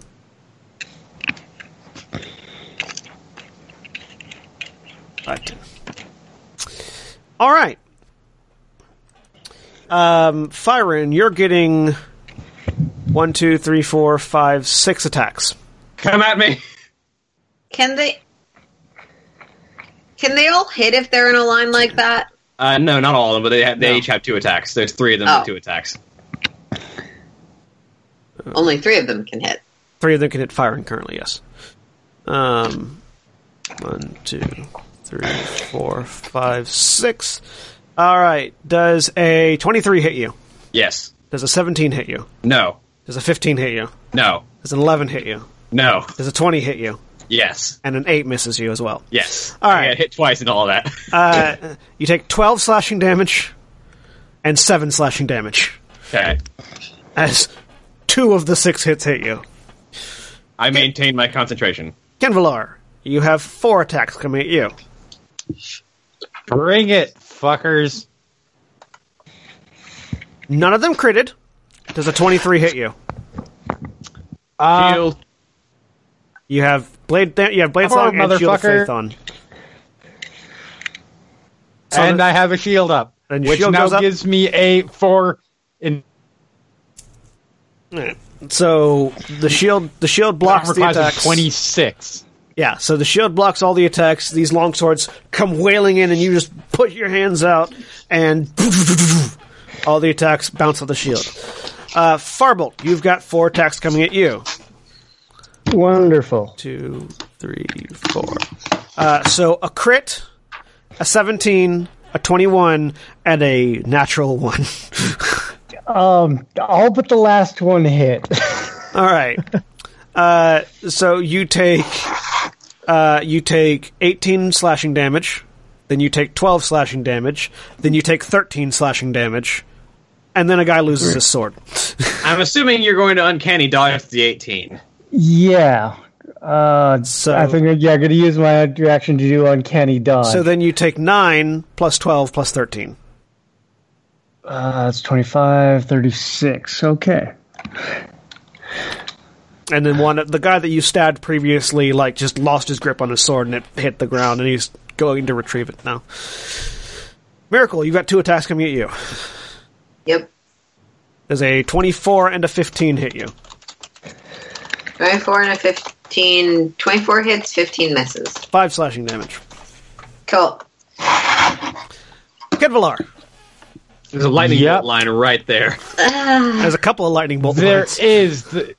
[SPEAKER 1] five, ten. All right. Um, Fyron, you're getting one, two, three, four, five, six attacks.
[SPEAKER 6] Come at me.
[SPEAKER 4] Can they Can they all hit if they're in a line like that?
[SPEAKER 6] Uh, no, not all of them, but they have, they
[SPEAKER 1] No.
[SPEAKER 6] each have two attacks. There's three of them with
[SPEAKER 4] Oh.
[SPEAKER 6] two attacks.
[SPEAKER 4] Only 3 of them can hit.
[SPEAKER 1] Three of them can hit Fyron currently, yes. Um, one, two, three, four, five, six. All right. Does a 23 hit you?
[SPEAKER 6] Yes.
[SPEAKER 1] Does a 17 hit you?
[SPEAKER 6] No.
[SPEAKER 1] Does a 15 hit you?
[SPEAKER 6] No.
[SPEAKER 1] Does an 11 hit you?
[SPEAKER 6] No.
[SPEAKER 1] Does a 20 hit you?
[SPEAKER 6] Yes.
[SPEAKER 1] And an 8 misses you as well.
[SPEAKER 6] Yes.
[SPEAKER 1] All
[SPEAKER 6] I
[SPEAKER 1] right.
[SPEAKER 6] got hit twice and all that.
[SPEAKER 1] Uh, you take 12 slashing damage and 7 slashing damage
[SPEAKER 6] okay.
[SPEAKER 1] as two of the six hits hit you.
[SPEAKER 6] I maintain my concentration.
[SPEAKER 1] Kenvalar, you have four attacks coming at you.
[SPEAKER 5] Bring it, fuckers.
[SPEAKER 1] None of them critted. Does a 23 hit you?
[SPEAKER 5] Uh,
[SPEAKER 6] Shield.
[SPEAKER 1] You have blade. Th- you have blade
[SPEAKER 5] Hello,
[SPEAKER 1] song and shield of
[SPEAKER 5] motherfucker.
[SPEAKER 1] faith on. So
[SPEAKER 5] and
[SPEAKER 1] the-
[SPEAKER 5] I have a shield up,
[SPEAKER 1] And your
[SPEAKER 5] which
[SPEAKER 1] shield
[SPEAKER 5] now
[SPEAKER 1] goes up?
[SPEAKER 5] gives me a four. In
[SPEAKER 1] so the shield the shield blocks the
[SPEAKER 5] armor class of
[SPEAKER 1] attacks.
[SPEAKER 5] twenty six.
[SPEAKER 1] Yeah, so the shield blocks all the attacks. These long swords come wailing in, and you just put your hands out, and all the attacks bounce off the shield. Uh, Farbolt, you've got four attacks coming at you.
[SPEAKER 3] Wonderful.
[SPEAKER 1] Two, three, four. Uh, so a crit, a 17, a 21, and a natural one.
[SPEAKER 3] Um, all but the last one hit.
[SPEAKER 1] all right. Uh, so you take uh, you take 18 slashing damage, then you take 12 slashing damage, then you take 13 slashing damage, and then a guy loses his sword.
[SPEAKER 6] I'm assuming you're going to uncanny dodge the 18.
[SPEAKER 3] yeah. Uh,
[SPEAKER 1] So-
[SPEAKER 3] I figured, yeah, I'm going to use my reaction to do Uncanny Dodge.
[SPEAKER 1] So then you take 9 plus 12 plus 13.
[SPEAKER 3] uh, it's 25, 36. Okay.
[SPEAKER 1] And then one, the guy that you stabbed previously, like just lost his grip on his sword and it hit the ground, and he's going to retrieve it now. Miracle, you got two attacks coming at you.
[SPEAKER 4] Yep.
[SPEAKER 1] There's a 24 and a 15 hit you.
[SPEAKER 4] 24 and a 15. 24 hits, 15 misses.
[SPEAKER 1] Five slashing damage.
[SPEAKER 4] Cool.
[SPEAKER 1] Kedvalar
[SPEAKER 6] There's a lightning
[SPEAKER 5] Yep.
[SPEAKER 6] bolt line right there.
[SPEAKER 1] has a couple of lightning bolt
[SPEAKER 5] There
[SPEAKER 1] lines.
[SPEAKER 5] is the.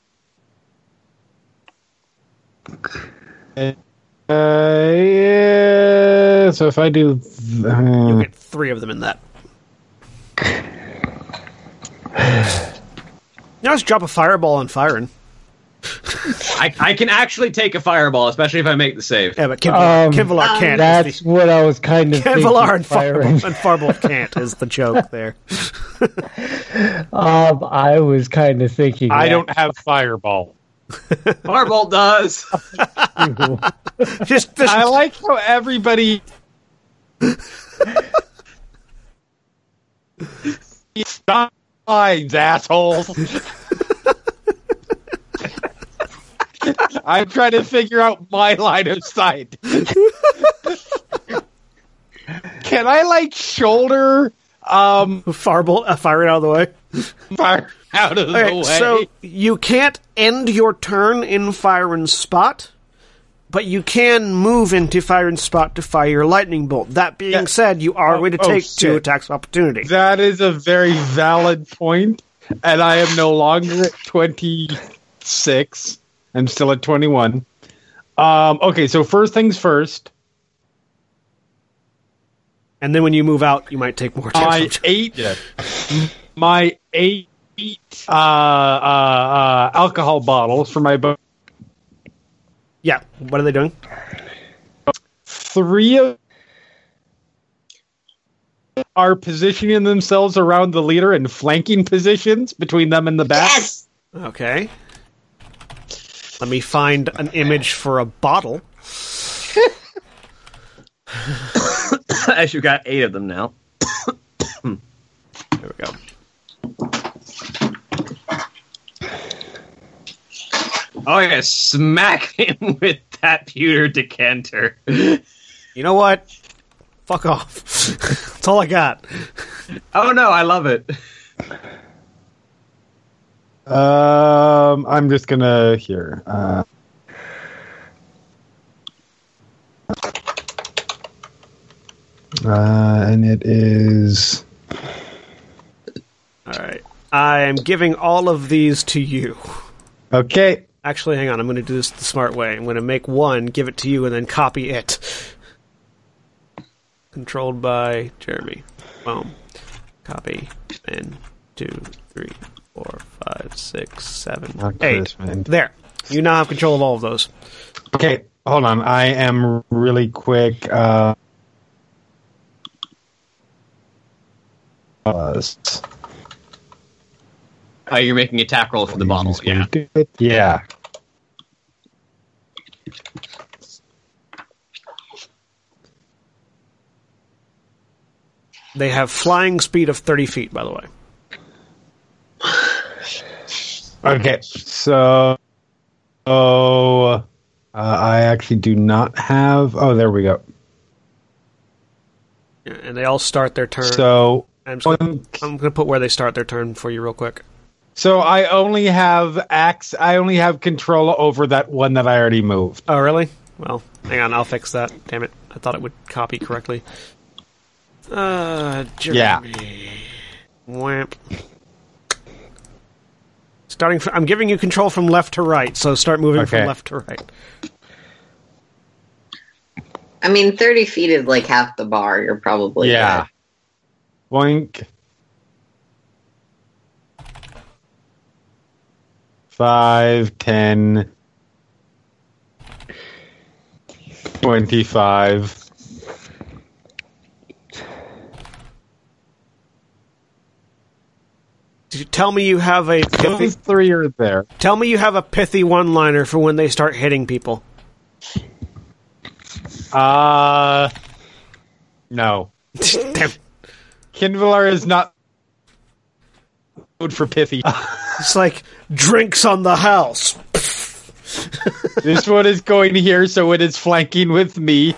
[SPEAKER 5] Uh, yeah, so if I do, th-
[SPEAKER 1] You'll
[SPEAKER 5] uh,
[SPEAKER 1] get three of them in that. Now just drop a fireball on firing.
[SPEAKER 6] I, I can actually take a fireball, especially if I make the save.
[SPEAKER 1] Yeah, but Kevlar,
[SPEAKER 3] Um,
[SPEAKER 1] Kevlar can't.
[SPEAKER 3] That's
[SPEAKER 1] That's
[SPEAKER 3] what I was kind of thinking.
[SPEAKER 1] Kevlar and
[SPEAKER 3] firing.
[SPEAKER 1] Farbolt, and Farbolt can't is the joke there.
[SPEAKER 3] Um, I was kind of thinking.
[SPEAKER 5] I
[SPEAKER 3] that.
[SPEAKER 5] don't have fireball.
[SPEAKER 6] Firebolt does.
[SPEAKER 1] Just, just
[SPEAKER 5] I like how everybody. Stop lines, assholes. I'm trying to figure out my line of sight. Can I like shoulder um
[SPEAKER 1] Farbolt, uh, fire it out of the way.
[SPEAKER 5] fire out of the way?
[SPEAKER 1] so you can't end your turn in fire and spot, but you can move into fire and spot to fire your lightning bolt. That being
[SPEAKER 5] Yeah.
[SPEAKER 1] said, you are going to
[SPEAKER 5] oh,
[SPEAKER 1] take two
[SPEAKER 5] shit.
[SPEAKER 1] attacks of opportunity.
[SPEAKER 5] That is a very valid point, and I am no longer at twenty six. I'm still at twenty one. Um, okay, so first things first.
[SPEAKER 1] and then when you move out, you might take more
[SPEAKER 5] My
[SPEAKER 1] attacks.
[SPEAKER 5] eight, my eight uh, uh, uh, alcohol bottles for my boat.
[SPEAKER 1] yeah. What are they doing?
[SPEAKER 5] Three of are positioning themselves around the leader in flanking positions between them and the back.
[SPEAKER 4] Yes!
[SPEAKER 1] Okay. Let me find an image for a bottle.
[SPEAKER 6] As you got eight of them now.
[SPEAKER 1] There we go.
[SPEAKER 6] Oh yeah, smack him with that pewter decanter.
[SPEAKER 1] You know what? Fuck off. That's all I got.
[SPEAKER 6] Oh no, I love it.
[SPEAKER 5] Um, I'm just gonna here. Uh, uh, and it is
[SPEAKER 1] All right. I am giving all of these to you.
[SPEAKER 5] okay.
[SPEAKER 1] Actually, hang on. I'm going to do this the smart way. I'm going to make one, give it to you, and then copy it. Controlled by Jeremy. Boom. Copy. And two, three, four, five, six, seven,
[SPEAKER 5] Not
[SPEAKER 1] eight.
[SPEAKER 5] Chris, man.
[SPEAKER 1] There. You now have control of all of those.
[SPEAKER 5] Okay, hold on. I am really quick. Uh, uh,
[SPEAKER 6] Oh, you're making a attack roll for the bottle. Yeah.
[SPEAKER 5] yeah.
[SPEAKER 1] They have flying speed of 30 feet, by the way.
[SPEAKER 5] Okay, so oh, Uh, I actually do not have. Oh, there we go.
[SPEAKER 1] and they all start their turn.
[SPEAKER 5] So um,
[SPEAKER 1] I'm, just gonna, I'm gonna put where they start their turn for you real quick.
[SPEAKER 5] So I only have axe. I only have control over that one that I already moved.
[SPEAKER 1] Oh, really? Well, hang on, I'll fix that. Damn it! I thought it would copy correctly. Uh, Jeremy.
[SPEAKER 5] Yeah.
[SPEAKER 1] Wamp. Starting, from, I'm giving you control from left to right, so start moving
[SPEAKER 5] Okay.
[SPEAKER 1] from left to right.
[SPEAKER 4] I mean, 30 feet is like half the bar. You're probably.
[SPEAKER 5] yeah. Boink. Five, ten, twenty-five.
[SPEAKER 1] Did you Tell me you have a pithy,
[SPEAKER 5] Those three are there.
[SPEAKER 1] tell me you have a pithy one-liner for when they start hitting people.
[SPEAKER 5] Uh no.
[SPEAKER 1] Damn.
[SPEAKER 5] Kinvalar is not good for pithy.
[SPEAKER 1] It's like drinks on the house.
[SPEAKER 5] this one is going here, so it is flanking with me.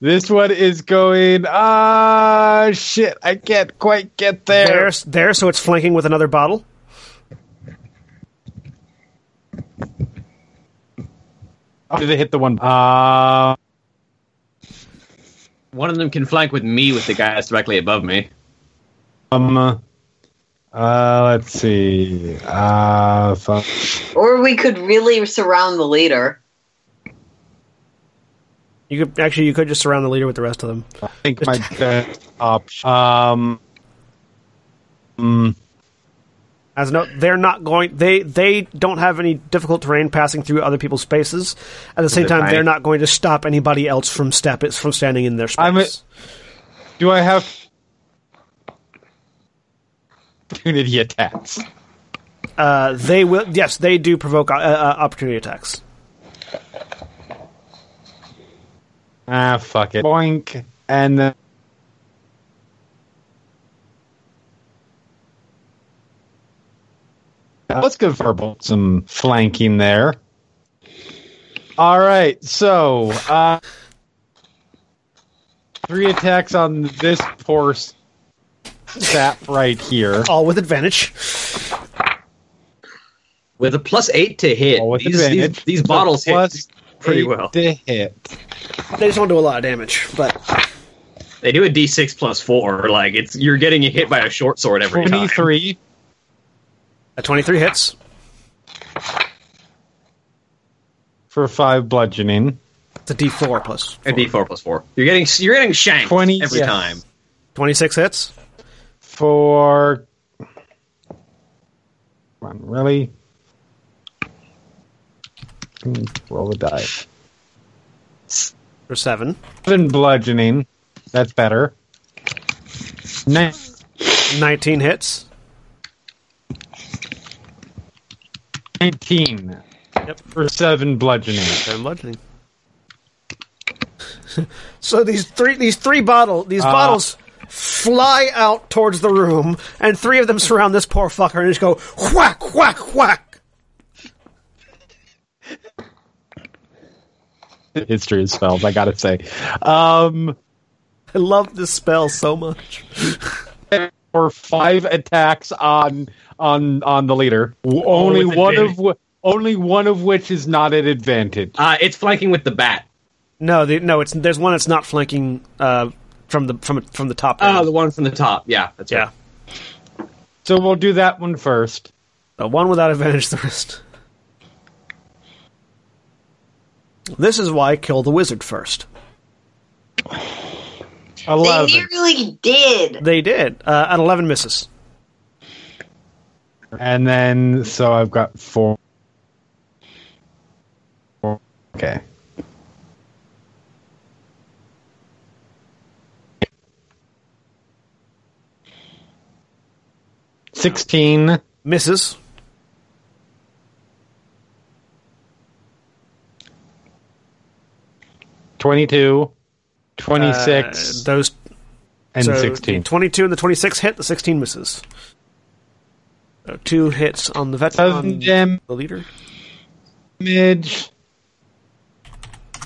[SPEAKER 5] this one is going. Ah, shit! I can't quite get
[SPEAKER 1] There,
[SPEAKER 5] there.
[SPEAKER 1] there. So it's flanking with another bottle.
[SPEAKER 5] Oh, did they hit the one? Uh,
[SPEAKER 6] One of them can flank with me with the guy that's directly above me.
[SPEAKER 5] um. Uh, let's see. Uh, fuck.
[SPEAKER 4] Or we could really surround the leader.
[SPEAKER 1] You could actually, you could just surround the leader with the rest of them.
[SPEAKER 5] I think my best option. Um. mm,
[SPEAKER 1] As no, they're not going. They they don't have any difficult terrain passing through other people's spaces. At the same
[SPEAKER 6] They're
[SPEAKER 1] time,
[SPEAKER 6] tiny.
[SPEAKER 1] they're not going to stop anybody else from step it's from standing in their space.
[SPEAKER 5] I'm a- do I have opportunity attacks?
[SPEAKER 1] uh, they will. Yes, they do provoke uh, uh, opportunity attacks.
[SPEAKER 5] Ah, fuck it. Boink. And then. Let's go for some flanking there. All right, so uh, three attacks on this poor s- sap right here.
[SPEAKER 6] Oh,
[SPEAKER 1] All with advantage.
[SPEAKER 6] With a plus eight to hit,
[SPEAKER 1] Oh,
[SPEAKER 5] All with
[SPEAKER 6] these, these,
[SPEAKER 5] advantage.
[SPEAKER 6] these
[SPEAKER 5] So
[SPEAKER 6] bottles hit
[SPEAKER 5] plus
[SPEAKER 6] pretty
[SPEAKER 5] eight
[SPEAKER 6] well.
[SPEAKER 5] To hit.
[SPEAKER 1] They just don't do a lot of damage, but
[SPEAKER 6] They do a D6 plus four. Like it's you're getting hit by a short sword every time.
[SPEAKER 5] 23.
[SPEAKER 1] a twenty-three hits.
[SPEAKER 5] for five bludgeoning.
[SPEAKER 1] It's a D four plus
[SPEAKER 6] A D4 plus four. You're getting you're getting shanked
[SPEAKER 5] 20,
[SPEAKER 6] every
[SPEAKER 5] yes.
[SPEAKER 6] time.
[SPEAKER 1] twenty-six hits.
[SPEAKER 5] For come on, really? Mm, Roll the die.
[SPEAKER 1] For seven.
[SPEAKER 5] Seven bludgeoning. That's better. Nine,
[SPEAKER 1] 19 hits.
[SPEAKER 5] Nineteen.
[SPEAKER 1] Yep.
[SPEAKER 5] For seven bludgeoning.
[SPEAKER 1] Seven bludgeoning. so these three these three bottle these bottles fly out towards the room, and three of them surround this poor fucker and just go whack whack whack.
[SPEAKER 5] History is spelled. I gotta say. Um,
[SPEAKER 1] I love this spell so much.
[SPEAKER 5] for five attacks on on on the leader. W- Only
[SPEAKER 6] with
[SPEAKER 5] one of
[SPEAKER 6] advantage.
[SPEAKER 5] w- only one of which is not at advantage.
[SPEAKER 6] Uh, it's flanking with the bat.
[SPEAKER 1] No, the, no, it's there's one that's not flanking uh, from the from from Ah, the top.
[SPEAKER 6] Oh,
[SPEAKER 1] down.
[SPEAKER 6] the one from the top. Yeah, that's
[SPEAKER 1] yeah,
[SPEAKER 6] right.
[SPEAKER 5] So we'll do that one first.
[SPEAKER 1] Uh, one without advantage. The rest. This is why I kill the wizard first.
[SPEAKER 5] Eleven.
[SPEAKER 4] They nearly did.
[SPEAKER 1] They did. Uh, an eleven misses.
[SPEAKER 5] And then, so I've got four. four- Okay. Sixteen,
[SPEAKER 1] Misses.
[SPEAKER 5] twenty-two,
[SPEAKER 1] Uh,
[SPEAKER 5] twenty-six,
[SPEAKER 1] those
[SPEAKER 5] and
[SPEAKER 1] so
[SPEAKER 5] sixteen.
[SPEAKER 1] The 22 and the 26 hit, the 16 misses. So two hits on the vet
[SPEAKER 5] Seven
[SPEAKER 1] on
[SPEAKER 5] dam-
[SPEAKER 1] the leader.
[SPEAKER 5] damage.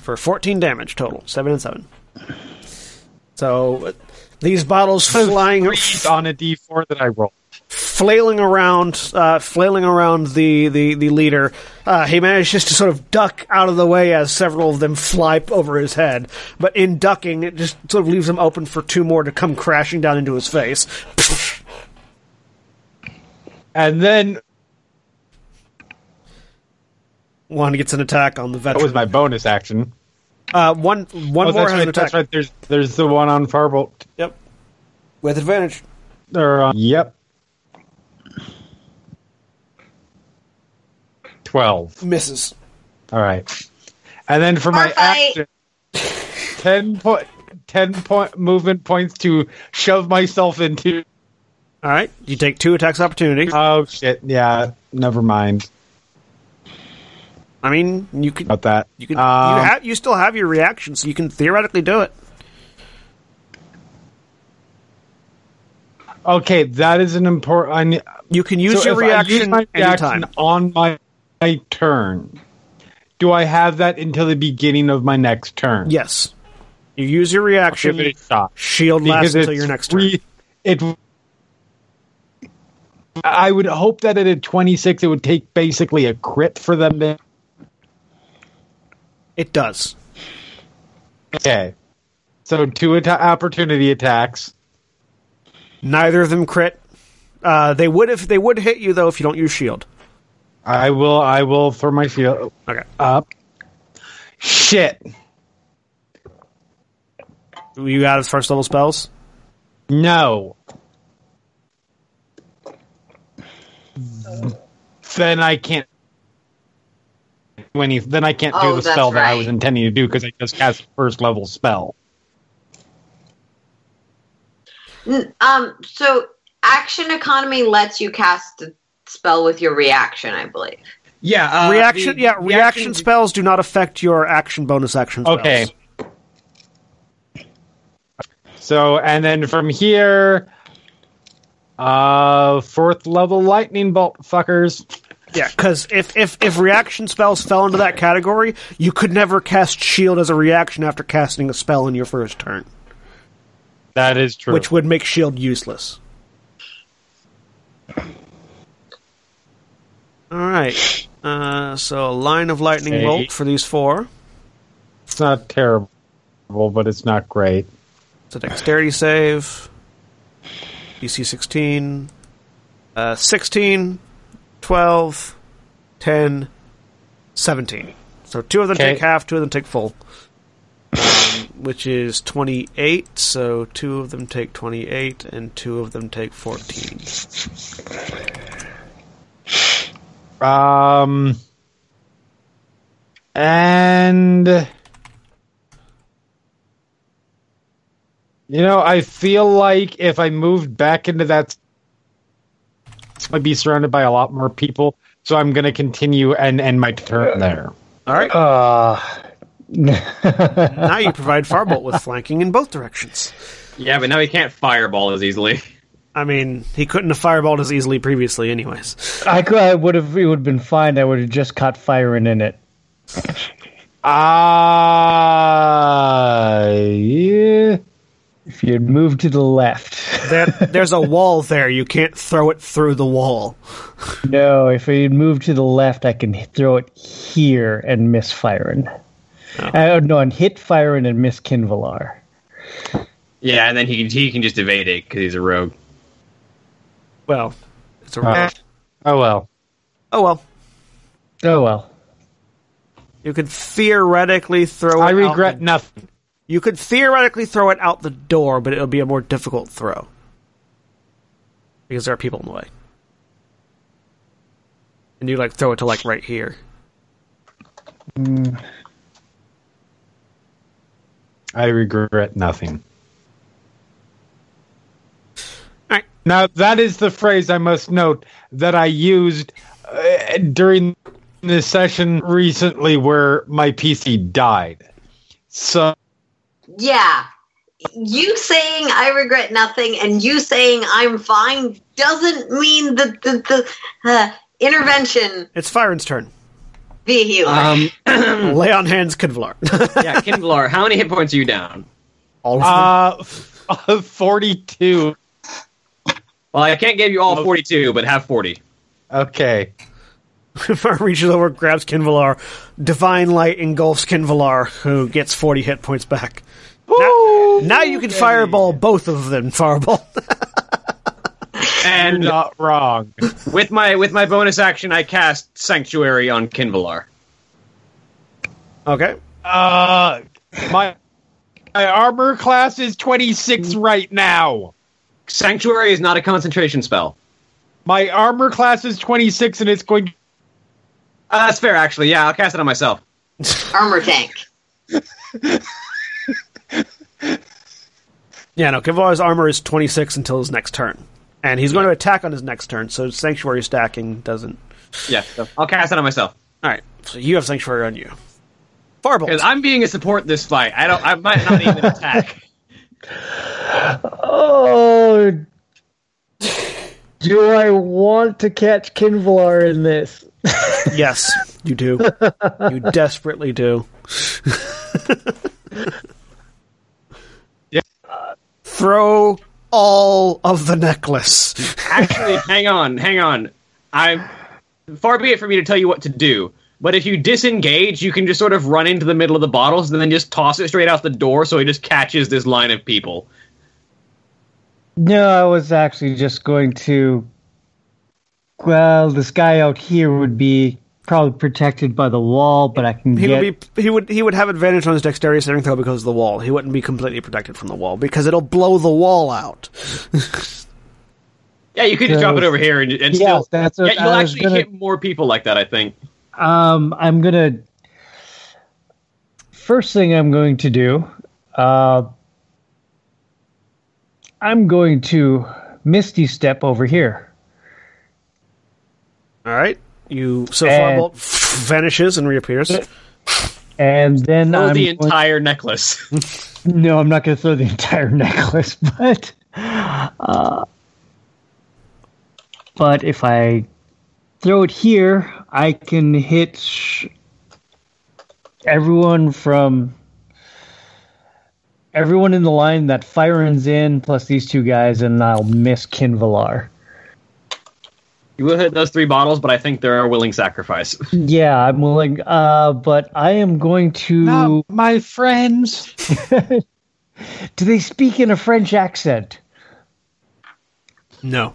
[SPEAKER 1] for 14 damage total, seven and seven. So uh, these bottles flying,
[SPEAKER 5] Breathe on a d4 that I roll.
[SPEAKER 1] flailing around, uh, flailing around the the the leader. Uh, he manages to sort of duck out of the way as several of them fly p- over his head. But in ducking, it just sort of leaves him open for two more to come crashing down into his face.
[SPEAKER 5] And then
[SPEAKER 1] One gets an attack on the
[SPEAKER 5] that was
[SPEAKER 1] veteran.
[SPEAKER 5] my bonus action.
[SPEAKER 1] Uh, one one
[SPEAKER 5] Oh,
[SPEAKER 1] more
[SPEAKER 5] that's
[SPEAKER 1] has an
[SPEAKER 5] right,
[SPEAKER 1] attack.
[SPEAKER 5] that's right. There's there's the one on Firebolt.
[SPEAKER 1] Yep, with advantage.
[SPEAKER 5] Or, uh, yep. Twelve.
[SPEAKER 1] Misses.
[SPEAKER 5] All right. And then for my
[SPEAKER 4] Or fight.
[SPEAKER 5] action, 10 point, 10 point movement points to shove myself into.
[SPEAKER 1] All right, you take two attacks of opportunity. Uh,
[SPEAKER 5] Oh, shit. Yeah. Never mind
[SPEAKER 1] I mean, you could
[SPEAKER 5] about that.
[SPEAKER 1] You can.
[SPEAKER 5] Um,
[SPEAKER 1] you, ha- you still have your reaction, so you can theoretically do it.
[SPEAKER 5] okay. That is an important.
[SPEAKER 1] You can use your reaction anytime.
[SPEAKER 5] on my, my turn, do I have that until the beginning of my next turn?
[SPEAKER 1] Yes, you use your
[SPEAKER 5] Give
[SPEAKER 1] reaction.
[SPEAKER 5] it a shot.
[SPEAKER 1] Shield lasts
[SPEAKER 5] it's
[SPEAKER 1] until your next turn.
[SPEAKER 5] re- It. I would hope that at a twenty-six, it would take basically a crit for them to.
[SPEAKER 1] It does.
[SPEAKER 5] Okay, so two atta- opportunity attacks.
[SPEAKER 1] Neither of them crit. Uh, they would if they would hit you though if you don't use shield.
[SPEAKER 5] I will. I will throw my shield
[SPEAKER 1] Okay,
[SPEAKER 5] up. Shit!
[SPEAKER 1] you out of first level spells.
[SPEAKER 5] No. Then I can't. When he, then I can't
[SPEAKER 4] Oh,
[SPEAKER 5] do the
[SPEAKER 4] that's
[SPEAKER 5] spell that I
[SPEAKER 4] right.
[SPEAKER 5] was intending to do because I just cast first level spell.
[SPEAKER 4] N- Um, so action economy lets you cast the spell with your reaction, I believe.
[SPEAKER 2] Yeah, uh,
[SPEAKER 1] reaction,
[SPEAKER 2] the-
[SPEAKER 1] yeah,
[SPEAKER 2] the
[SPEAKER 1] reaction
[SPEAKER 2] action-
[SPEAKER 1] spells do not affect your action bonus action. Spells.
[SPEAKER 5] Okay. So, and then from here, uh, fourth level lightning bolt, fuckers.
[SPEAKER 1] Yeah, because if, if if reaction spells fell into that category, you could never cast shield as a reaction after casting a spell in your first turn.
[SPEAKER 5] That is true.
[SPEAKER 1] which would make shield useless. All right. Uh, so a line of lightning
[SPEAKER 5] Okay.
[SPEAKER 1] bolt for these four.
[SPEAKER 5] it's not terrible, but it's not great.
[SPEAKER 1] It's a dexterity save. DC 16. Uh, 16, 12, 10, 17. So two of them
[SPEAKER 5] Okay.
[SPEAKER 1] take half, two of them take full. Um, which is 28. So two of them take 28, and two of them take 14.
[SPEAKER 5] Um, and you know, I feel like if I moved back into that, I'd be surrounded by a lot more people. So I'm going to continue and end my turn there.
[SPEAKER 1] All right.
[SPEAKER 3] Uh,
[SPEAKER 1] now you provide Farbolt with flanking in both directions.
[SPEAKER 6] Yeah, but now he can't fireball as easily.
[SPEAKER 1] I mean, he couldn't have fireballed as easily previously, anyways.
[SPEAKER 3] I, could- I would have. It would have been fine. I would have just caught firing in it.
[SPEAKER 5] Ah, yeah.
[SPEAKER 3] If you had moved to the left.
[SPEAKER 1] There, there's a wall there. You can't throw it through the wall.
[SPEAKER 3] no, if I had moved to the left, I can hit- throw it here and miss firing.
[SPEAKER 1] Oh.
[SPEAKER 3] Uh, no, and hit firing and miss Kinvalar.
[SPEAKER 6] Yeah, and then he he can just evade it because he's a rogue.
[SPEAKER 1] Well, it's a
[SPEAKER 5] Uh, oh well.
[SPEAKER 1] Oh well,
[SPEAKER 3] Oh well.
[SPEAKER 1] you could theoretically throw.
[SPEAKER 5] I
[SPEAKER 1] it out
[SPEAKER 5] regret
[SPEAKER 1] the-
[SPEAKER 5] nothing.
[SPEAKER 1] you could theoretically throw it out the door, but it'll be a more difficult throw because there are people in the way. And you like throw it to like right here.
[SPEAKER 5] I regret nothing.
[SPEAKER 1] Alright.
[SPEAKER 5] Now that is the phrase I must note that I used uh, during the session recently where my PC died. So
[SPEAKER 4] Yeah. You saying I regret nothing and you saying I'm fine doesn't mean that the, the uh, intervention
[SPEAKER 1] It's Firen's turn.
[SPEAKER 4] Be a healer.
[SPEAKER 6] Um,
[SPEAKER 1] Lay on hands, Kevlar.
[SPEAKER 6] yeah, Kinvlar, how many hit points are you down?
[SPEAKER 1] All of them.
[SPEAKER 5] Uh, forty-two.
[SPEAKER 6] Well, I can't give you all 42, but have 40.
[SPEAKER 5] Okay.
[SPEAKER 1] Kevlar reaches over, grabs Kinvalar. Divine Light engulfs Kinvalar, who gets 40 hit points back. Now, now you can fireball both of them, Fireball.
[SPEAKER 6] And
[SPEAKER 5] Not wrong.
[SPEAKER 6] with my with my bonus action, I cast Sanctuary on Kinvalar.
[SPEAKER 1] okay.
[SPEAKER 5] Uh, my my armor class is twenty-six right now.
[SPEAKER 6] Sanctuary is not a concentration spell.
[SPEAKER 5] My armor class is twenty-six, and it's going.
[SPEAKER 6] Uh, that's fair, actually. Yeah, I'll cast it on myself.
[SPEAKER 4] Armor tank.
[SPEAKER 1] Yeah, no, Kevlar's armor is 26 until his next turn. And he's going to attack on his next turn, so Sanctuary stacking doesn't.
[SPEAKER 6] Yeah, so I'll cast it on myself
[SPEAKER 1] Alright, so you have Sanctuary on you. Firebolt.
[SPEAKER 6] because I'm being a support this fight. I don't. I might not even attack.
[SPEAKER 3] Oh, do I want to catch Kinvlar in this?
[SPEAKER 1] Yes, you do. you desperately do.
[SPEAKER 5] Yeah.
[SPEAKER 1] Throw all of the necklace.
[SPEAKER 6] Actually, hang on, hang on. I'm far be it for me to tell you what to do. But if you disengage, you can just sort of run into the middle of the bottles and then just toss it straight out the door, so he just catches this line of people.
[SPEAKER 3] No, I was actually just going to. Well, this guy out here would be probably protected by the wall, but I can
[SPEAKER 1] He
[SPEAKER 3] get.
[SPEAKER 1] would be he would he would have advantage on his dexterity saving throw because of the wall. He wouldn't be completely protected from the wall because it'll blow the wall out.
[SPEAKER 6] Yeah, you could just drop it over here and, and
[SPEAKER 3] Yeah,
[SPEAKER 6] still.
[SPEAKER 3] that's what
[SPEAKER 6] yeah, you'll
[SPEAKER 3] I was
[SPEAKER 6] actually
[SPEAKER 3] gonna-
[SPEAKER 6] hit more people like that. I think.
[SPEAKER 3] Um, I'm gonna. First thing I'm going to do, uh, I'm going to Misty Step over here.
[SPEAKER 1] All right, you so
[SPEAKER 3] And-
[SPEAKER 1] Firebolt vanishes and reappears.
[SPEAKER 3] And then
[SPEAKER 6] Throw
[SPEAKER 3] I'm
[SPEAKER 6] the
[SPEAKER 3] going-
[SPEAKER 6] entire necklace.
[SPEAKER 3] no, I'm not going to throw the entire necklace, but uh, but if I throw it here, I can hit sh- everyone from everyone in the line that Firen's in, plus these two guys, and I'll miss Kinvalar.
[SPEAKER 6] you will hit those three bottles, but I think they're a willing sacrifice.
[SPEAKER 3] Yeah, I'm willing, uh, but I am going to.
[SPEAKER 5] Not my friends.
[SPEAKER 3] Do they speak in a French accent?
[SPEAKER 1] No,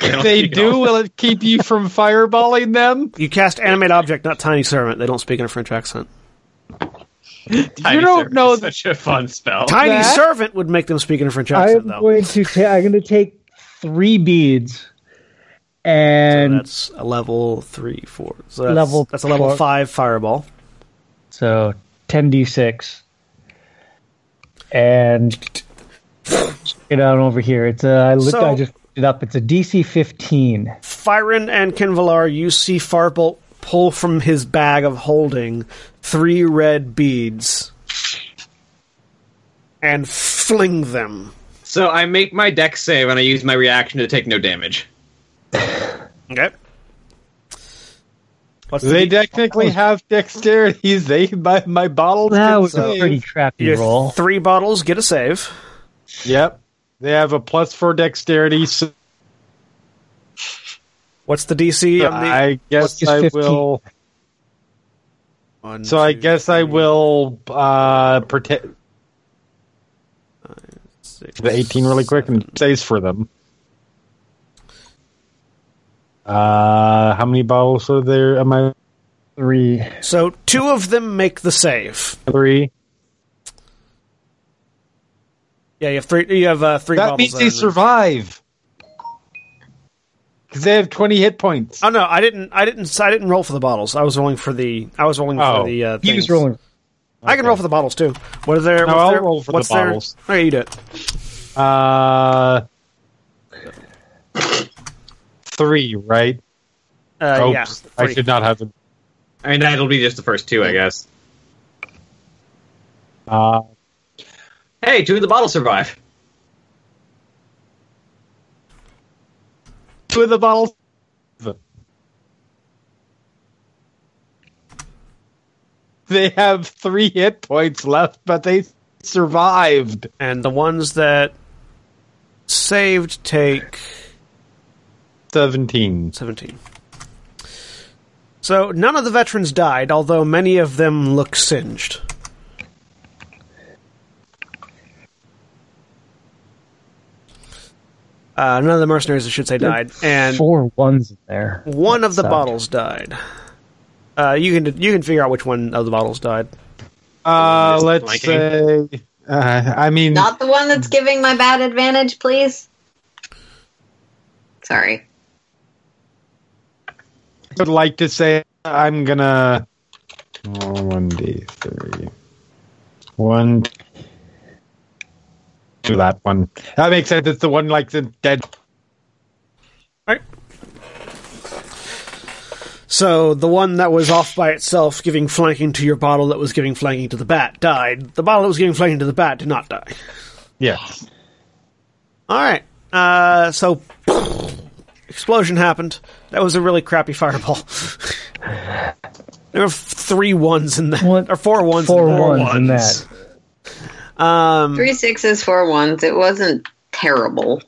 [SPEAKER 5] If they do, will it keep you from fireballing them?
[SPEAKER 1] you cast animate object, not tiny servant. They don't speak in a French accent.
[SPEAKER 6] Tiny
[SPEAKER 5] you don't
[SPEAKER 6] servant
[SPEAKER 5] know
[SPEAKER 6] is such a fun spell.
[SPEAKER 1] Tiny
[SPEAKER 3] That-
[SPEAKER 1] servant would make them speak in a French accent,
[SPEAKER 3] I'm
[SPEAKER 1] though.
[SPEAKER 3] going to. Ta- I'm going to take three beads,
[SPEAKER 1] So
[SPEAKER 3] and
[SPEAKER 1] that's a level three, four. So that's,
[SPEAKER 3] Level
[SPEAKER 1] that's a level
[SPEAKER 3] four.
[SPEAKER 1] five fireball.
[SPEAKER 3] so ten d six, and get on over here. It's a. I looked.
[SPEAKER 1] So-
[SPEAKER 3] I just looked it up. It's a DC fifteen.
[SPEAKER 1] Firen and Kinvalar, you see Firebolt pull from his bag of holding three red beads and fling them.
[SPEAKER 6] So I make my deck save and I use my reaction to take no damage.
[SPEAKER 1] Okay. What's
[SPEAKER 5] They
[SPEAKER 1] the de-
[SPEAKER 5] technically have dexterities. They my my bottles.
[SPEAKER 3] That
[SPEAKER 5] can
[SPEAKER 3] was a
[SPEAKER 5] save.
[SPEAKER 3] pretty crappy
[SPEAKER 1] your
[SPEAKER 3] roll.
[SPEAKER 1] three bottles? Get a save.
[SPEAKER 5] Yep, they have a plus four dexterity. So
[SPEAKER 1] What's the DC on the?
[SPEAKER 5] I guess
[SPEAKER 3] Plus
[SPEAKER 5] I
[SPEAKER 3] 15.
[SPEAKER 5] will.
[SPEAKER 1] One,
[SPEAKER 5] So I
[SPEAKER 1] two,
[SPEAKER 5] guess I will uh protect
[SPEAKER 1] six,
[SPEAKER 5] the eighteen really quick and saves for them. Uh, how many bottles are there? Am I
[SPEAKER 3] Three.
[SPEAKER 1] So two of them make the save.
[SPEAKER 5] three?
[SPEAKER 1] Yeah, you have three. You have uh, three.
[SPEAKER 5] That
[SPEAKER 1] bottles
[SPEAKER 5] means
[SPEAKER 1] are
[SPEAKER 5] they
[SPEAKER 1] in-
[SPEAKER 5] survive because they have twenty hit points.
[SPEAKER 1] Oh no, I didn't. I didn't. I didn't roll for the bottles. I was rolling for the. I was rolling
[SPEAKER 5] Oh.
[SPEAKER 1] for the. Uh,
[SPEAKER 3] He
[SPEAKER 1] things.
[SPEAKER 3] was rolling.
[SPEAKER 1] I can roll for the bottles too. What are their?
[SPEAKER 5] No,
[SPEAKER 1] what's
[SPEAKER 5] I'll
[SPEAKER 1] their-
[SPEAKER 5] roll for the
[SPEAKER 1] what's their-
[SPEAKER 5] bottles.
[SPEAKER 1] Okay, you do it.
[SPEAKER 5] Uh, three, right?
[SPEAKER 1] Uh,
[SPEAKER 5] Oh,
[SPEAKER 1] yeah,
[SPEAKER 5] I
[SPEAKER 1] three.
[SPEAKER 5] should not have it.
[SPEAKER 6] I mean, that'll be just the first two, I guess.
[SPEAKER 5] Uh,
[SPEAKER 6] Hey, two of the bottles survive.
[SPEAKER 5] two of the bottles. they have three hit points left, but they survived.
[SPEAKER 1] and the ones that saved take
[SPEAKER 5] 17.
[SPEAKER 1] 17. So none of the veterans died, although many of them look singed. Uh, none of the mercenaries, I should say, died, and
[SPEAKER 3] Four ones in there.
[SPEAKER 1] one of the
[SPEAKER 3] Sucked.
[SPEAKER 1] bottles died. Uh, you can you can figure out which one of the bottles died.
[SPEAKER 5] Uh,
[SPEAKER 6] Just
[SPEAKER 5] let's
[SPEAKER 6] blanking.
[SPEAKER 5] say. Uh, I mean,
[SPEAKER 7] Not the one that's giving my bad advantage, please.
[SPEAKER 4] Sorry.
[SPEAKER 5] I would like to say I'm gonna. Oh, one D three. One. Do that one. That makes sense. It's the one like the dead.
[SPEAKER 1] So the one that was off by itself, giving flanking to your bottle that was giving flanking to the bat, died. The bottle that was giving flanking to the bat did not die.
[SPEAKER 5] Yes.
[SPEAKER 1] All right. Uh, so explosion happened. That was a really crappy fireball. there were three ones in that,
[SPEAKER 3] What?
[SPEAKER 1] or four ones.
[SPEAKER 3] Four
[SPEAKER 1] in that.
[SPEAKER 3] ones in that.
[SPEAKER 1] Um,
[SPEAKER 4] Three sixes, four ones. It wasn't terrible.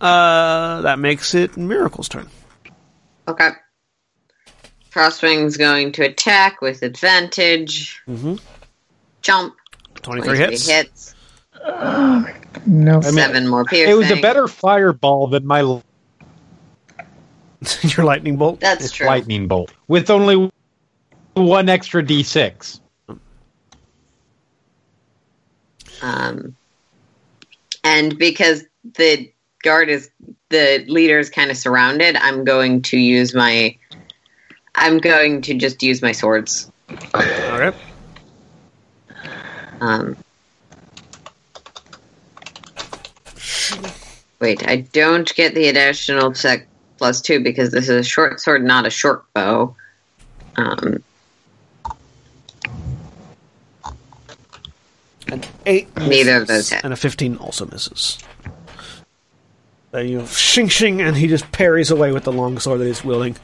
[SPEAKER 1] uh, that makes it Miracle's turn.
[SPEAKER 4] Okay. Crosswing's going to attack with advantage.
[SPEAKER 1] Mhm.
[SPEAKER 4] Jump.
[SPEAKER 1] Twenty-three
[SPEAKER 4] 23
[SPEAKER 1] hits.
[SPEAKER 4] hits.
[SPEAKER 3] No.
[SPEAKER 5] mean,
[SPEAKER 4] Seven more piercing.
[SPEAKER 5] It was a better fireball than my
[SPEAKER 1] your lightning bolt.
[SPEAKER 4] That's true.
[SPEAKER 5] lightning bolt with only one extra d6.
[SPEAKER 4] Um, and because the guard is the leader is kind of surrounded, I'm going to use my. I'm going to just use my swords.
[SPEAKER 1] All right.
[SPEAKER 4] Um, wait, I don't get the additional sec plus two because this is a short sword, not a short bow. Um,
[SPEAKER 1] Eight.
[SPEAKER 4] Neither
[SPEAKER 1] misses,
[SPEAKER 4] of those hit.
[SPEAKER 1] And a fifteen also misses. There you shing shing, and he just parries away with the long sword that he's wielding.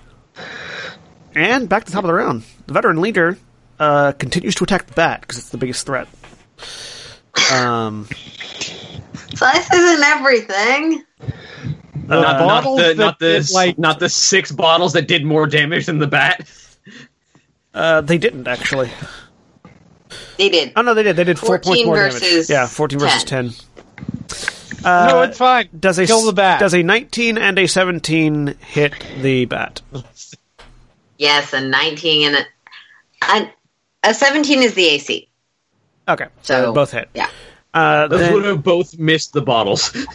[SPEAKER 1] And back to the top of the round. The veteran leader uh, continues to attack the bat because it's the biggest threat. Um,
[SPEAKER 7] Slice isn't everything.
[SPEAKER 6] Uh, not, not
[SPEAKER 5] bottles
[SPEAKER 6] the
[SPEAKER 5] that
[SPEAKER 6] not the
[SPEAKER 5] did,
[SPEAKER 6] s-
[SPEAKER 5] like-
[SPEAKER 6] not the six bottles that did more damage than the bat.
[SPEAKER 1] uh, they didn't actually.
[SPEAKER 4] they did.
[SPEAKER 1] Oh no, they did. They did four points
[SPEAKER 4] 14
[SPEAKER 1] more damage.
[SPEAKER 4] versus
[SPEAKER 1] Yeah, fourteen versus
[SPEAKER 4] 10.
[SPEAKER 1] ten. Uh,
[SPEAKER 5] no, it's fine.
[SPEAKER 1] does a
[SPEAKER 5] Kill the bat.
[SPEAKER 1] Does a nineteen and a seventeen hit the bat?
[SPEAKER 4] Yes, a 19 and a, a, a 17 is the AC.
[SPEAKER 1] Okay,
[SPEAKER 4] So-
[SPEAKER 1] both hit.
[SPEAKER 4] Yeah.
[SPEAKER 1] Uh,
[SPEAKER 6] Those
[SPEAKER 1] then-
[SPEAKER 6] would have both missed the bottles.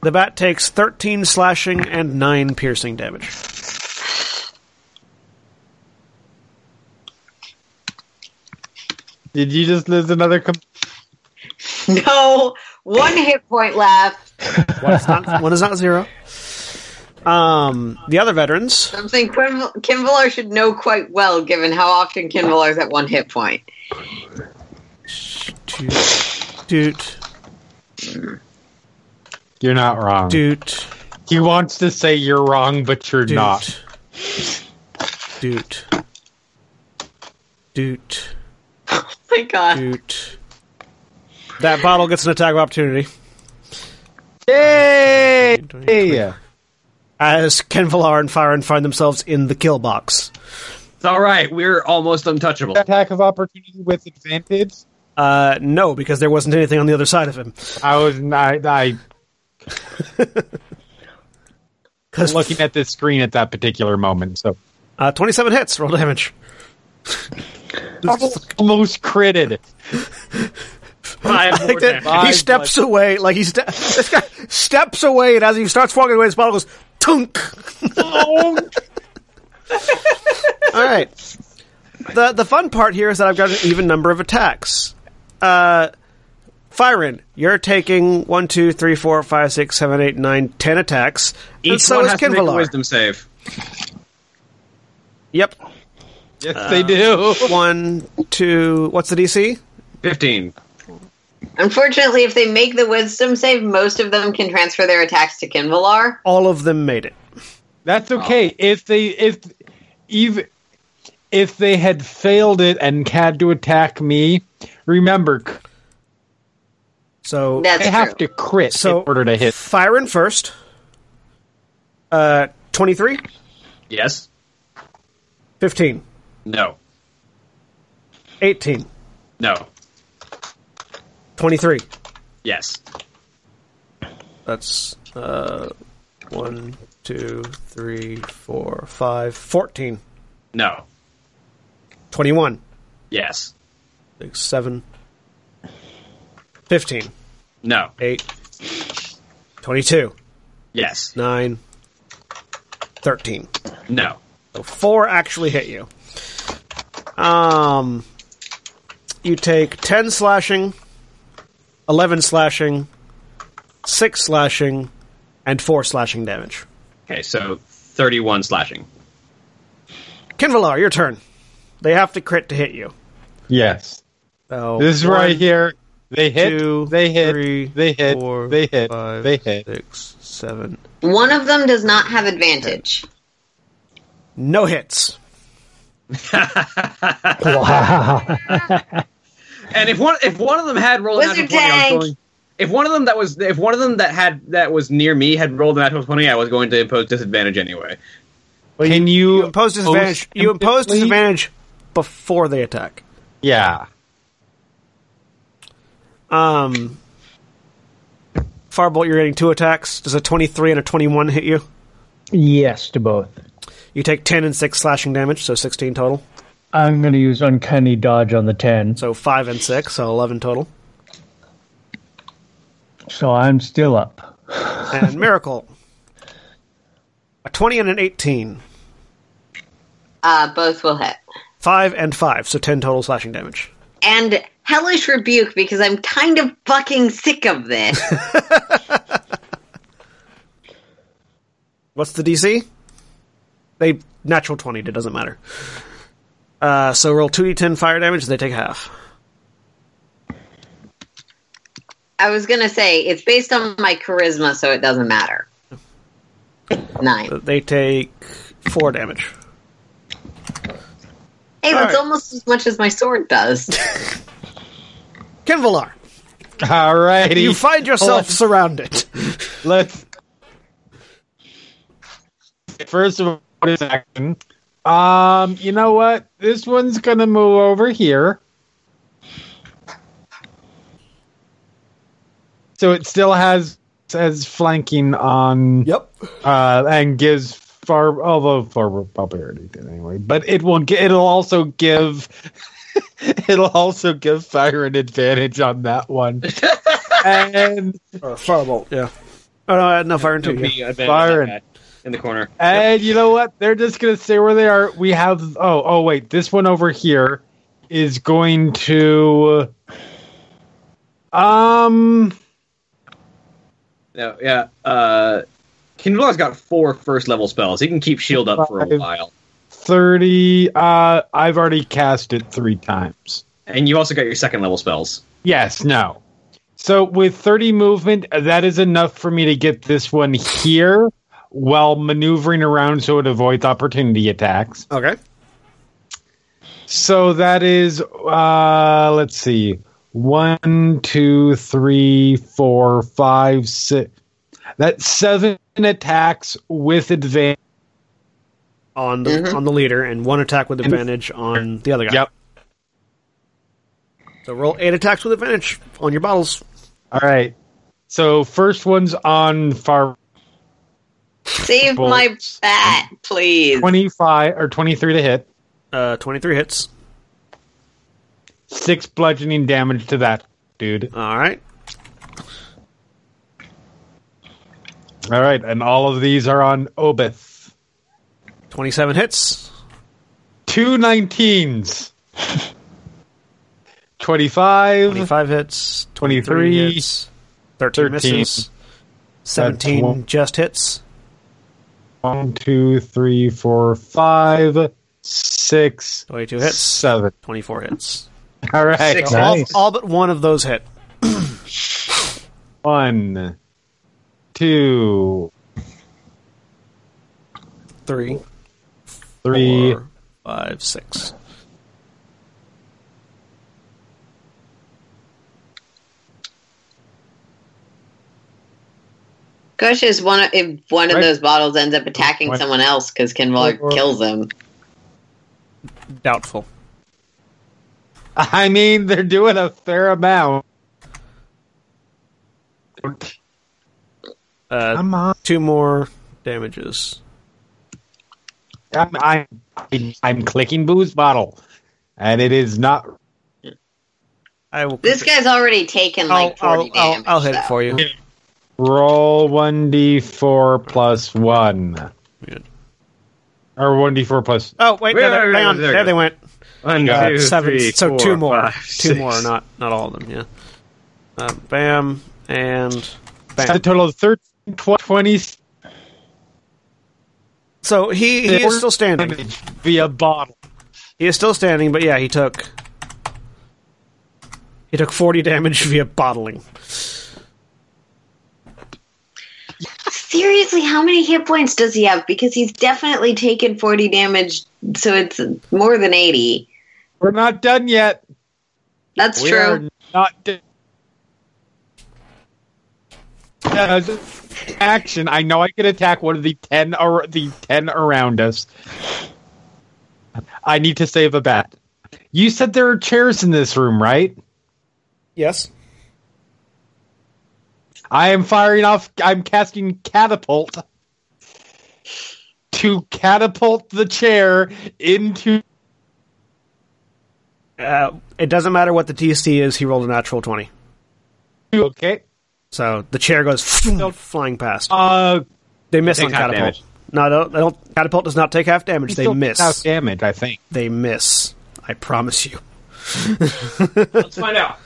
[SPEAKER 1] The bat takes 13 slashing and 9 piercing damage.
[SPEAKER 5] Did you just lose another? Com-
[SPEAKER 4] No, one hit point left.
[SPEAKER 1] One is not, one is not zero. Um, the other veterans.
[SPEAKER 4] Something Quin- Kinvalar should know quite well, given how often Kinvalar's at one hit point.
[SPEAKER 1] Doot, doot,
[SPEAKER 5] you're not wrong.
[SPEAKER 1] doot,
[SPEAKER 5] He wants to say you're wrong, but you're not.
[SPEAKER 1] doot. Doot. Doot.
[SPEAKER 4] Oh my god.
[SPEAKER 1] Doot. That bottle gets an attack of opportunity.
[SPEAKER 5] Yay!
[SPEAKER 1] As Ken Villar and Firen find themselves in the kill box.
[SPEAKER 6] It's all right. We're almost untouchable.
[SPEAKER 5] Attack of opportunity with advantage.
[SPEAKER 1] Uh, no, because there wasn't anything on the other side of him.
[SPEAKER 5] I was not. I was
[SPEAKER 1] Because
[SPEAKER 5] looking at this screen at that particular moment. So
[SPEAKER 1] uh, 27 hits, roll damage.
[SPEAKER 5] almost critted.
[SPEAKER 6] Five more
[SPEAKER 1] Like that-
[SPEAKER 6] damage.
[SPEAKER 1] he steps away, like he ste- this guy steps away, and as he starts walking away, his bottle goes tunk. All right. the The fun part here is that I've got an even number of attacks. Uh, Firen, you're taking one, two, three, four, five, six, seven, eight, nine, ten attacks, and
[SPEAKER 6] Each
[SPEAKER 1] so
[SPEAKER 6] one
[SPEAKER 1] is
[SPEAKER 6] has to make a
[SPEAKER 1] Kinvalar.
[SPEAKER 6] wisdom save.
[SPEAKER 1] Yep,
[SPEAKER 5] Yes, they do.
[SPEAKER 1] one, two. What's the DC?
[SPEAKER 6] Fifteen.
[SPEAKER 4] Unfortunately, if they make the wisdom save, most of them can transfer their attacks to Kinvalar.
[SPEAKER 1] All of them made it.
[SPEAKER 5] That's okay. If they, if even if they had failed it and had to attack me, remember
[SPEAKER 1] So
[SPEAKER 5] I
[SPEAKER 4] That's
[SPEAKER 5] have
[SPEAKER 4] true.
[SPEAKER 5] to crit
[SPEAKER 1] So-
[SPEAKER 5] in order to hit.
[SPEAKER 1] firing first. Uh, 23,
[SPEAKER 6] Yes.
[SPEAKER 1] 15,
[SPEAKER 6] No.
[SPEAKER 1] 18,
[SPEAKER 6] No.
[SPEAKER 1] 23.
[SPEAKER 6] Yes.
[SPEAKER 1] That's uh, one, two, three, four, five, 14,
[SPEAKER 6] No.
[SPEAKER 1] 21,
[SPEAKER 6] Yes.
[SPEAKER 1] six, seven, 15,
[SPEAKER 6] No.
[SPEAKER 1] 8, 22,
[SPEAKER 6] Yes.
[SPEAKER 1] 9, 13.
[SPEAKER 6] No.
[SPEAKER 1] So four actually hit you. Um, you take ten slashing, eleven slashing, six slashing, and four slashing damage.
[SPEAKER 6] Okay, so 31 slashing.
[SPEAKER 1] Kinvalar, your turn. They have to crit to hit you.
[SPEAKER 5] Yes.
[SPEAKER 1] So
[SPEAKER 5] This is
[SPEAKER 1] one,
[SPEAKER 5] right here. They hit.
[SPEAKER 1] two,
[SPEAKER 5] they hit.
[SPEAKER 1] three,
[SPEAKER 5] they hit.
[SPEAKER 1] four,
[SPEAKER 5] they hit.
[SPEAKER 1] five,
[SPEAKER 5] they hit.
[SPEAKER 1] six, seven.
[SPEAKER 7] One of them does not have advantage.
[SPEAKER 1] No hits.
[SPEAKER 3] Wow.
[SPEAKER 6] And if one if one of them had rolled an
[SPEAKER 7] Wizard
[SPEAKER 6] natural 20, I was
[SPEAKER 7] tank!
[SPEAKER 6] going, if one of them that was if one of them that had that was near me had rolled a natural 20, I was going to impose disadvantage anyway.
[SPEAKER 5] Can you,
[SPEAKER 1] You impose disadvantage. You impose
[SPEAKER 5] instantly?
[SPEAKER 1] disadvantage before they attack.
[SPEAKER 5] Yeah.
[SPEAKER 1] Um, Firebolt, you're getting two attacks. Does a 23 and a 21 hit you?
[SPEAKER 3] yes to both.
[SPEAKER 1] You take 10 and 6 slashing damage, so 16 total.
[SPEAKER 3] I'm going to use uncanny dodge on the 10.
[SPEAKER 1] So 5 and 6, so 11 total.
[SPEAKER 3] So I'm still up.
[SPEAKER 1] And Miracle. A 20 and an 18.
[SPEAKER 7] Uh, both will hit.
[SPEAKER 1] 5 and 5, so 10 total slashing damage.
[SPEAKER 7] And hellish rebuke because I'm kind of fucking sick of this.
[SPEAKER 1] What's the DC? They natural 20, it doesn't matter. Uh, so roll 2d10 fire damage, they take half.
[SPEAKER 7] I was gonna say it's based on my charisma, so it doesn't matter. Nine.
[SPEAKER 1] They take 4 damage.
[SPEAKER 7] Hey, that's
[SPEAKER 1] right.
[SPEAKER 7] almost as much as my sword does.
[SPEAKER 1] Kinvalar,
[SPEAKER 5] Alrighty.
[SPEAKER 1] you find yourself surrounded.
[SPEAKER 5] Let's. First of all, what is action? Um, you know what? This one's gonna move over here. So it still has has flanking on
[SPEAKER 1] Yep.
[SPEAKER 5] uh, and gives far although far probably already did anyway. But it will. gi- It'll also give. it'll also give fire an advantage on that one. and
[SPEAKER 1] Or firebolt, yeah. Oh no, I had no fire into
[SPEAKER 6] Took
[SPEAKER 1] you.
[SPEAKER 6] me advantage
[SPEAKER 5] Fire.
[SPEAKER 6] of that in the corner.
[SPEAKER 5] and you know what? They're just gonna stay where they are. We have. Oh oh wait, this one over here is going to. Um.
[SPEAKER 6] No, yeah. Uh Kinvlar's got four first level spells. He can keep shield up for a
[SPEAKER 5] Five.
[SPEAKER 6] while.
[SPEAKER 5] 30 uh i've already cast it three times
[SPEAKER 6] And you also got your second level spells.
[SPEAKER 5] Yes, no. So with 30 movement, that is enough for me to get this one here while maneuvering around so it avoids opportunity attacks.
[SPEAKER 1] Okay.
[SPEAKER 5] So that is, uh, let's see, one, two, three, four, five, six. That's seven attacks with advantage.
[SPEAKER 1] On the on the leader and one attack with advantage on the other guy.
[SPEAKER 5] Yep.
[SPEAKER 1] So roll eight attacks with advantage on your bottles.
[SPEAKER 5] All right. So first one's on far
[SPEAKER 7] Save my bat, please.
[SPEAKER 5] 25 or 23 to hit.
[SPEAKER 1] Uh, twenty three hits.
[SPEAKER 5] Six bludgeoning damage to that dude.
[SPEAKER 1] All right.
[SPEAKER 5] All right, and all of these are on Obith.
[SPEAKER 1] Twenty seven hits.
[SPEAKER 5] Two 19s. 25.
[SPEAKER 1] Twenty five hits.
[SPEAKER 5] 23,
[SPEAKER 1] hits. Thirteen,
[SPEAKER 5] 13.
[SPEAKER 1] misses. Seventeen
[SPEAKER 5] one.
[SPEAKER 1] just hits.
[SPEAKER 5] One, two, three, four, five, six,
[SPEAKER 1] Twenty two hits.
[SPEAKER 5] seven.
[SPEAKER 1] Twenty four hits.
[SPEAKER 5] All right.
[SPEAKER 6] Six.
[SPEAKER 1] All-
[SPEAKER 3] Nice.
[SPEAKER 1] All, but one of those hit.
[SPEAKER 5] One, two,
[SPEAKER 1] Three,
[SPEAKER 5] three,
[SPEAKER 1] four, five, six.
[SPEAKER 4] Gosh, is one of- if one of
[SPEAKER 5] Right.
[SPEAKER 4] those bottles ends up attacking
[SPEAKER 5] What?
[SPEAKER 4] someone else because Kinvog
[SPEAKER 5] Or-
[SPEAKER 4] kills him.
[SPEAKER 1] Doubtful.
[SPEAKER 5] I mean, they're doing a fair amount.
[SPEAKER 1] Uh,
[SPEAKER 5] Come on,
[SPEAKER 1] two more damages.
[SPEAKER 5] I'm I'm, I'm clicking booze bottle, and it is not.
[SPEAKER 1] I will.
[SPEAKER 4] This guy's already taken
[SPEAKER 1] I'll,
[SPEAKER 4] like 40
[SPEAKER 1] I'll, I'll,
[SPEAKER 4] damage.
[SPEAKER 1] I'll hit it
[SPEAKER 4] though.
[SPEAKER 1] for you.
[SPEAKER 5] Roll one d four plus one,
[SPEAKER 1] Good.
[SPEAKER 5] or one d four plus.
[SPEAKER 1] Oh wait, no,
[SPEAKER 6] Wait,
[SPEAKER 1] there, hang
[SPEAKER 6] wait, wait,
[SPEAKER 1] on.
[SPEAKER 6] there
[SPEAKER 1] There,
[SPEAKER 6] it
[SPEAKER 1] they
[SPEAKER 6] goes.
[SPEAKER 1] went.
[SPEAKER 6] One,
[SPEAKER 1] Uh,
[SPEAKER 6] two,
[SPEAKER 1] seven.
[SPEAKER 6] three,
[SPEAKER 1] so
[SPEAKER 6] four,
[SPEAKER 1] two more,
[SPEAKER 6] five,
[SPEAKER 1] two
[SPEAKER 6] six.
[SPEAKER 1] more, not not all of them. Yeah. Uh, bam and
[SPEAKER 5] That's a
[SPEAKER 1] bam.
[SPEAKER 5] total of 13, tw- 20
[SPEAKER 1] So he he is still standing.
[SPEAKER 5] damage via bottle.
[SPEAKER 1] He is still standing, but yeah, he took he took forty damage via bottling.
[SPEAKER 4] Seriously, how many hit points does he have? Because he's definitely taken 40 damage, so it's more than 80.
[SPEAKER 5] We're not done yet.
[SPEAKER 4] That's
[SPEAKER 5] we
[SPEAKER 4] true.
[SPEAKER 5] are not done. Uh, action. I know I can attack one of the ten ar- the ten around us. I need to save a bat. You said there are chairs in this room, right?
[SPEAKER 1] Yes.
[SPEAKER 5] I am firing off. I'm casting catapult to catapult the chair into.
[SPEAKER 1] Uh, it doesn't matter what the DC is. He rolled a natural twenty,
[SPEAKER 5] Okay.
[SPEAKER 1] so the chair goes flying past.
[SPEAKER 5] Uh,
[SPEAKER 1] They miss
[SPEAKER 6] Take
[SPEAKER 1] on
[SPEAKER 6] half
[SPEAKER 1] catapult.
[SPEAKER 6] damage.
[SPEAKER 1] No, no, they don't. Catapult does not take half damage. They
[SPEAKER 5] still took
[SPEAKER 1] miss.
[SPEAKER 5] out damage. I think.
[SPEAKER 1] They miss. I promise you.
[SPEAKER 6] Let's find out.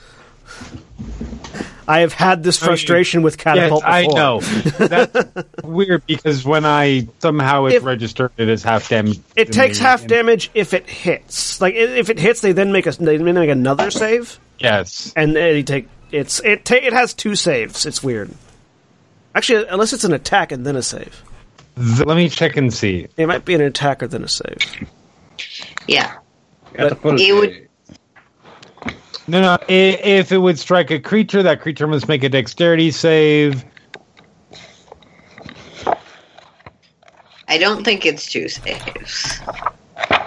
[SPEAKER 1] I have had this frustration with
[SPEAKER 5] Yes,
[SPEAKER 1] catapult.
[SPEAKER 5] I
[SPEAKER 1] before.
[SPEAKER 5] know. That's weird because when I somehow it
[SPEAKER 1] If-
[SPEAKER 5] registered it as half damage.
[SPEAKER 1] It
[SPEAKER 5] to
[SPEAKER 1] takes
[SPEAKER 5] me,
[SPEAKER 1] half
[SPEAKER 5] and-
[SPEAKER 1] damage if it hits. Like i- if it hits, they then make a they then make another save,
[SPEAKER 5] Yes.
[SPEAKER 1] and they take it's it ta- it has two saves. It's weird. Actually, unless it's an attack and then a save,
[SPEAKER 5] Th- Let me check and see.
[SPEAKER 1] it might be an attack or then a save.
[SPEAKER 4] Yeah.
[SPEAKER 6] Catapult.
[SPEAKER 4] It would-
[SPEAKER 5] No, no. i- If it would strike a creature, that creature must make a dexterity save. Uh,
[SPEAKER 4] I don't think it's two saves.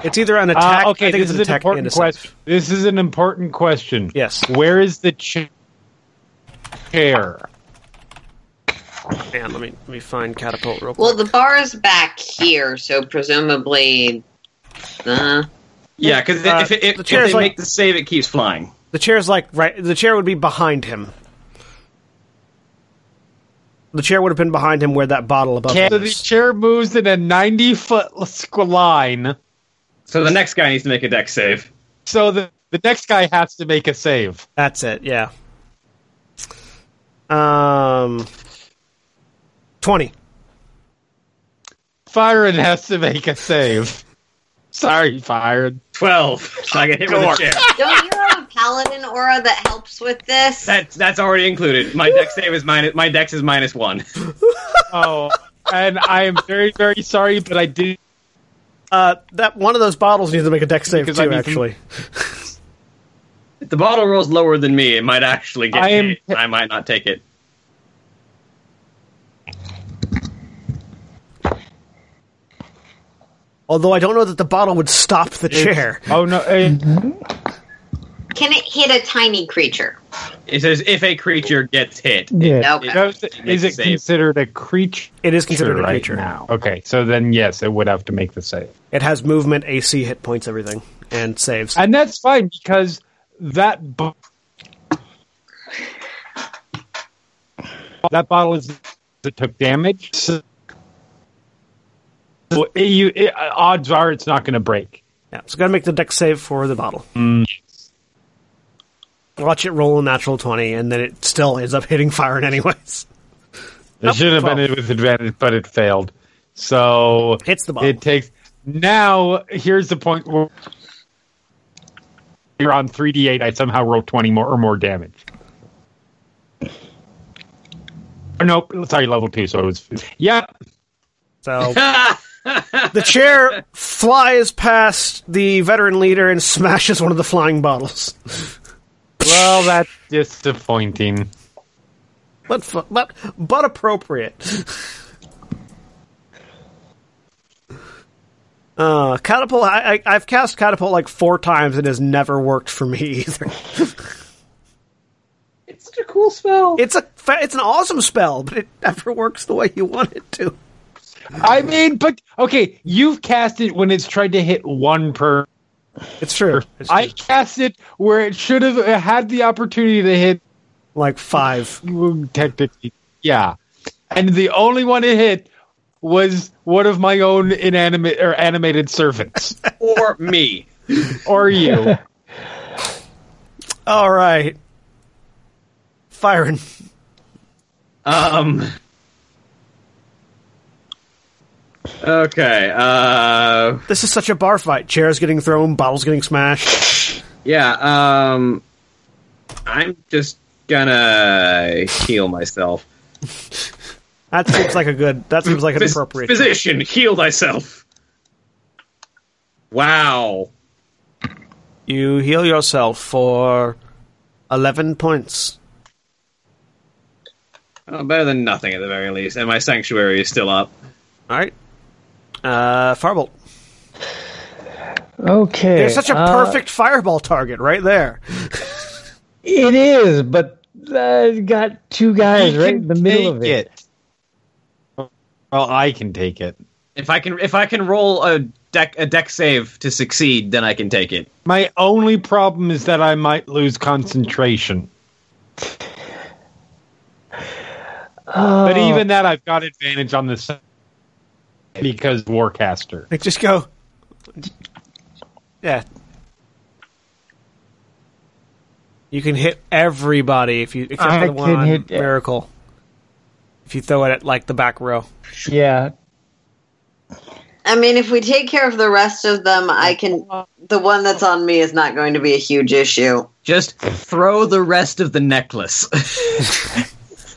[SPEAKER 1] It's either an
[SPEAKER 5] Uh,
[SPEAKER 1] attack.
[SPEAKER 5] okay,
[SPEAKER 1] I think
[SPEAKER 5] this
[SPEAKER 1] it's
[SPEAKER 5] is
[SPEAKER 1] an
[SPEAKER 5] an
[SPEAKER 1] attack and a
[SPEAKER 5] important
[SPEAKER 1] save.
[SPEAKER 5] question. This is an important question.
[SPEAKER 1] Yes.
[SPEAKER 5] Where is the cha- chair?
[SPEAKER 1] Man, let me let me find catapult real quick.
[SPEAKER 4] Well, the bar is back here, so presumably. Uh,
[SPEAKER 6] Yeah, because
[SPEAKER 1] Uh,
[SPEAKER 6] if, it, if,
[SPEAKER 1] the
[SPEAKER 6] if
[SPEAKER 1] chair's
[SPEAKER 6] they
[SPEAKER 1] like-
[SPEAKER 6] make the save, it keeps flying.
[SPEAKER 1] The chair's like right. The chair would be behind him. The chair would have been behind him where that bottle above
[SPEAKER 5] So
[SPEAKER 1] him
[SPEAKER 5] the
[SPEAKER 1] is.
[SPEAKER 5] chair moves in a ninety-foot line.
[SPEAKER 6] So the next guy needs to make a deck save.
[SPEAKER 5] So the the next guy has to make a save.
[SPEAKER 1] That's it. Yeah. Um. Twenty.
[SPEAKER 5] Firen has to make a save. Sorry, Firen.
[SPEAKER 6] Twelve. So I get hit with a chair.
[SPEAKER 7] Don't you have a paladin aura that helps with this?
[SPEAKER 6] That's that's already included. My deck save is minus. My dex is minus one.
[SPEAKER 5] Oh, and I am very, very sorry, but I did.
[SPEAKER 1] Uh, that one of those bottles needs to make a deck save
[SPEAKER 5] Because I
[SPEAKER 1] too.
[SPEAKER 5] need to-
[SPEAKER 1] Actually,
[SPEAKER 6] If the bottle rolls lower than me, it might actually get
[SPEAKER 5] I
[SPEAKER 6] I
[SPEAKER 5] am-
[SPEAKER 6] I might not take it.
[SPEAKER 1] although I don't know that the bottle would stop the chair.
[SPEAKER 5] Oh no! eh,
[SPEAKER 7] Can it hit a tiny creature?
[SPEAKER 6] It says if a creature gets hit.
[SPEAKER 3] Yeah.
[SPEAKER 7] Nope.
[SPEAKER 5] that was- is it
[SPEAKER 6] Save.
[SPEAKER 5] considered a creature?
[SPEAKER 1] It is considered a
[SPEAKER 5] right
[SPEAKER 1] creature.
[SPEAKER 5] now. Okay, so then yes, it would have to make the save,
[SPEAKER 1] It has movement, AC, hit points, everything, and saves.
[SPEAKER 5] and that's fine because that bo- that bottle is it took damage. So, so it- you, it- odds are it's not going to break.
[SPEAKER 1] Yeah, so gotta make the deck save for the bottle. Watch it roll a natural 20, and then it still ends up hitting fire in anyways.
[SPEAKER 5] It should have been with advantage, but it failed. So
[SPEAKER 1] Hits the bottle.
[SPEAKER 5] it takes. Now here's the point where you're on three d eight. I somehow rolled twenty more or more damage. Oh, Or nope, sorry, level two. So it was yeah.
[SPEAKER 1] So the chair flies past the veteran leader and smashes one of the flying bottles.
[SPEAKER 5] Well, that's disappointing.
[SPEAKER 1] But fu- but but appropriate. Uh, catapult. I, I, I've cast catapult like four times and has never worked for me either.
[SPEAKER 2] It's such a cool spell.
[SPEAKER 1] It's a fa- it's an awesome spell, but it never works the way you want it to.
[SPEAKER 5] I mean, but okay, you've cast it when it's tried to hit one per.
[SPEAKER 1] It's true. It's true.
[SPEAKER 5] I cast it where it should have had the opportunity to hit
[SPEAKER 1] like five.
[SPEAKER 5] Well, technically, yeah. And the only one it hit was one of my own inanimate or animated servants,
[SPEAKER 6] or me.
[SPEAKER 5] or you.
[SPEAKER 1] All right, firing.
[SPEAKER 6] Um. Okay. Uh,
[SPEAKER 1] This is such a bar fight. Chairs getting thrown, bottles getting smashed.
[SPEAKER 6] yeah. Um. I'm just gonna heal myself.
[SPEAKER 1] That seems like a good. That seems like an
[SPEAKER 6] Phys-
[SPEAKER 1] appropriate.
[SPEAKER 6] Physician, heal thyself. Wow.
[SPEAKER 1] You heal yourself for eleven points.
[SPEAKER 6] Oh, better than nothing at the very least. And my sanctuary is still up.
[SPEAKER 1] All right. Uh, firebolt.
[SPEAKER 3] Okay.
[SPEAKER 1] There's such a
[SPEAKER 3] uh,
[SPEAKER 1] perfect fireball target right there.
[SPEAKER 3] It is, but uh, you got two guys
[SPEAKER 5] You
[SPEAKER 3] right
[SPEAKER 5] can
[SPEAKER 3] in the middle of
[SPEAKER 5] take
[SPEAKER 3] it.
[SPEAKER 5] Well, I can take it.
[SPEAKER 6] If I can, if I can roll a deck a deck save to succeed, then I can take it.
[SPEAKER 5] My only problem is that I might lose concentration. But
[SPEAKER 3] Oh.
[SPEAKER 5] even that, I've got advantage on this because Warcaster.
[SPEAKER 1] Like, just go. Yeah. You can hit everybody if you except
[SPEAKER 3] I
[SPEAKER 1] for the one
[SPEAKER 3] can
[SPEAKER 1] on
[SPEAKER 3] hit- e-
[SPEAKER 1] miracle. If you throw it at like the back row,
[SPEAKER 3] yeah,
[SPEAKER 4] I mean, if we take care of the rest of them, I can. The one that's on me is not going to be a huge issue.
[SPEAKER 6] Just throw the rest of the necklace.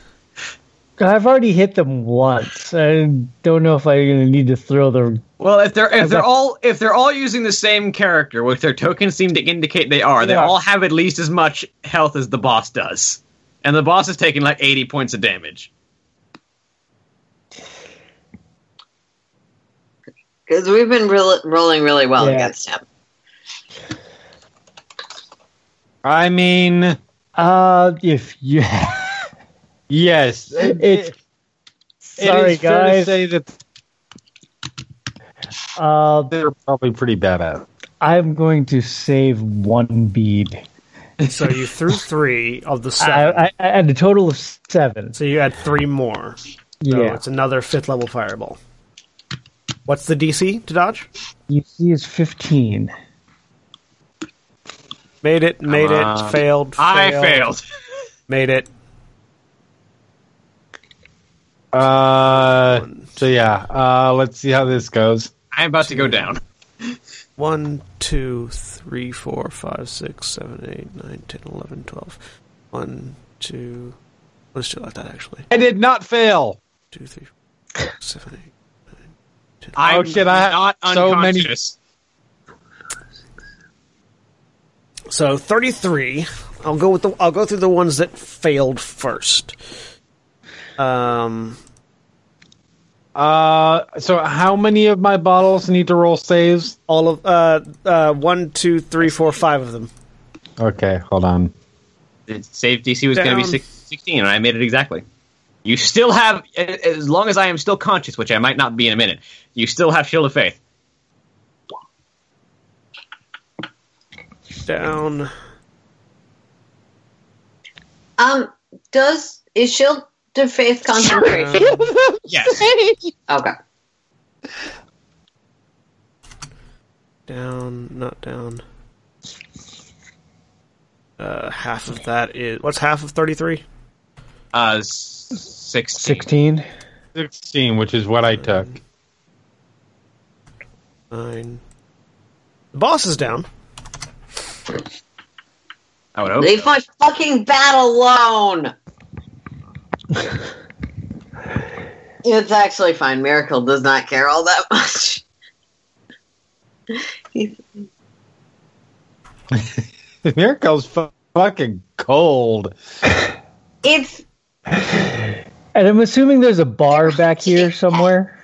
[SPEAKER 3] I've already hit them once. I don't know if I'm going to need to throw the.
[SPEAKER 6] well, if they're if they're
[SPEAKER 3] got-
[SPEAKER 6] all if they're all using the same character, which their tokens seem to indicate they are, they
[SPEAKER 3] Yeah.
[SPEAKER 6] all have at least as much health as the boss does, and the boss is taking like eighty points of damage.
[SPEAKER 4] Because we've been real rolling really well
[SPEAKER 3] Yeah.
[SPEAKER 4] against him.
[SPEAKER 5] I mean,
[SPEAKER 3] Uh, if you.
[SPEAKER 5] yes, it,
[SPEAKER 3] it's. Sorry,
[SPEAKER 5] it is fair to
[SPEAKER 3] guys.
[SPEAKER 5] say that
[SPEAKER 3] Uh,
[SPEAKER 5] they're probably pretty badass.
[SPEAKER 3] I'm going to save one bead.
[SPEAKER 1] so you threw three of the
[SPEAKER 3] I,
[SPEAKER 1] seven.
[SPEAKER 3] I, I had a total of seven.
[SPEAKER 1] so you had three more. So
[SPEAKER 3] yeah.
[SPEAKER 1] it's another fifth level fireball. What's the DC to dodge?
[SPEAKER 3] You see, it's 15.
[SPEAKER 1] Made it, made it,
[SPEAKER 6] on.
[SPEAKER 1] Uh, failed, failed,
[SPEAKER 6] I failed.
[SPEAKER 1] made it.
[SPEAKER 5] Uh, so yeah, uh, let's see how this goes.
[SPEAKER 6] I'm about to go down.
[SPEAKER 1] One, two, three, four, five, six, seven, eight, nine, ten, eleven, twelve. One, two. Let's do it like that. Actually,
[SPEAKER 5] I did not fail.
[SPEAKER 1] two, three, four, five, six, seven, eight.
[SPEAKER 6] I'm
[SPEAKER 5] How can I-
[SPEAKER 6] not
[SPEAKER 5] so many-
[SPEAKER 6] unconscious.
[SPEAKER 1] So thirty-three. I'll go with the. I'll go through the ones that failed first. Um,
[SPEAKER 5] Uh, so how many of my bottles need to roll saves?
[SPEAKER 1] all of uh, uh, one, two, three, four, five of them.
[SPEAKER 5] Okay, hold on.
[SPEAKER 6] the save DC was going to be
[SPEAKER 1] Down.
[SPEAKER 6] six- 16, and I made it exactly. You still have, a- as long as I am still conscious, which I might not be in a minute, you still have Shield of Faith.
[SPEAKER 1] Down.
[SPEAKER 7] Um, does is shield to faith concentration?
[SPEAKER 6] Yes.
[SPEAKER 7] okay.
[SPEAKER 1] Down, not down. Uh, half of that is what's half of thirty-three?
[SPEAKER 6] Uh, s- 16.
[SPEAKER 3] 16?
[SPEAKER 5] 16, which is what I took.
[SPEAKER 1] Nine. The boss is down.
[SPEAKER 6] I would hope.
[SPEAKER 4] Leave my fucking bat alone. It's actually fine. Miracle does not care all that much.
[SPEAKER 5] Miracle's fu- fucking cold.
[SPEAKER 4] It's
[SPEAKER 3] And I'm assuming there's a bar back here somewhere.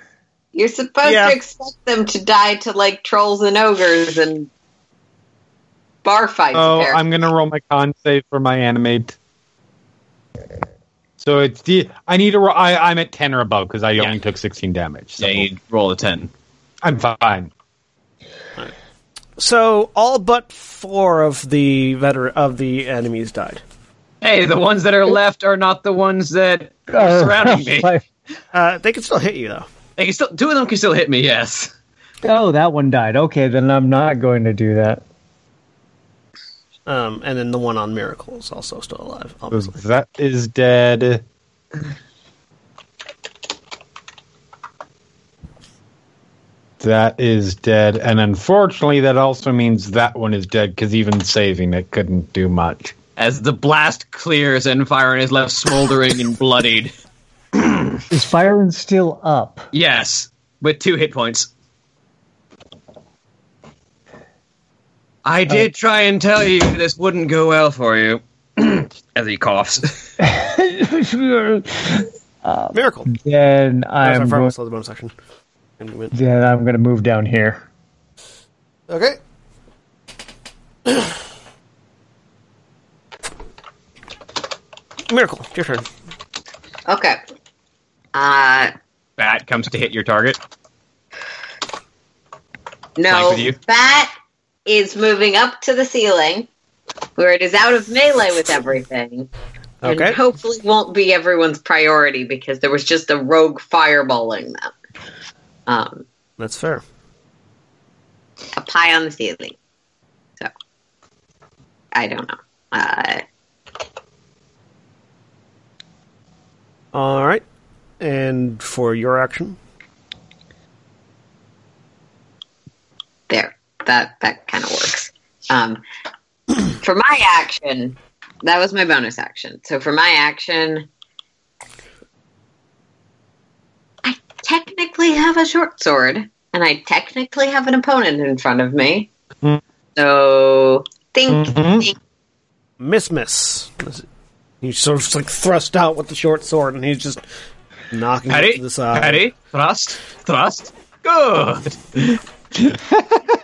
[SPEAKER 4] you're supposed
[SPEAKER 1] Yeah.
[SPEAKER 4] to expect them to die to like trolls and ogres and bar fights.
[SPEAKER 5] Oh,
[SPEAKER 4] apparently.
[SPEAKER 5] I'm gonna roll my con save for my animate. So it's D. I need to. Roll, I, I'm at ten or above because I only took sixteen damage. So
[SPEAKER 6] Yeah, you roll a ten.
[SPEAKER 5] I'm fine.
[SPEAKER 1] So all but four of the veteran of the enemies died.
[SPEAKER 6] Hey, the ones that are left are not the ones that are surrounding me.
[SPEAKER 1] Uh, they can still hit you though.
[SPEAKER 6] They can still, two of them can still hit me. Yes.
[SPEAKER 3] Oh, that one died. Okay, then I'm not going to do that.
[SPEAKER 1] Um, and then the one on Miracle is also still alive.
[SPEAKER 5] Because
[SPEAKER 1] Obviously.
[SPEAKER 5] That is dead. That is dead, and unfortunately, that also means that one is dead because even saving it couldn't do much.
[SPEAKER 6] As the blast clears and Firen is left smoldering and bloodied.
[SPEAKER 3] Is Firen still up?
[SPEAKER 6] Yes, with two hit points.
[SPEAKER 2] Oh.
[SPEAKER 6] I did try and tell you this wouldn't go well for you. As he coughs.
[SPEAKER 1] Miracle.
[SPEAKER 3] then
[SPEAKER 1] That's our final
[SPEAKER 3] I'm going,
[SPEAKER 1] slow the bonus action. And we went-
[SPEAKER 3] then I'm going to move down here.
[SPEAKER 1] Okay. Miracle, your turn.
[SPEAKER 4] okay. Uh,
[SPEAKER 6] Bat comes to hit your target. Mike,
[SPEAKER 4] no,
[SPEAKER 6] with you?
[SPEAKER 4] Bat is moving up to the ceiling where it is out of melee with everything.
[SPEAKER 1] Okay.
[SPEAKER 4] And hopefully won't be everyone's priority because there was just a rogue fireballing them. Um,
[SPEAKER 1] That's fair.
[SPEAKER 4] up high on the ceiling. So I don't know. Uh,
[SPEAKER 1] All right. And for your action,
[SPEAKER 4] there, that that kind of works. Um, for my action, that was my bonus action. So for my action, I technically have a short sword, and I technically have an opponent in front of me.
[SPEAKER 5] Mhm.
[SPEAKER 4] So think,
[SPEAKER 5] Mhm.
[SPEAKER 4] think
[SPEAKER 1] miss, miss. You sort of just like thrust out with the short sword, and he's just knocking it
[SPEAKER 6] Patty,
[SPEAKER 1] to the side.
[SPEAKER 6] Patty, thrust, thrust. Good.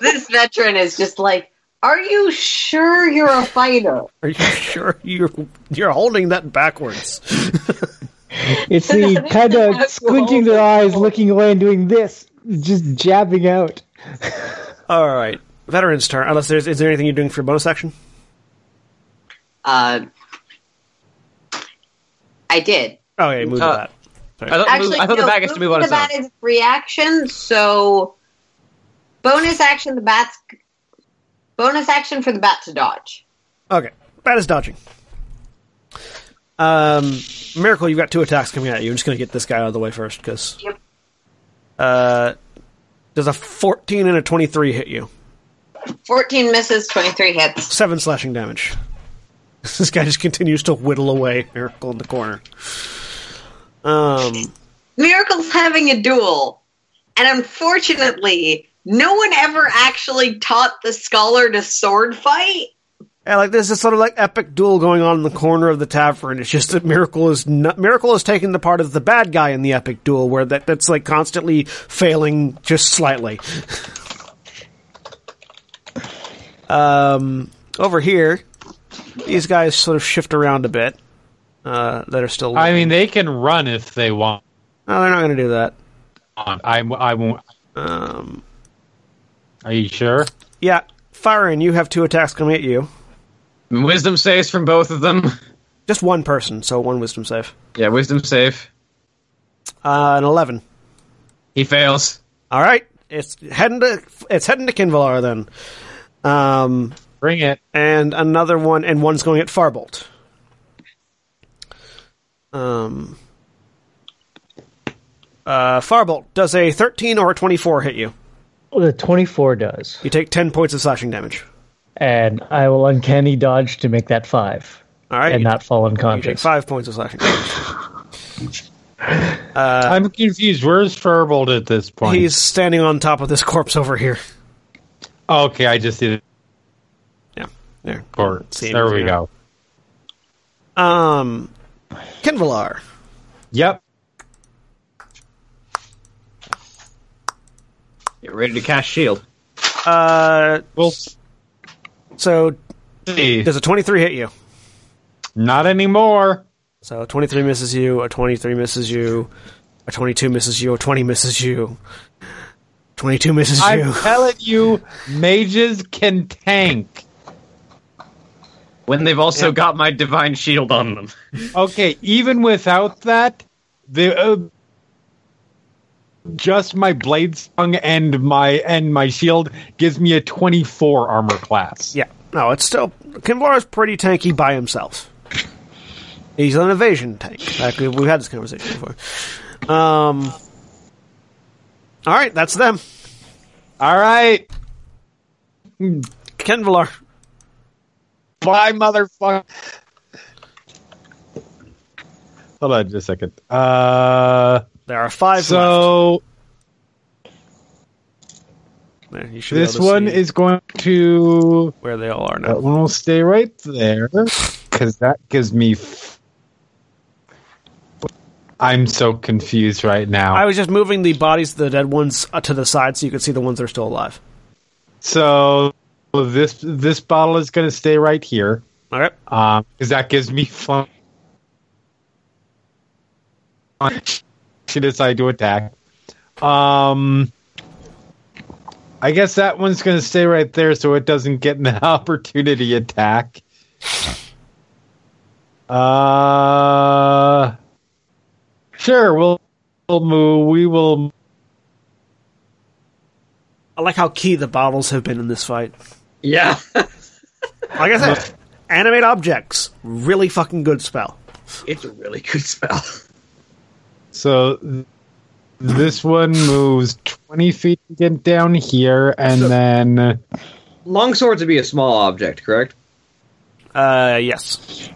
[SPEAKER 4] this veteran is just like, "Are you sure you're a fighter?"
[SPEAKER 1] Are you sure you're you're holding that backwards?
[SPEAKER 3] It's the kind of squinting their eyes, looking away, and doing this, just jabbing out.
[SPEAKER 1] All right, veteran's turn. Unless there's is there anything you're doing for your bonus action?
[SPEAKER 4] Uh, I did.
[SPEAKER 1] Oh yeah, move
[SPEAKER 6] Uh,
[SPEAKER 1] that.
[SPEAKER 6] I thought,
[SPEAKER 4] Actually,
[SPEAKER 6] I thought
[SPEAKER 4] no,
[SPEAKER 6] the bat gets to move on
[SPEAKER 4] the
[SPEAKER 6] its own.
[SPEAKER 4] bat is reaction. So, bonus action. The bat's bonus action for the bat to dodge.
[SPEAKER 1] Okay, bat is dodging. Um, miracle, you've got two attacks coming at you. I'm just gonna get this guy out of the way first because.
[SPEAKER 4] Yep.
[SPEAKER 1] Uh, does a 14 and a 23 hit you?
[SPEAKER 4] Fourteen misses, twenty-three hits.
[SPEAKER 1] Seven slashing damage. This guy just continues to whittle away. Miracle in the corner. Um,
[SPEAKER 4] Miracle's having a duel, and unfortunately, no one ever actually taught the scholar to sword fight.
[SPEAKER 1] Yeah, like there's this sort of like epic duel going on in the corner of the tavern. It's just that Miracle is not, Miracle is taking the part of the bad guy in the epic duel, where that that's like constantly failing just slightly. um, over here, these guys sort of shift around a bit. Uh, that are still.
[SPEAKER 5] I mean, they can run if they want.
[SPEAKER 1] no, they're not going to do that.
[SPEAKER 5] I I won't.
[SPEAKER 1] Um,
[SPEAKER 5] Are you sure?
[SPEAKER 1] yeah, Firen, you have two attacks coming at you.
[SPEAKER 6] Wisdom saves from both of them.
[SPEAKER 1] Just one person, so one wisdom save.
[SPEAKER 6] Yeah, wisdom save.
[SPEAKER 1] Uh, an eleven.
[SPEAKER 6] He fails.
[SPEAKER 1] All right, it's heading to it's heading to Kinvalar then, um,
[SPEAKER 5] Bring it.
[SPEAKER 1] and another one, and one's going at Farbolt. Um, uh, Farbolt does a thirteen or a twenty-four hit you?
[SPEAKER 3] The 24 does.
[SPEAKER 1] You take ten points of slashing damage.
[SPEAKER 3] And I will uncanny dodge to make that five
[SPEAKER 1] All right,
[SPEAKER 3] and
[SPEAKER 1] you,
[SPEAKER 3] not fall
[SPEAKER 1] you take
[SPEAKER 3] unconscious.
[SPEAKER 1] five points of slashing. damage.
[SPEAKER 5] I'm confused. Where's Furbold at this point?
[SPEAKER 1] Uh, He's standing on top of this corpse over here.
[SPEAKER 5] okay. I just did it.
[SPEAKER 1] Yeah, there.
[SPEAKER 5] Or,
[SPEAKER 1] Same
[SPEAKER 5] there we
[SPEAKER 1] here.
[SPEAKER 5] go.
[SPEAKER 1] Um, Kinvalar.
[SPEAKER 5] Yep.
[SPEAKER 6] Get ready to cast shield.
[SPEAKER 1] Uh,
[SPEAKER 5] We'll
[SPEAKER 1] so
[SPEAKER 5] see.
[SPEAKER 1] does a twenty-three hit you?
[SPEAKER 5] Not anymore.
[SPEAKER 1] So a twenty-three misses you. A twenty-three misses you. A twenty-two misses you. A twenty misses you. Twenty-two misses
[SPEAKER 5] I'm
[SPEAKER 1] you.
[SPEAKER 5] telling you, mages can tank.
[SPEAKER 6] When they've also got my divine shield on them.
[SPEAKER 5] Okay, even without that, the uh, just my blade stung and my and my shield gives me a 24 armor class.
[SPEAKER 1] Yeah. No, it's still Kinvalar's pretty tanky by himself. He's an evasion tank. Like, we- we've had this conversation before. Um. All right, that's them.
[SPEAKER 5] All right,
[SPEAKER 1] Kenvalar.
[SPEAKER 5] bye, motherfucker. Hold on just a second. Uh,
[SPEAKER 1] There are five.
[SPEAKER 5] so
[SPEAKER 1] left. There, you should be
[SPEAKER 5] this
[SPEAKER 1] able to
[SPEAKER 5] one
[SPEAKER 1] see
[SPEAKER 5] is going to
[SPEAKER 1] where they all are now.
[SPEAKER 5] That one will stay right there because that gives me. F- I'm so confused right now.
[SPEAKER 1] I was just moving the bodies of the dead ones uh, to the side so you could see the ones that are still alive.
[SPEAKER 5] so this this bottle is going to stay right here
[SPEAKER 1] All right.
[SPEAKER 5] because Um, that gives me fun. She decide to attack. Um, I guess that one's going to stay right there so it doesn't get an opportunity attack. Uh, sure. We'll, we'll move. We will.
[SPEAKER 1] I like how key the bottles have been in this fight.
[SPEAKER 2] Yeah.
[SPEAKER 1] Like I said, animate objects. Really fucking good spell.
[SPEAKER 2] it's a really good spell.
[SPEAKER 5] So th- this one moves twenty feet to get down here, and then
[SPEAKER 2] Long swords would be a small object, correct?
[SPEAKER 1] Uh, yes.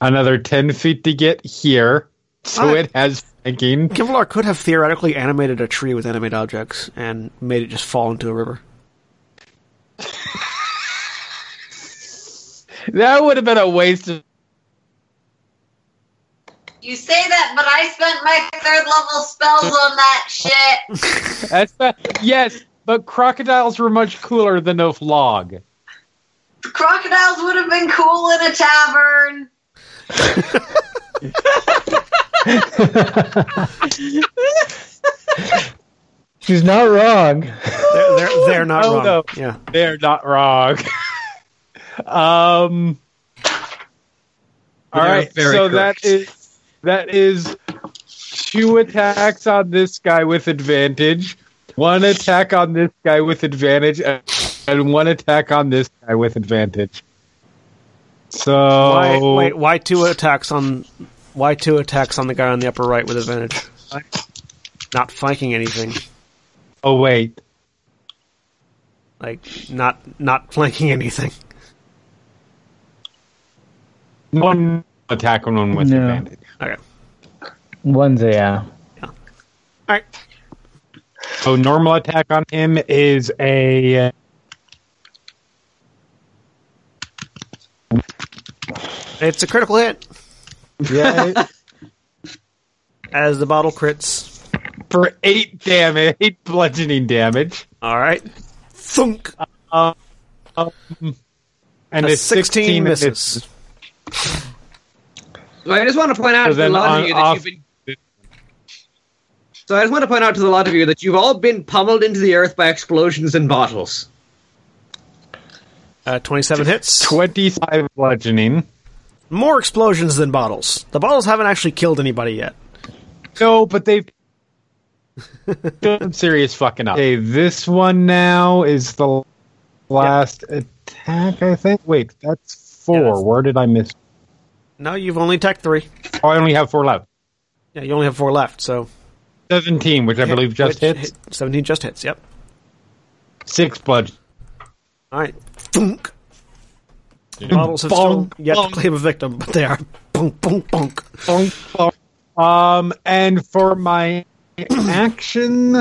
[SPEAKER 5] another 10 feet to get here. So
[SPEAKER 1] Alright.
[SPEAKER 5] it has flanking.
[SPEAKER 1] Kinvalar could have theoretically animated a tree with animate objects and made it just fall into a river.
[SPEAKER 5] That would have been a waste of.
[SPEAKER 7] You say that, but I spent my third level spells on that shit.
[SPEAKER 5] That's not- yes, but crocodiles were much cooler than a log.
[SPEAKER 7] Crocodiles would have been cool in a tavern.
[SPEAKER 3] She's not wrong.
[SPEAKER 1] They're, they're, they're not
[SPEAKER 5] Oh,
[SPEAKER 1] wrong.
[SPEAKER 5] no.
[SPEAKER 1] Yeah.
[SPEAKER 5] They're not wrong. um. All
[SPEAKER 2] They're
[SPEAKER 5] right,
[SPEAKER 2] very
[SPEAKER 5] so that
[SPEAKER 2] correct.
[SPEAKER 5] is that is two attacks on this guy with advantage, one attack on this guy with advantage, and one attack on this guy with advantage. So
[SPEAKER 1] Why, wait, why two attacks on? Why two attacks on the guy on the upper right with advantage? Not flanking anything,
[SPEAKER 5] oh wait,
[SPEAKER 1] like not not flanking anything.
[SPEAKER 5] one attack on one with
[SPEAKER 3] No.
[SPEAKER 5] advantage.
[SPEAKER 1] Okay, all
[SPEAKER 3] One's a yeah.
[SPEAKER 1] right.
[SPEAKER 5] So normal attack on him is a
[SPEAKER 1] It's a critical hit
[SPEAKER 5] yeah,
[SPEAKER 1] as the bottle crits.
[SPEAKER 5] for eight damage, eight bludgeoning damage.
[SPEAKER 1] All right, thunk.
[SPEAKER 5] and
[SPEAKER 1] A
[SPEAKER 5] it's 16
[SPEAKER 1] Sixteen misses.
[SPEAKER 2] So I just want to point out
[SPEAKER 5] So
[SPEAKER 2] to the
[SPEAKER 5] then
[SPEAKER 2] lot
[SPEAKER 5] on-
[SPEAKER 2] of you that
[SPEAKER 5] off-
[SPEAKER 2] you've been. So I just want to point out to the lot of you that you've all been pummeled into the earth by explosions and bottles.
[SPEAKER 1] Uh, Twenty-seven hits.
[SPEAKER 5] 25 bludgeoning.
[SPEAKER 1] More explosions than bottles. The bottles haven't actually killed anybody yet.
[SPEAKER 5] No, but they've done serious fucking up. Okay, this one now is the last attack, I think. Wait, that's four.
[SPEAKER 1] Yeah, that's-
[SPEAKER 5] Where did I miss?
[SPEAKER 1] No, you've only attacked three.
[SPEAKER 5] Oh, I only have four left.
[SPEAKER 1] Yeah, you only have four left. So
[SPEAKER 5] 17, which I believe just
[SPEAKER 1] Which
[SPEAKER 5] hits.
[SPEAKER 1] hit- Seventeen just hits. Yep.
[SPEAKER 5] Six bludgeoning.
[SPEAKER 1] All right. Thunk. Models have still yet to claim a victim, but they are bonk, bonk, bonk.
[SPEAKER 5] Um, and for my action,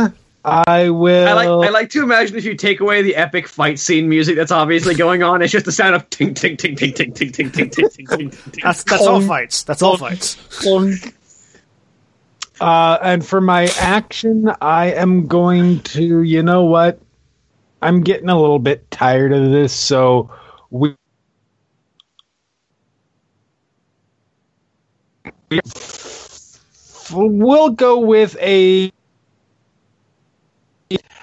[SPEAKER 5] I will.
[SPEAKER 8] I like I like to imagine if you take away the epic fight scene music that's obviously going on, it's just the sound of ting ting ting ting ting ting ting ting ting ting ting. ting.
[SPEAKER 1] That's that's all fights. That's all fights.
[SPEAKER 5] Uh, and for my action, I am going to. You know what? I'm getting a little bit tired of this, so we. We'll go with a.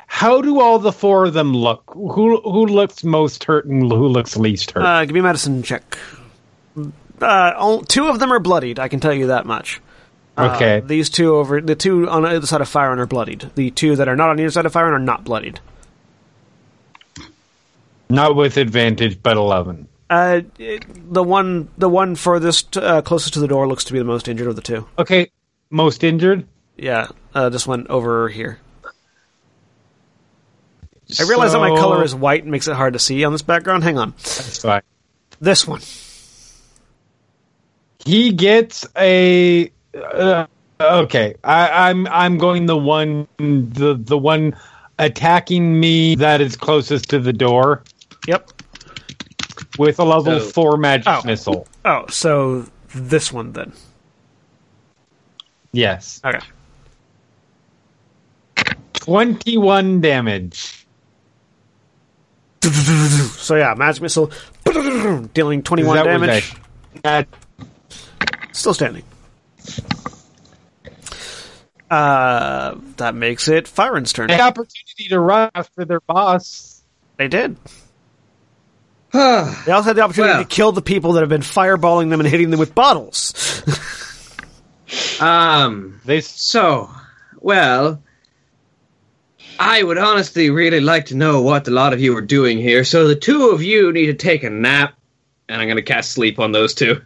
[SPEAKER 5] How do all the four of them look? Who who looks most hurt and who looks least hurt?
[SPEAKER 1] Uh, give me a medicine check. Uh, all, two of them are bloodied. I can tell you that much. Uh,
[SPEAKER 5] okay.
[SPEAKER 1] these two over the two on either side of Firon are bloodied. The two that are not on either side of Firon are not bloodied.
[SPEAKER 5] Not with advantage, but 11.
[SPEAKER 1] Uh, it- the one the one furthest uh, closest to the door looks to be the most injured of the two.
[SPEAKER 5] Okay, most injured?
[SPEAKER 1] Yeah, uh, this one over here. I realize that my color is white and makes it hard to see on this background. Hang on,
[SPEAKER 5] That's fine.
[SPEAKER 1] this one.
[SPEAKER 5] He gets a. Uh, okay, I, I'm I'm going the one the the one attacking me that is closest to the door
[SPEAKER 1] Yep.
[SPEAKER 5] with a level
[SPEAKER 6] So-
[SPEAKER 5] four magic
[SPEAKER 1] Oh.
[SPEAKER 5] missile.
[SPEAKER 1] Oh, so this one then.
[SPEAKER 5] Yes,
[SPEAKER 1] Okay.
[SPEAKER 5] twenty one damage.
[SPEAKER 1] So yeah, magic missile dealing twenty one
[SPEAKER 5] That was
[SPEAKER 1] damage.
[SPEAKER 5] a- that-
[SPEAKER 1] Still standing. Uh, that makes it Firon's turn.
[SPEAKER 5] the opportunity to run after their boss.
[SPEAKER 1] They did. They also had the opportunity
[SPEAKER 6] Well.
[SPEAKER 1] to kill the people that have been fireballing them and hitting them with bottles.
[SPEAKER 6] Um.
[SPEAKER 5] They s-
[SPEAKER 6] So, well, I would honestly really like to know what a lot of you are doing here. So the two of you need to take a nap, and I'm going to cast sleep on those two.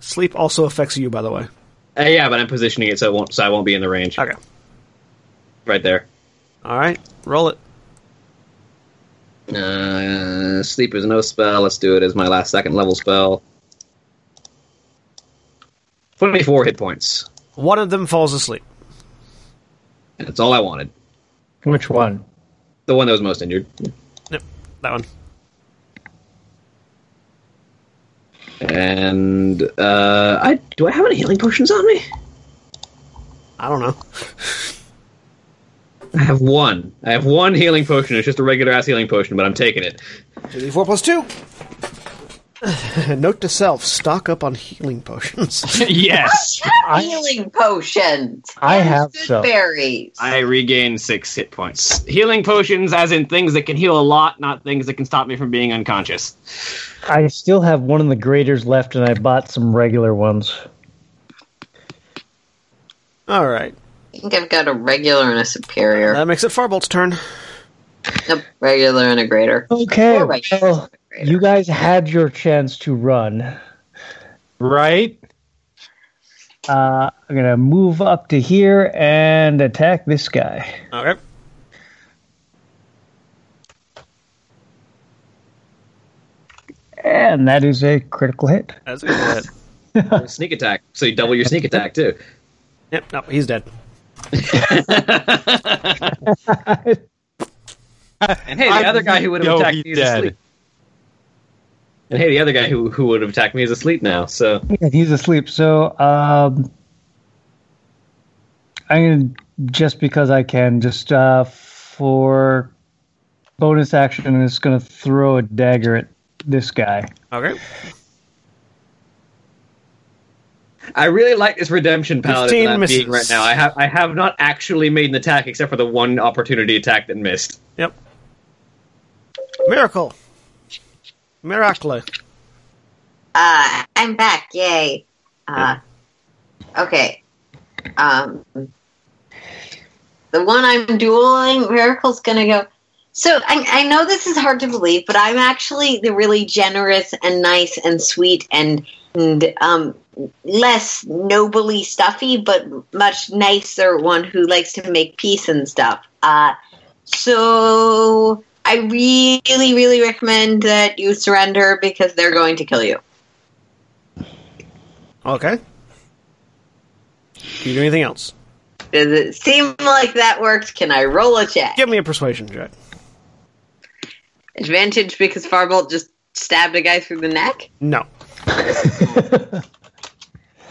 [SPEAKER 1] Sleep also affects you, by the way.
[SPEAKER 6] Uh, yeah, but I'm positioning it so it won't so I won't be in the range.
[SPEAKER 1] Okay.
[SPEAKER 6] Right there.
[SPEAKER 1] All right. Roll it.
[SPEAKER 6] Uh, sleep is no spell. Let's do it as my last second level spell. 24 hit points.
[SPEAKER 1] One of them falls asleep.
[SPEAKER 6] That's all I wanted.
[SPEAKER 3] Which one?
[SPEAKER 6] The one that was most injured.
[SPEAKER 1] Yep. That one.
[SPEAKER 6] And uh, I do I have any healing potions on me?
[SPEAKER 1] I don't know.
[SPEAKER 6] I have one. I have one healing potion. It's just a regular ass healing potion, but I'm taking it.
[SPEAKER 1] 4 plus 2. Note to self stock up on healing potions.
[SPEAKER 6] yes.
[SPEAKER 4] Healing potions.
[SPEAKER 3] I
[SPEAKER 4] and
[SPEAKER 3] have
[SPEAKER 4] good
[SPEAKER 3] some.
[SPEAKER 4] berries.
[SPEAKER 8] I regain six hit points. Healing potions, as in things that can heal a lot, not things that can stop me from being unconscious.
[SPEAKER 3] I still have one of the graders left, and I bought some regular ones.
[SPEAKER 1] All right.
[SPEAKER 4] I think I've got a regular and a superior.
[SPEAKER 1] That makes it Farbolt's turn.
[SPEAKER 4] Nope, regular and a greater.
[SPEAKER 3] Okay.
[SPEAKER 4] Or regular
[SPEAKER 3] Well,
[SPEAKER 4] and a greater.
[SPEAKER 3] you guys had your chance to run.
[SPEAKER 5] right.
[SPEAKER 3] Uh, I'm gonna move up to here and attack this guy.
[SPEAKER 1] Okay.
[SPEAKER 3] And that is a critical hit.
[SPEAKER 1] That's a good hit.
[SPEAKER 6] sneak attack. So you double your sneak attack too.
[SPEAKER 1] Yep. No, he's dead.
[SPEAKER 6] And hey, the other guy who would have
[SPEAKER 5] Yo,
[SPEAKER 6] attacked
[SPEAKER 5] he's
[SPEAKER 6] me is asleep. And hey, the other guy who who would have attacked me is asleep now. So
[SPEAKER 3] Yeah, he's asleep. So um, I'm gonna just because I can, just uh, for bonus action, I'm just gonna throw a dagger at this guy.
[SPEAKER 1] Okay.
[SPEAKER 6] I really like this redemption paladin
[SPEAKER 1] 15
[SPEAKER 6] that I'm
[SPEAKER 1] misses.
[SPEAKER 6] being right now. I have I have not actually made an attack except for the one opportunity attack that missed.
[SPEAKER 1] Yep. Miracle. Miracle.
[SPEAKER 4] Uh, I'm back. Yay. Uh, okay. Um, the one I'm dueling, Miracle's going to go. So I, I know this is hard to believe, but I'm actually the really generous and nice and sweet and, and um, less nobly stuffy, but much nicer one who likes to make peace and stuff. Uh, so I really, really recommend that you surrender because they're going to kill you.
[SPEAKER 1] Okay. Can you do anything else?
[SPEAKER 4] Does it seem like that worked? Can I roll a check?
[SPEAKER 1] Give me a persuasion check.
[SPEAKER 4] Advantage because Farbolt just stabbed a guy through the neck.
[SPEAKER 1] No.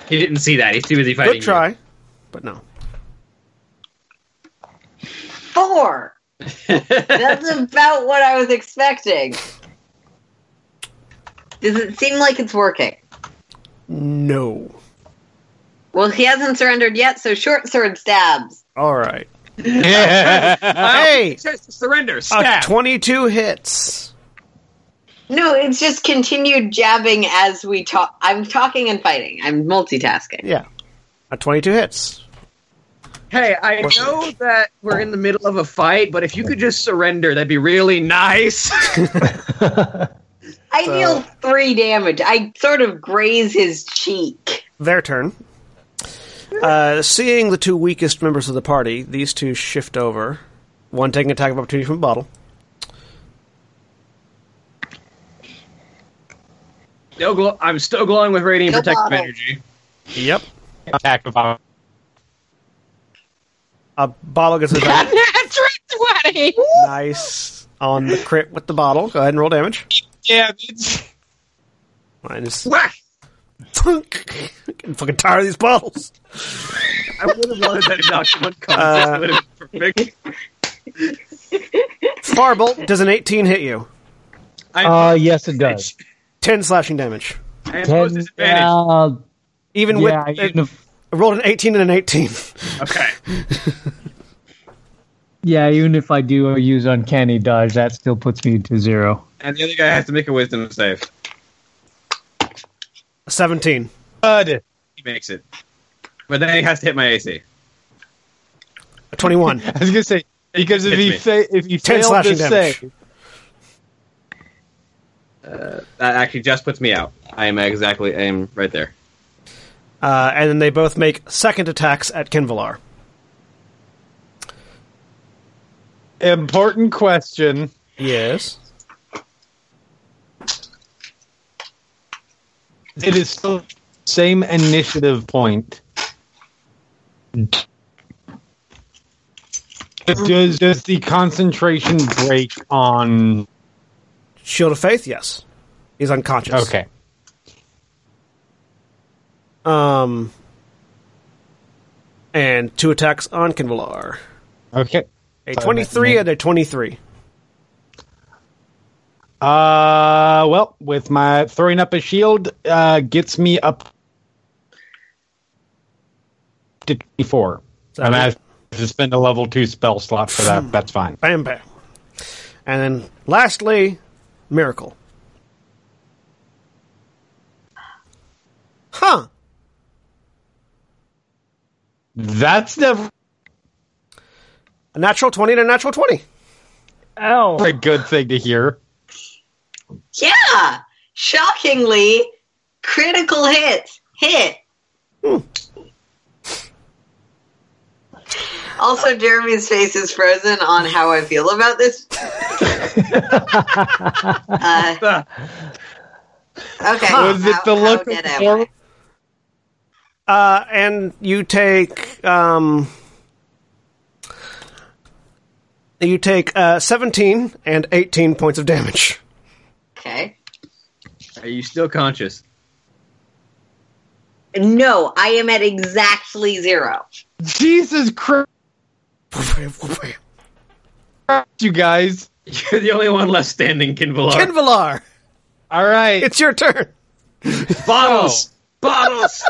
[SPEAKER 6] He didn't see that. He's too busy fighting.
[SPEAKER 1] Good try, but no.
[SPEAKER 4] Four. That's about what I was expecting. Does it seem like it's working?
[SPEAKER 1] No.
[SPEAKER 4] Well, he hasn't surrendered yet, so short sword stabs.
[SPEAKER 1] All right. Uh,
[SPEAKER 6] You.
[SPEAKER 1] hey,
[SPEAKER 6] He says to surrender.
[SPEAKER 1] a
[SPEAKER 6] Stab.
[SPEAKER 1] twenty-two hits.
[SPEAKER 4] No, it's just continued jabbing as we talk. I'm talking and fighting. I'm multitasking.
[SPEAKER 1] Yeah, a twenty-two hits.
[SPEAKER 6] hey, I know that we're in the middle of a fight, but if you could just surrender, that'd be really nice.
[SPEAKER 4] I deal three damage. I sort of graze his cheek.
[SPEAKER 1] Their turn. Uh, seeing the two weakest members of the party, these two shift over. One taking attack of opportunity from bottle.
[SPEAKER 6] Still glow- I'm still glowing with radiant
[SPEAKER 4] Still
[SPEAKER 6] protective
[SPEAKER 4] bottle.
[SPEAKER 6] energy.
[SPEAKER 1] Yep.
[SPEAKER 5] Attack of op-
[SPEAKER 1] A bottle gets attacked.
[SPEAKER 4] Natural twenty.
[SPEAKER 1] nice on the crit with the bottle. Go ahead and roll damage.
[SPEAKER 5] Yeah, it's
[SPEAKER 1] Minus.
[SPEAKER 6] Whack!
[SPEAKER 1] Getting fucking tired of these bottles.
[SPEAKER 6] I would have wanted that document cover.
[SPEAKER 1] Uh,
[SPEAKER 6] That would have been perfect.
[SPEAKER 1] Farbolt, does an 18 hit you?
[SPEAKER 6] I'm,
[SPEAKER 3] Uh, yes, it does.
[SPEAKER 1] 10 slashing damage.
[SPEAKER 6] I am
[SPEAKER 3] Ten,
[SPEAKER 6] posed disadvantage.
[SPEAKER 3] uh,
[SPEAKER 1] Even
[SPEAKER 3] yeah,
[SPEAKER 1] with.
[SPEAKER 3] even if,
[SPEAKER 1] I rolled an 18 and an 18.
[SPEAKER 6] Okay.
[SPEAKER 3] yeah, even if I do use uncanny dodge, that still puts me to zero.
[SPEAKER 6] And the other guy has to make a wisdom save.
[SPEAKER 1] 17.
[SPEAKER 5] good.
[SPEAKER 6] He makes it. But then he has to hit my AC.
[SPEAKER 1] A 21.
[SPEAKER 5] I was gonna say because if
[SPEAKER 6] Hits
[SPEAKER 5] he
[SPEAKER 6] me.
[SPEAKER 5] fa- if he
[SPEAKER 1] Ten
[SPEAKER 5] failed
[SPEAKER 1] slashing
[SPEAKER 5] this
[SPEAKER 1] damage.
[SPEAKER 5] save,
[SPEAKER 6] That actually just puts me out. I am exactly, I am right there.
[SPEAKER 1] Uh, and then they both make second attacks at Kinvalar.
[SPEAKER 5] important question:
[SPEAKER 1] Yes.
[SPEAKER 5] It is still same initiative point. Does does the concentration break on?
[SPEAKER 1] Shield of Faith, yes. He's unconscious.
[SPEAKER 5] Okay,
[SPEAKER 1] Um, and two attacks on Kinvalar.
[SPEAKER 5] okay.
[SPEAKER 1] A
[SPEAKER 5] Sorry,
[SPEAKER 1] 23
[SPEAKER 5] man.
[SPEAKER 1] and a 23.
[SPEAKER 5] Uh, well, with my throwing up a shield, uh, gets me up to twenty-four, and I have to spend a level two spell slot for that. That's fine.
[SPEAKER 1] Bam, bam. And then lastly, Miracle. Huh.
[SPEAKER 5] That's never
[SPEAKER 1] A natural 20 and a natural 20.
[SPEAKER 3] Ow!
[SPEAKER 5] a good thing to hear.
[SPEAKER 4] Yeah, shockingly, critical hits hit.
[SPEAKER 5] Hmm.
[SPEAKER 4] Also, Jeremy's face is frozen on how I feel about this. uh, okay.
[SPEAKER 5] Was it the look
[SPEAKER 4] did I
[SPEAKER 5] for-
[SPEAKER 4] win?
[SPEAKER 1] Uh, and you take um, you take uh, seventeen and eighteen points of damage.
[SPEAKER 4] Okay.
[SPEAKER 6] Are you still conscious?
[SPEAKER 4] No, I am at exactly zero.
[SPEAKER 5] Jesus Christ,
[SPEAKER 1] Kinvalar,
[SPEAKER 5] you guys!
[SPEAKER 6] You're the only one left standing, Kinvalar.
[SPEAKER 5] All right,
[SPEAKER 1] it's your turn.
[SPEAKER 6] bottles! Bottles! bottles!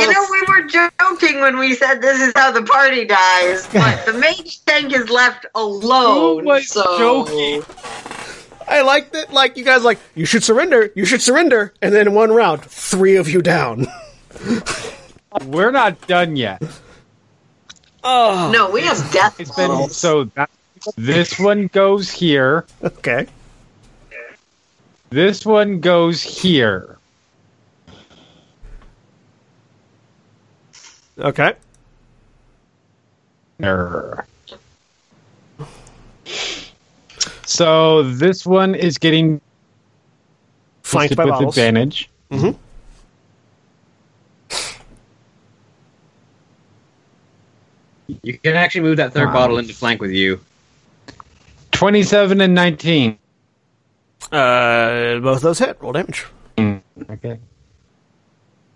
[SPEAKER 4] You know, we were joking when we said this is how the party dies, but the mage tank is left alone.
[SPEAKER 5] Who was
[SPEAKER 4] so
[SPEAKER 5] joking?
[SPEAKER 1] I like that. Like you guys, like you should surrender. You should surrender. And then in one round, three of you down.
[SPEAKER 5] we're not done yet.
[SPEAKER 4] No, we have death.
[SPEAKER 5] It's been
[SPEAKER 4] rolls.
[SPEAKER 5] so that this one goes here.
[SPEAKER 1] okay.
[SPEAKER 5] This one goes here.
[SPEAKER 1] Okay.
[SPEAKER 5] Err. So this one is getting
[SPEAKER 1] Flanked
[SPEAKER 5] boosted
[SPEAKER 1] by
[SPEAKER 5] with
[SPEAKER 1] bottles.
[SPEAKER 5] advantage.
[SPEAKER 1] Mm-hmm.
[SPEAKER 6] You can actually move that third bottle into flank with you.
[SPEAKER 5] Twenty-seven and nineteen.
[SPEAKER 1] Uh, both those hit. Roll damage.
[SPEAKER 5] Okay.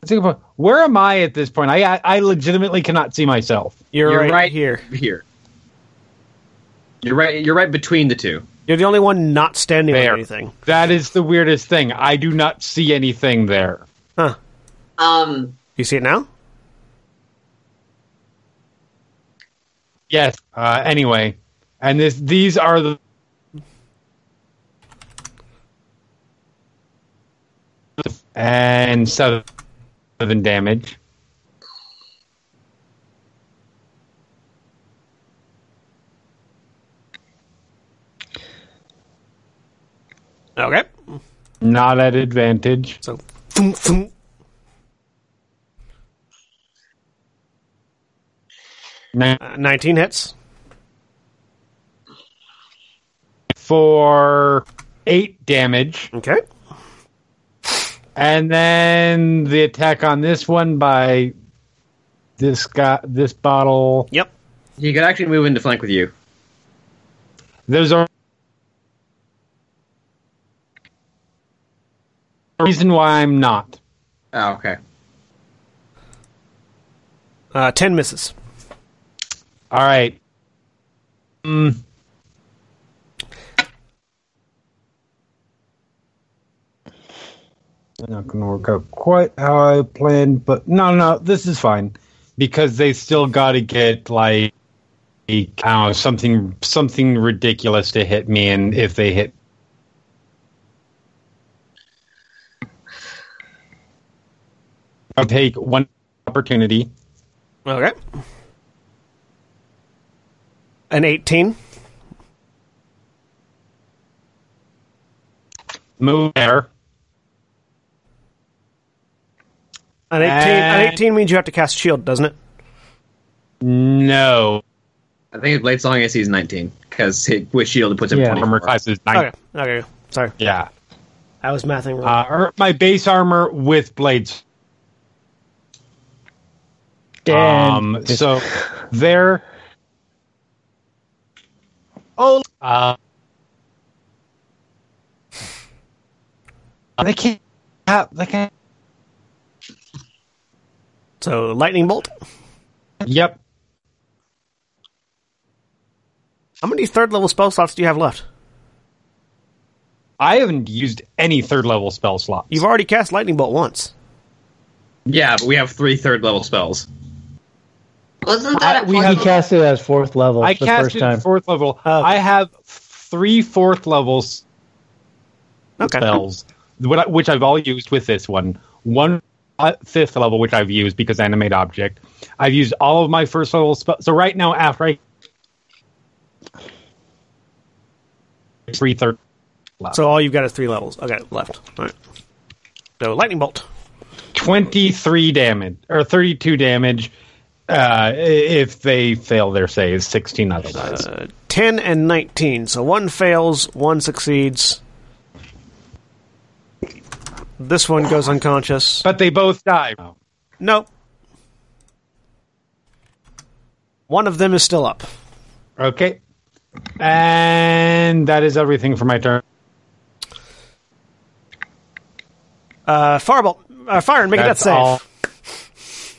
[SPEAKER 5] That's a good point. Where am I at this point? I I, I legitimately cannot see myself.
[SPEAKER 1] You're,
[SPEAKER 6] You're
[SPEAKER 1] right,
[SPEAKER 6] right.
[SPEAKER 1] here.
[SPEAKER 6] Here. You're right. You're right between the two.
[SPEAKER 1] You're the only one not standing
[SPEAKER 5] There.
[SPEAKER 1] on anything.
[SPEAKER 5] That is the weirdest thing. I do not see anything there.
[SPEAKER 1] Huh.
[SPEAKER 4] Um,
[SPEAKER 1] You see it now?
[SPEAKER 5] Yes. Uh, anyway, and this these are the and seven damage.
[SPEAKER 1] Okay.
[SPEAKER 5] Not at advantage.
[SPEAKER 1] So, thump, thump.
[SPEAKER 5] Nine,
[SPEAKER 1] Uh, 19 hits.
[SPEAKER 5] for eight damage,
[SPEAKER 1] Okay.
[SPEAKER 5] and then the attack on this one by this guy, this bottle.
[SPEAKER 1] Yep.
[SPEAKER 6] He could actually move into flank with you.
[SPEAKER 5] There's a reason why I'm not.
[SPEAKER 6] Oh, okay.
[SPEAKER 1] Uh, 10 misses.
[SPEAKER 5] All right. Mm. Not going to work out quite how I planned, but no, no, this is fine because they still got to get like I don't know, something something ridiculous to hit me, and if they hit. I'll take one opportunity.
[SPEAKER 1] Okay. An 18.
[SPEAKER 5] Move there.
[SPEAKER 1] An 18, an
[SPEAKER 5] And-
[SPEAKER 1] 18 means you have to cast shield, doesn't it?
[SPEAKER 5] No.
[SPEAKER 6] I think his blade song AC is 19 because with shield it E puts him
[SPEAKER 3] Yeah.
[SPEAKER 6] yeah, 24.
[SPEAKER 5] armor class is nine.
[SPEAKER 1] Okay. Okay. Sorry.
[SPEAKER 5] Yeah.
[SPEAKER 1] I was mathing wrong.
[SPEAKER 5] Uh, or my base armor with blades. Um, so there. Oh. Uh, they can't. uh, They can't.
[SPEAKER 1] so, lightning bolt.
[SPEAKER 5] Yep.
[SPEAKER 1] How many third level spell slots do you have left?
[SPEAKER 5] I haven't used any third level spell slots.
[SPEAKER 1] You've already cast lightning bolt once.
[SPEAKER 6] Yeah, but we have three third level spells.
[SPEAKER 7] Wasn't
[SPEAKER 5] I-
[SPEAKER 7] that a
[SPEAKER 5] we
[SPEAKER 7] point?
[SPEAKER 5] have-
[SPEAKER 3] He cast it as fourth level
[SPEAKER 5] I
[SPEAKER 3] the
[SPEAKER 5] cast
[SPEAKER 3] first
[SPEAKER 5] it
[SPEAKER 3] time.
[SPEAKER 5] fourth level.
[SPEAKER 1] Oh.
[SPEAKER 5] I have three fourth levels
[SPEAKER 1] Okay.
[SPEAKER 5] spells, what I- which I've all used with this one. One uh, fifth level, which I've used because animate object. I've used all of my first level spells. So right now, after I three third,
[SPEAKER 1] So all you've got is three levels. Okay, left. All right. So lightning bolt.
[SPEAKER 5] twenty three damage or thirty two damage. Uh, i- if they fail their saves, sixteen otherwise.
[SPEAKER 1] Uh, Ten and nineteen. So one fails, one succeeds. This one goes unconscious.
[SPEAKER 5] but they both die.
[SPEAKER 1] Nope. One of them is still up.
[SPEAKER 5] Okay, and that is everything for my turn.
[SPEAKER 1] Uh, firebolt. Uh, fire and make
[SPEAKER 5] That's
[SPEAKER 1] a death save.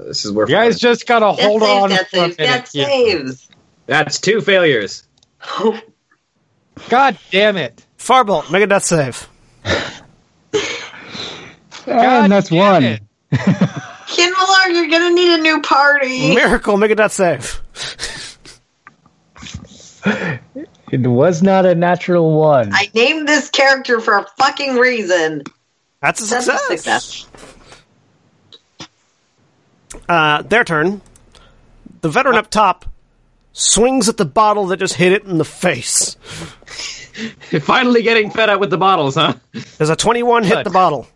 [SPEAKER 5] all.
[SPEAKER 6] This is where
[SPEAKER 5] You guys just gotta
[SPEAKER 7] Death
[SPEAKER 5] hold
[SPEAKER 7] saves,
[SPEAKER 5] on.
[SPEAKER 7] death
[SPEAKER 5] for a
[SPEAKER 7] saves,
[SPEAKER 5] minute.
[SPEAKER 7] death
[SPEAKER 5] Yeah.
[SPEAKER 7] saves.
[SPEAKER 6] That's two failures.
[SPEAKER 5] God damn it.
[SPEAKER 1] Firebolt, make a death save.
[SPEAKER 5] God
[SPEAKER 3] and that's
[SPEAKER 5] damn
[SPEAKER 3] one.
[SPEAKER 5] it.
[SPEAKER 7] Kinvalar, you're gonna need a new party.
[SPEAKER 1] Miracle, make a death save.
[SPEAKER 3] It was not a natural one.
[SPEAKER 7] I named this character for a fucking reason.
[SPEAKER 1] That's a
[SPEAKER 7] That's
[SPEAKER 1] success.
[SPEAKER 7] a success.
[SPEAKER 1] Uh, their turn. The veteran up top swings at the bottle that just hit it in the face.
[SPEAKER 6] Finally getting fed up with the bottles, huh?
[SPEAKER 1] Does a 21 hit
[SPEAKER 5] Good.
[SPEAKER 1] the bottle?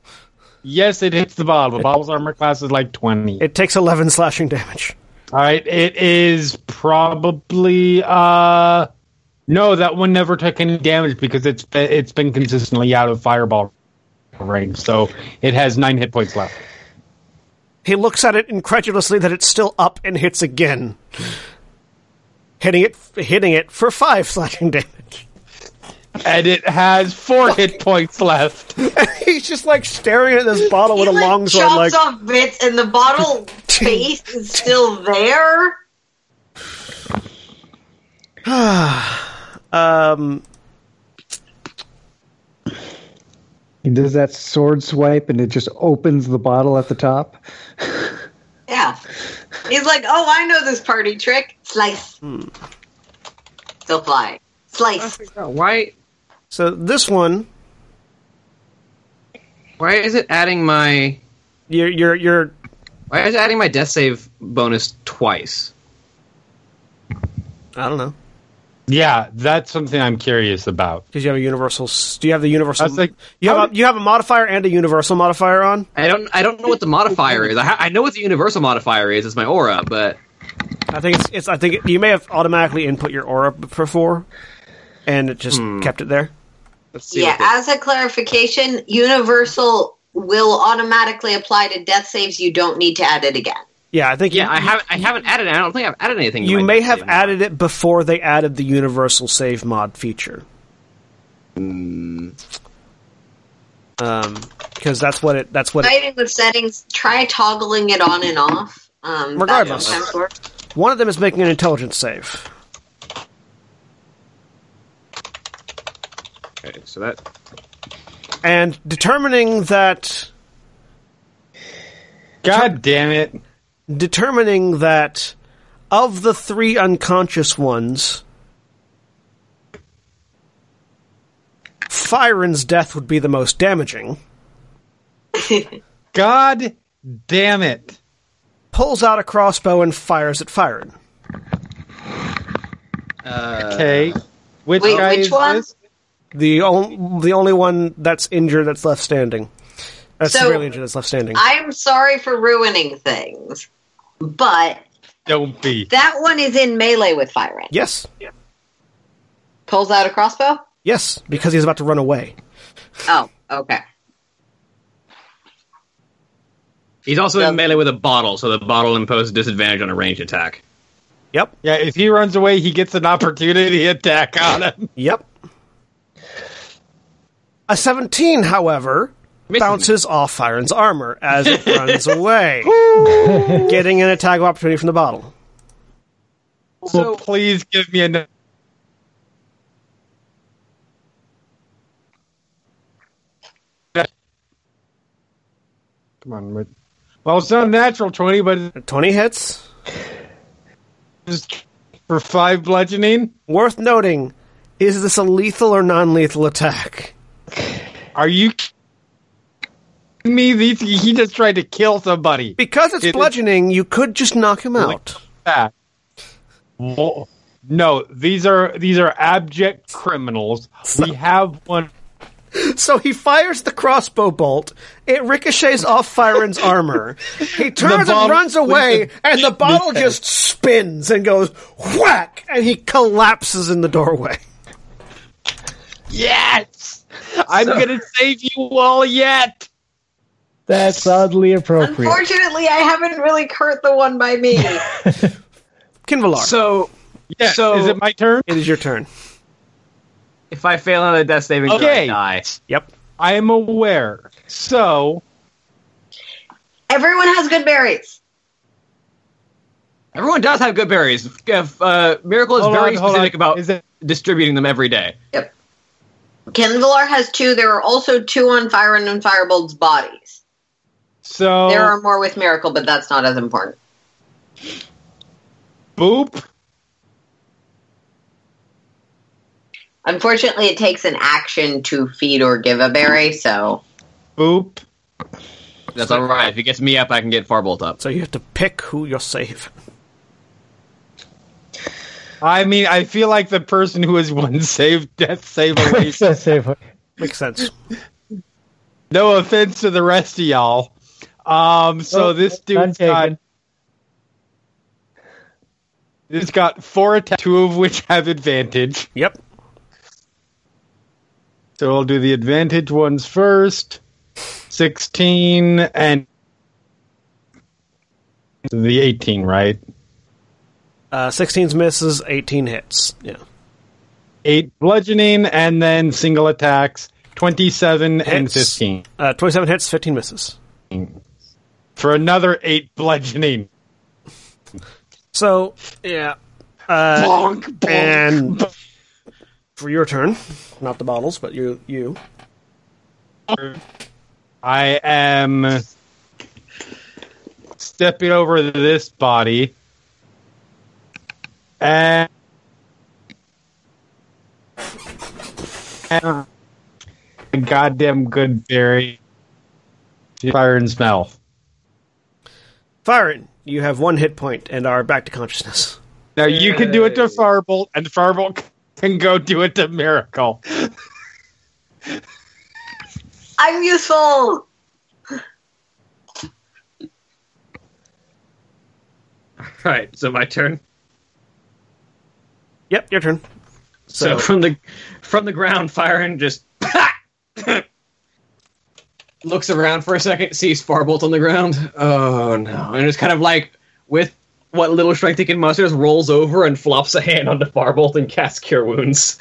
[SPEAKER 5] Yes, it hits the bottle. The bottle's armor class is like 20.
[SPEAKER 1] It takes 11 slashing damage.
[SPEAKER 5] All right, it is probably uh no, that one never took any damage because it's been, it's been consistently out of fireball range, so it has nine hit points left.
[SPEAKER 1] He looks at it incredulously that it's still up and hits again, hitting it hitting it for five slashing damage.
[SPEAKER 5] And it has four hit points left.
[SPEAKER 1] He's just like staring at this bottle with
[SPEAKER 4] he
[SPEAKER 1] a
[SPEAKER 4] like
[SPEAKER 1] long sword,
[SPEAKER 4] chops
[SPEAKER 1] like
[SPEAKER 4] off bits, and the bottle face is still there.
[SPEAKER 1] um.
[SPEAKER 3] He does that sword swipe and it just opens the bottle at the top.
[SPEAKER 4] Yeah, he's like, "Oh, I know this party trick. Slice,
[SPEAKER 5] Hmm.
[SPEAKER 4] still fly, slice."
[SPEAKER 6] Why?
[SPEAKER 1] So this one,
[SPEAKER 6] Why is it adding my?
[SPEAKER 1] you're you're you're
[SPEAKER 6] Why is it adding my death save bonus twice?
[SPEAKER 1] I don't know
[SPEAKER 5] Yeah, that's something I'm curious about.
[SPEAKER 1] because you have a universal. s- Do you have the universal?
[SPEAKER 5] I was like,
[SPEAKER 1] you
[SPEAKER 5] how
[SPEAKER 1] have a,
[SPEAKER 5] did-
[SPEAKER 1] you have a modifier and a universal modifier on.
[SPEAKER 6] I don't. I don't know what the modifier is. I, ha- I know what the universal modifier is. It's my aura, but
[SPEAKER 1] I think it's, it's I think it, you may have automatically input your aura b- for four, and it just
[SPEAKER 4] Hmm.
[SPEAKER 1] kept it there.
[SPEAKER 6] let's see.
[SPEAKER 4] Yeah,
[SPEAKER 6] what the-
[SPEAKER 4] as a clarification, universal will automatically apply to death saves. You don't need to add it again.
[SPEAKER 1] Yeah, I think you-
[SPEAKER 6] yeah. I haven't. I haven't added. it. I don't think I've added anything. to
[SPEAKER 1] you
[SPEAKER 6] my
[SPEAKER 1] may
[SPEAKER 6] death
[SPEAKER 1] have
[SPEAKER 6] save.
[SPEAKER 1] added it before they added the universal save mod feature. Um, because that's what it. That's what. It,
[SPEAKER 4] Fighting with settings, try toggling it on and off. Um, that
[SPEAKER 1] Regardless.
[SPEAKER 4] sometimes works.
[SPEAKER 1] one of them is making an intelligence save.
[SPEAKER 6] Okay, so that.
[SPEAKER 1] and determining that
[SPEAKER 5] God damn it.
[SPEAKER 1] determining that of the three unconscious ones Firen's death would be the most damaging
[SPEAKER 5] God damn it.
[SPEAKER 1] pulls out a crossbow and fires at Firen
[SPEAKER 5] Okay.
[SPEAKER 6] Uh,
[SPEAKER 5] Which
[SPEAKER 4] Wait,
[SPEAKER 5] guy
[SPEAKER 4] which
[SPEAKER 5] is
[SPEAKER 4] one?
[SPEAKER 5] this?
[SPEAKER 1] the on- the only one that's injured that's left standing that's
[SPEAKER 4] So-
[SPEAKER 1] severely injured that's left standing
[SPEAKER 4] I'm sorry for ruining things, but
[SPEAKER 5] Don't be.
[SPEAKER 4] that one is in melee with Firen.
[SPEAKER 1] yes
[SPEAKER 4] Pulls out a crossbow.
[SPEAKER 1] yes because he's about to run away
[SPEAKER 4] Oh, okay.
[SPEAKER 6] He's also in melee with a bottle, so the bottle imposes disadvantage on a ranged attack.
[SPEAKER 1] yep
[SPEAKER 5] Yeah, if he runs away, he gets an opportunity attack on him.
[SPEAKER 1] yep a 17 however
[SPEAKER 6] Misses me.
[SPEAKER 1] bounces off Firen's armor as it runs away, getting an attack of opportunity from the bottle.
[SPEAKER 5] So please give me a. Come on, but- well, it's not a natural twenty, but
[SPEAKER 1] Twenty hits.
[SPEAKER 5] it's for five bludgeoning.
[SPEAKER 1] Worth noting, is this a lethal or non-lethal attack?
[SPEAKER 5] Are you kidding me? These, he just tried to kill somebody.
[SPEAKER 1] Because it's
[SPEAKER 5] It is-
[SPEAKER 1] bludgeoning, you could just knock him out.
[SPEAKER 5] that. Wo- No, these are these are abject criminals. We have one.
[SPEAKER 1] So he fires the crossbow bolt. It ricochets off Firen's armor. He turns and
[SPEAKER 5] bottle-
[SPEAKER 1] runs away, and the bottle just spins and goes whack, and he collapses in the doorway.
[SPEAKER 5] Yes, I'm gonna save you all yet.
[SPEAKER 3] That's oddly appropriate.
[SPEAKER 4] Fortunately, I haven't really hurt the one by me.
[SPEAKER 1] Kinvalar,
[SPEAKER 6] So
[SPEAKER 5] Yes.
[SPEAKER 6] So-
[SPEAKER 5] is it my turn?
[SPEAKER 1] it is your turn.
[SPEAKER 6] if I fail on a death saving throw,
[SPEAKER 5] Okay.
[SPEAKER 6] I die.
[SPEAKER 1] Yep.
[SPEAKER 5] I am aware. So
[SPEAKER 4] Everyone has good berries.
[SPEAKER 6] Everyone does have good berries. If, uh, Miracle is
[SPEAKER 5] hold on,
[SPEAKER 6] very
[SPEAKER 5] hold
[SPEAKER 6] specific
[SPEAKER 5] on.
[SPEAKER 6] about
[SPEAKER 5] Is it,
[SPEAKER 6] distributing them every day.
[SPEAKER 4] Yep. Kenvalar has two. There are also two on Firen and Firebolt's bodies.
[SPEAKER 5] so
[SPEAKER 4] There
[SPEAKER 6] Oh.
[SPEAKER 4] are more with Miracle, but that's not as important.
[SPEAKER 5] boop.
[SPEAKER 4] Unfortunately, it takes an action to feed or give a berry, so
[SPEAKER 5] Boop.
[SPEAKER 6] That's all right. If he gets me up, I can get Farbolt up.
[SPEAKER 1] So you have to pick who you'll save.
[SPEAKER 5] I mean, I feel like the person who is one save death save away.
[SPEAKER 3] It's a safe one.
[SPEAKER 1] Makes sense.
[SPEAKER 5] no offense to the rest of y'all. Um, so
[SPEAKER 3] Oh,
[SPEAKER 5] this
[SPEAKER 3] none
[SPEAKER 5] dude's
[SPEAKER 3] taken.
[SPEAKER 5] got It's got four attacks, two of which have advantage.
[SPEAKER 1] Yep.
[SPEAKER 5] So I'll do the advantage ones first. 16 and the 18, right?
[SPEAKER 1] Uh, 16 misses, 18 hits. Yeah.
[SPEAKER 5] Eight bludgeoning and then single attacks 27 and
[SPEAKER 1] Hits.
[SPEAKER 5] 15
[SPEAKER 1] Uh, 27 hits, 15 misses.
[SPEAKER 5] for another eight bludgeoning.
[SPEAKER 1] So, yeah. Uh,
[SPEAKER 5] Bonk, bonk.
[SPEAKER 1] and for your turn, not the bottles, but you, you.
[SPEAKER 5] I am stepping over this body and and a goddamn good berry fire and smell.
[SPEAKER 1] Firen, you have one hit point and are back to consciousness.
[SPEAKER 5] Now you can do it to Firebolt, and Firebolt can go do it to Miracle.
[SPEAKER 7] I'm useful.
[SPEAKER 6] Right, so my turn.
[SPEAKER 1] Yep, your turn.
[SPEAKER 6] So,
[SPEAKER 1] So-
[SPEAKER 6] from the from the ground, firing just looks around for a second, sees Farbolt on the ground. Oh no! And just kind of like with what little strength he can muster, just rolls over and flops a hand onto Farbolt and casts Cure Wounds.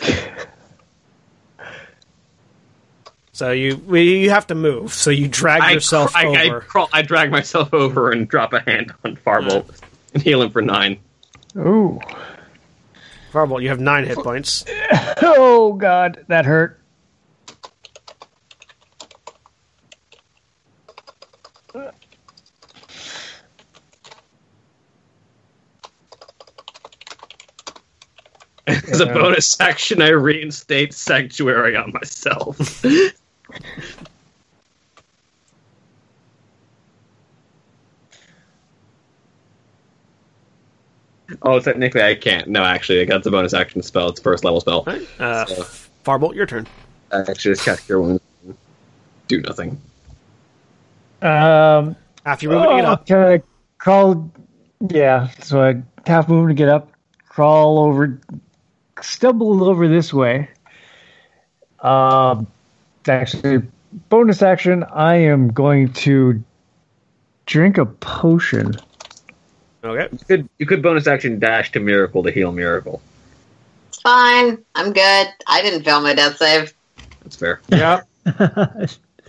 [SPEAKER 1] So you well, you have to move. So you drag
[SPEAKER 6] I,
[SPEAKER 1] yourself
[SPEAKER 6] I, I,
[SPEAKER 1] over.
[SPEAKER 6] crawl, I drag myself over and drop a hand on Farbolt and heal him for nine.
[SPEAKER 3] Ooh.
[SPEAKER 1] Firebolt, you have nine hit points.
[SPEAKER 3] Oh God, that hurt.
[SPEAKER 6] As a bonus action, I reinstate Sanctuary on myself. oh, technically I can't. No, actually, that's a bonus action spell. It's a first level spell.
[SPEAKER 1] All right. Uh, Firebolt, your turn.
[SPEAKER 6] I actually just cast Cure Wounds. Do nothing.
[SPEAKER 3] Um,
[SPEAKER 1] After you move it, you get
[SPEAKER 3] oh,
[SPEAKER 1] up.
[SPEAKER 3] can I crawl? Yeah, so I half move to get up, crawl over, stumble over this way. Um, it's actually, bonus action. I am going to drink a potion.
[SPEAKER 1] Okay.
[SPEAKER 6] You could you could bonus action dash to Miracle to heal Miracle.
[SPEAKER 7] It's fine. I'm good. I didn't fail my death save.
[SPEAKER 6] That's fair.
[SPEAKER 5] Yeah.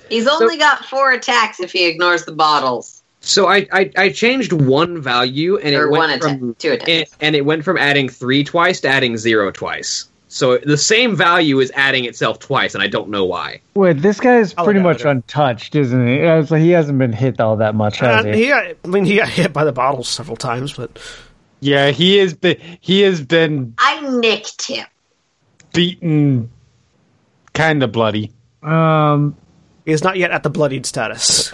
[SPEAKER 7] He's only got four attacks if he ignores the bottles.
[SPEAKER 6] So I I, I changed one value and
[SPEAKER 7] or
[SPEAKER 6] it
[SPEAKER 7] one
[SPEAKER 6] went
[SPEAKER 7] attack.
[SPEAKER 6] from
[SPEAKER 7] two attacks.
[SPEAKER 6] and, and it went from adding three twice to adding zero twice. So the same value is adding itself twice, and I don't know why.
[SPEAKER 3] Wait, this guy's
[SPEAKER 1] I'll
[SPEAKER 3] pretty
[SPEAKER 1] look at
[SPEAKER 3] much
[SPEAKER 1] it.
[SPEAKER 3] untouched, isn't he? Uh, so he hasn't been hit all that much, has
[SPEAKER 1] Uh,
[SPEAKER 3] he?
[SPEAKER 1] he, got- I mean, he got hit by the bottles several times, but
[SPEAKER 5] Yeah, he has been he has been
[SPEAKER 7] I nicked him.
[SPEAKER 5] beaten kinda bloody.
[SPEAKER 3] Um,
[SPEAKER 1] he is not yet at the bloodied status.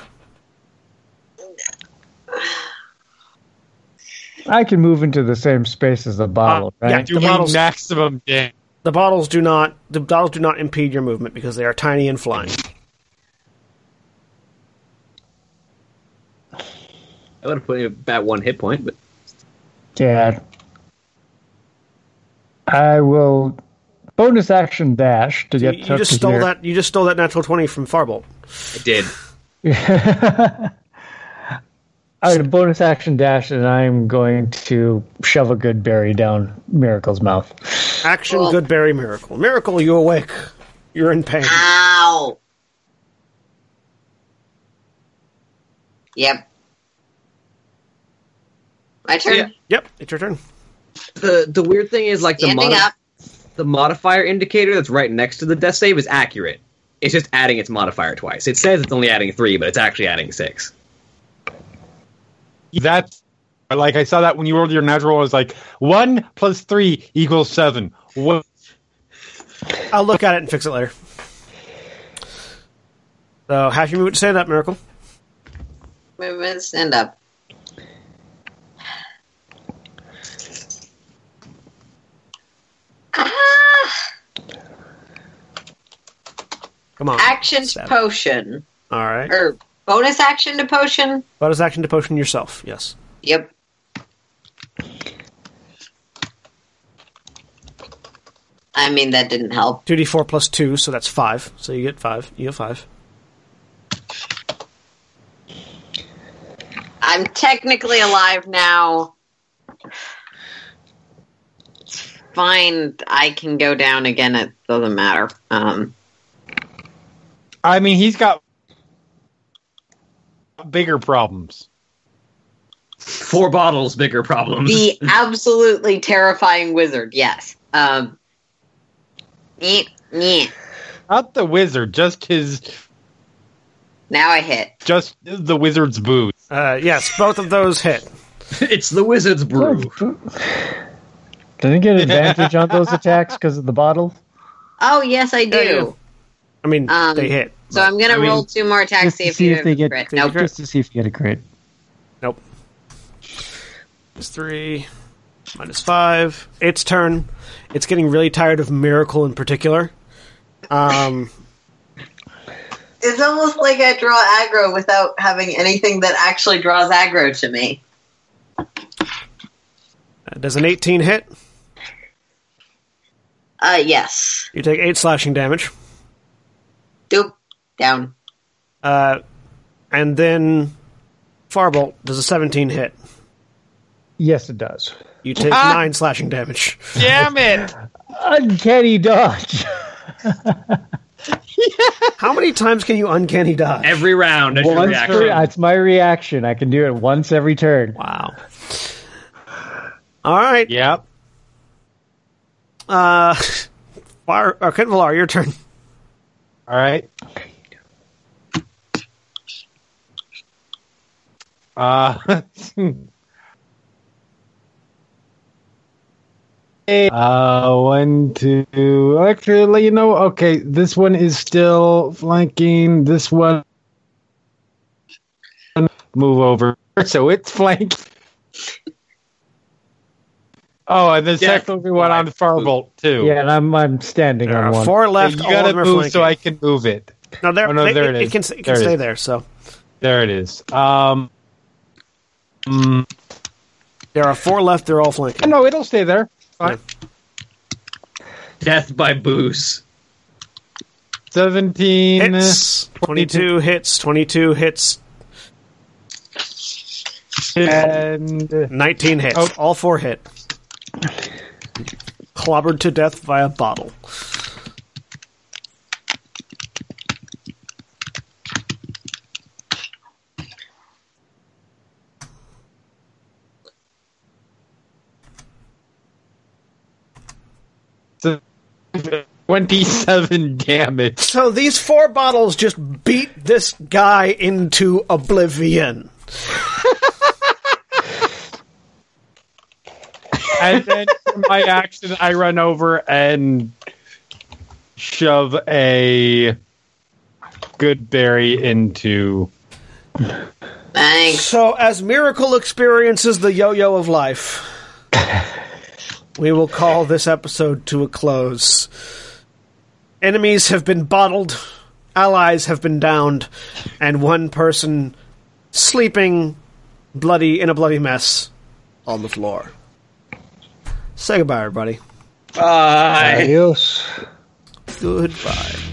[SPEAKER 3] I can move into the same space as the bottle,
[SPEAKER 1] Uh,
[SPEAKER 3] right?
[SPEAKER 1] yeah.
[SPEAKER 5] Doing
[SPEAKER 1] bottle's-
[SPEAKER 5] maximum damage.
[SPEAKER 1] The bottles do not the bottles do not impede your movement because they are tiny and flying.
[SPEAKER 6] I would have put him at one hit point, but
[SPEAKER 3] Yeah. I will bonus action dash to
[SPEAKER 1] You,
[SPEAKER 3] get.
[SPEAKER 1] you
[SPEAKER 3] up
[SPEAKER 1] just
[SPEAKER 3] to
[SPEAKER 1] stole
[SPEAKER 3] here.
[SPEAKER 1] that. You just stole that natural twenty from Farbolt.
[SPEAKER 6] I did.
[SPEAKER 3] I would bonus action dash, and I'm going to shove a good berry down Miracle's mouth.
[SPEAKER 1] Action,
[SPEAKER 7] Well-
[SPEAKER 1] Goodberry, miracle, miracle. You awake. You're in pain.
[SPEAKER 7] Ow. Yep. My turn.
[SPEAKER 6] Yeah.
[SPEAKER 1] Yep, it's your turn.
[SPEAKER 6] the The weird thing is like the
[SPEAKER 7] Standing
[SPEAKER 6] modi-
[SPEAKER 7] up.
[SPEAKER 6] the modifier indicator that's right next to the death save is accurate. It's just adding its modifier twice. It says it's only adding three, but it's actually adding six.
[SPEAKER 5] That's like I saw that when you rolled your natural, I was like one plus three equals seven. What
[SPEAKER 1] I'll look at it and fix it later. So, half your movement to stand up, miracle.
[SPEAKER 7] Movement. Stand up. Ah,
[SPEAKER 1] Come on.
[SPEAKER 7] action to
[SPEAKER 1] Stab.
[SPEAKER 7] potion.
[SPEAKER 1] All right.
[SPEAKER 7] Or bonus action to potion.
[SPEAKER 1] Bonus action to potion yourself. Yes.
[SPEAKER 7] Yep.
[SPEAKER 4] I mean, that didn't help.
[SPEAKER 1] 2d4 plus 2, so that's 5. So you get 5. You get 5.
[SPEAKER 4] I'm technically alive now. It's fine. I can go down again. It doesn't matter. Um,
[SPEAKER 5] I mean, he's got bigger problems.
[SPEAKER 6] Four bottles, bigger problems.
[SPEAKER 4] the absolutely terrifying wizard. Yes. Um, yeah, yeah.
[SPEAKER 5] Not the wizard, just his,
[SPEAKER 4] Now I hit.
[SPEAKER 5] just the wizard's boots.
[SPEAKER 1] Uh, yes, both of those hit.
[SPEAKER 6] it's the wizard's brew.
[SPEAKER 3] Does he get advantage on those attacks because of the bottle?
[SPEAKER 4] Oh yes, I
[SPEAKER 1] Yeah, you
[SPEAKER 4] do.
[SPEAKER 1] do. I mean,
[SPEAKER 4] Um,
[SPEAKER 1] they hit.
[SPEAKER 4] So I'm gonna
[SPEAKER 5] I mean,
[SPEAKER 4] roll two more attacks.
[SPEAKER 3] Just
[SPEAKER 4] See
[SPEAKER 3] to
[SPEAKER 4] if,
[SPEAKER 3] see
[SPEAKER 4] you
[SPEAKER 3] if they get
[SPEAKER 4] crit.
[SPEAKER 1] they
[SPEAKER 4] Nope.
[SPEAKER 1] crit.
[SPEAKER 3] just to see if you get a crit.
[SPEAKER 1] Nope. It's three, minus five. Its turn. It's getting really tired of Miracle in particular. Um,
[SPEAKER 4] It's almost like I draw aggro without having anything that actually draws aggro to me.
[SPEAKER 1] does an 18 hit?
[SPEAKER 4] Uh, yes.
[SPEAKER 1] You take 8 slashing damage.
[SPEAKER 4] Doop. Down.
[SPEAKER 1] Uh, and then Farbolt does a 17 hit.
[SPEAKER 3] Yes, it does.
[SPEAKER 1] You take
[SPEAKER 5] Ah!
[SPEAKER 1] 9 slashing damage.
[SPEAKER 5] Damn it!
[SPEAKER 3] Uncanny dodge.
[SPEAKER 1] How many times can you uncanny dodge?
[SPEAKER 6] Every round, that's your
[SPEAKER 3] once
[SPEAKER 6] reaction.
[SPEAKER 3] per, it's my reaction. I can do it once every turn.
[SPEAKER 1] wow. All right.
[SPEAKER 5] Yep.
[SPEAKER 1] Uh, Var- uh, Kinvalar, your turn.
[SPEAKER 5] All right. Uh, uh, one, two. Actually, you know, okay, this one is still flanking. This one move over, so it's flanked. Oh, and the
[SPEAKER 6] Yeah.
[SPEAKER 5] second one on Firebolt too.
[SPEAKER 3] Yeah, and I'm I'm standing
[SPEAKER 1] There
[SPEAKER 3] on
[SPEAKER 1] are
[SPEAKER 3] one.
[SPEAKER 1] four left.
[SPEAKER 5] you
[SPEAKER 1] all of
[SPEAKER 5] gotta
[SPEAKER 1] them are
[SPEAKER 5] move so
[SPEAKER 1] flanking.
[SPEAKER 5] I can move it.
[SPEAKER 1] No, there,
[SPEAKER 5] Oh, no,
[SPEAKER 1] they-
[SPEAKER 5] there it
[SPEAKER 1] it,
[SPEAKER 5] is.
[SPEAKER 1] can, it can
[SPEAKER 5] There it
[SPEAKER 1] stay
[SPEAKER 5] is.
[SPEAKER 1] there. So
[SPEAKER 5] There it is. Um, mm,
[SPEAKER 1] there are four left. They're all flanking.
[SPEAKER 5] no, it'll stay there. Fine.
[SPEAKER 6] Death by booze.
[SPEAKER 5] 17.
[SPEAKER 1] Hits. 22 hits. 22 hits.
[SPEAKER 5] And, uh,
[SPEAKER 1] 19 hits.
[SPEAKER 5] Oh.
[SPEAKER 1] All four hit. Clobbered to death via bottle.
[SPEAKER 5] so- 27 damage.
[SPEAKER 1] So these four bottles just beat this guy into oblivion.
[SPEAKER 5] And then for my action, I run over and shove a good berry into.
[SPEAKER 4] Thanks.
[SPEAKER 1] So as Miracle experiences the yo-yo of life, we will call this episode to a close. Enemies have been bottled, allies have been downed, and one person sleeping bloody in a bloody mess on the floor. Say goodbye, everybody.
[SPEAKER 3] Adios.
[SPEAKER 1] Goodbye.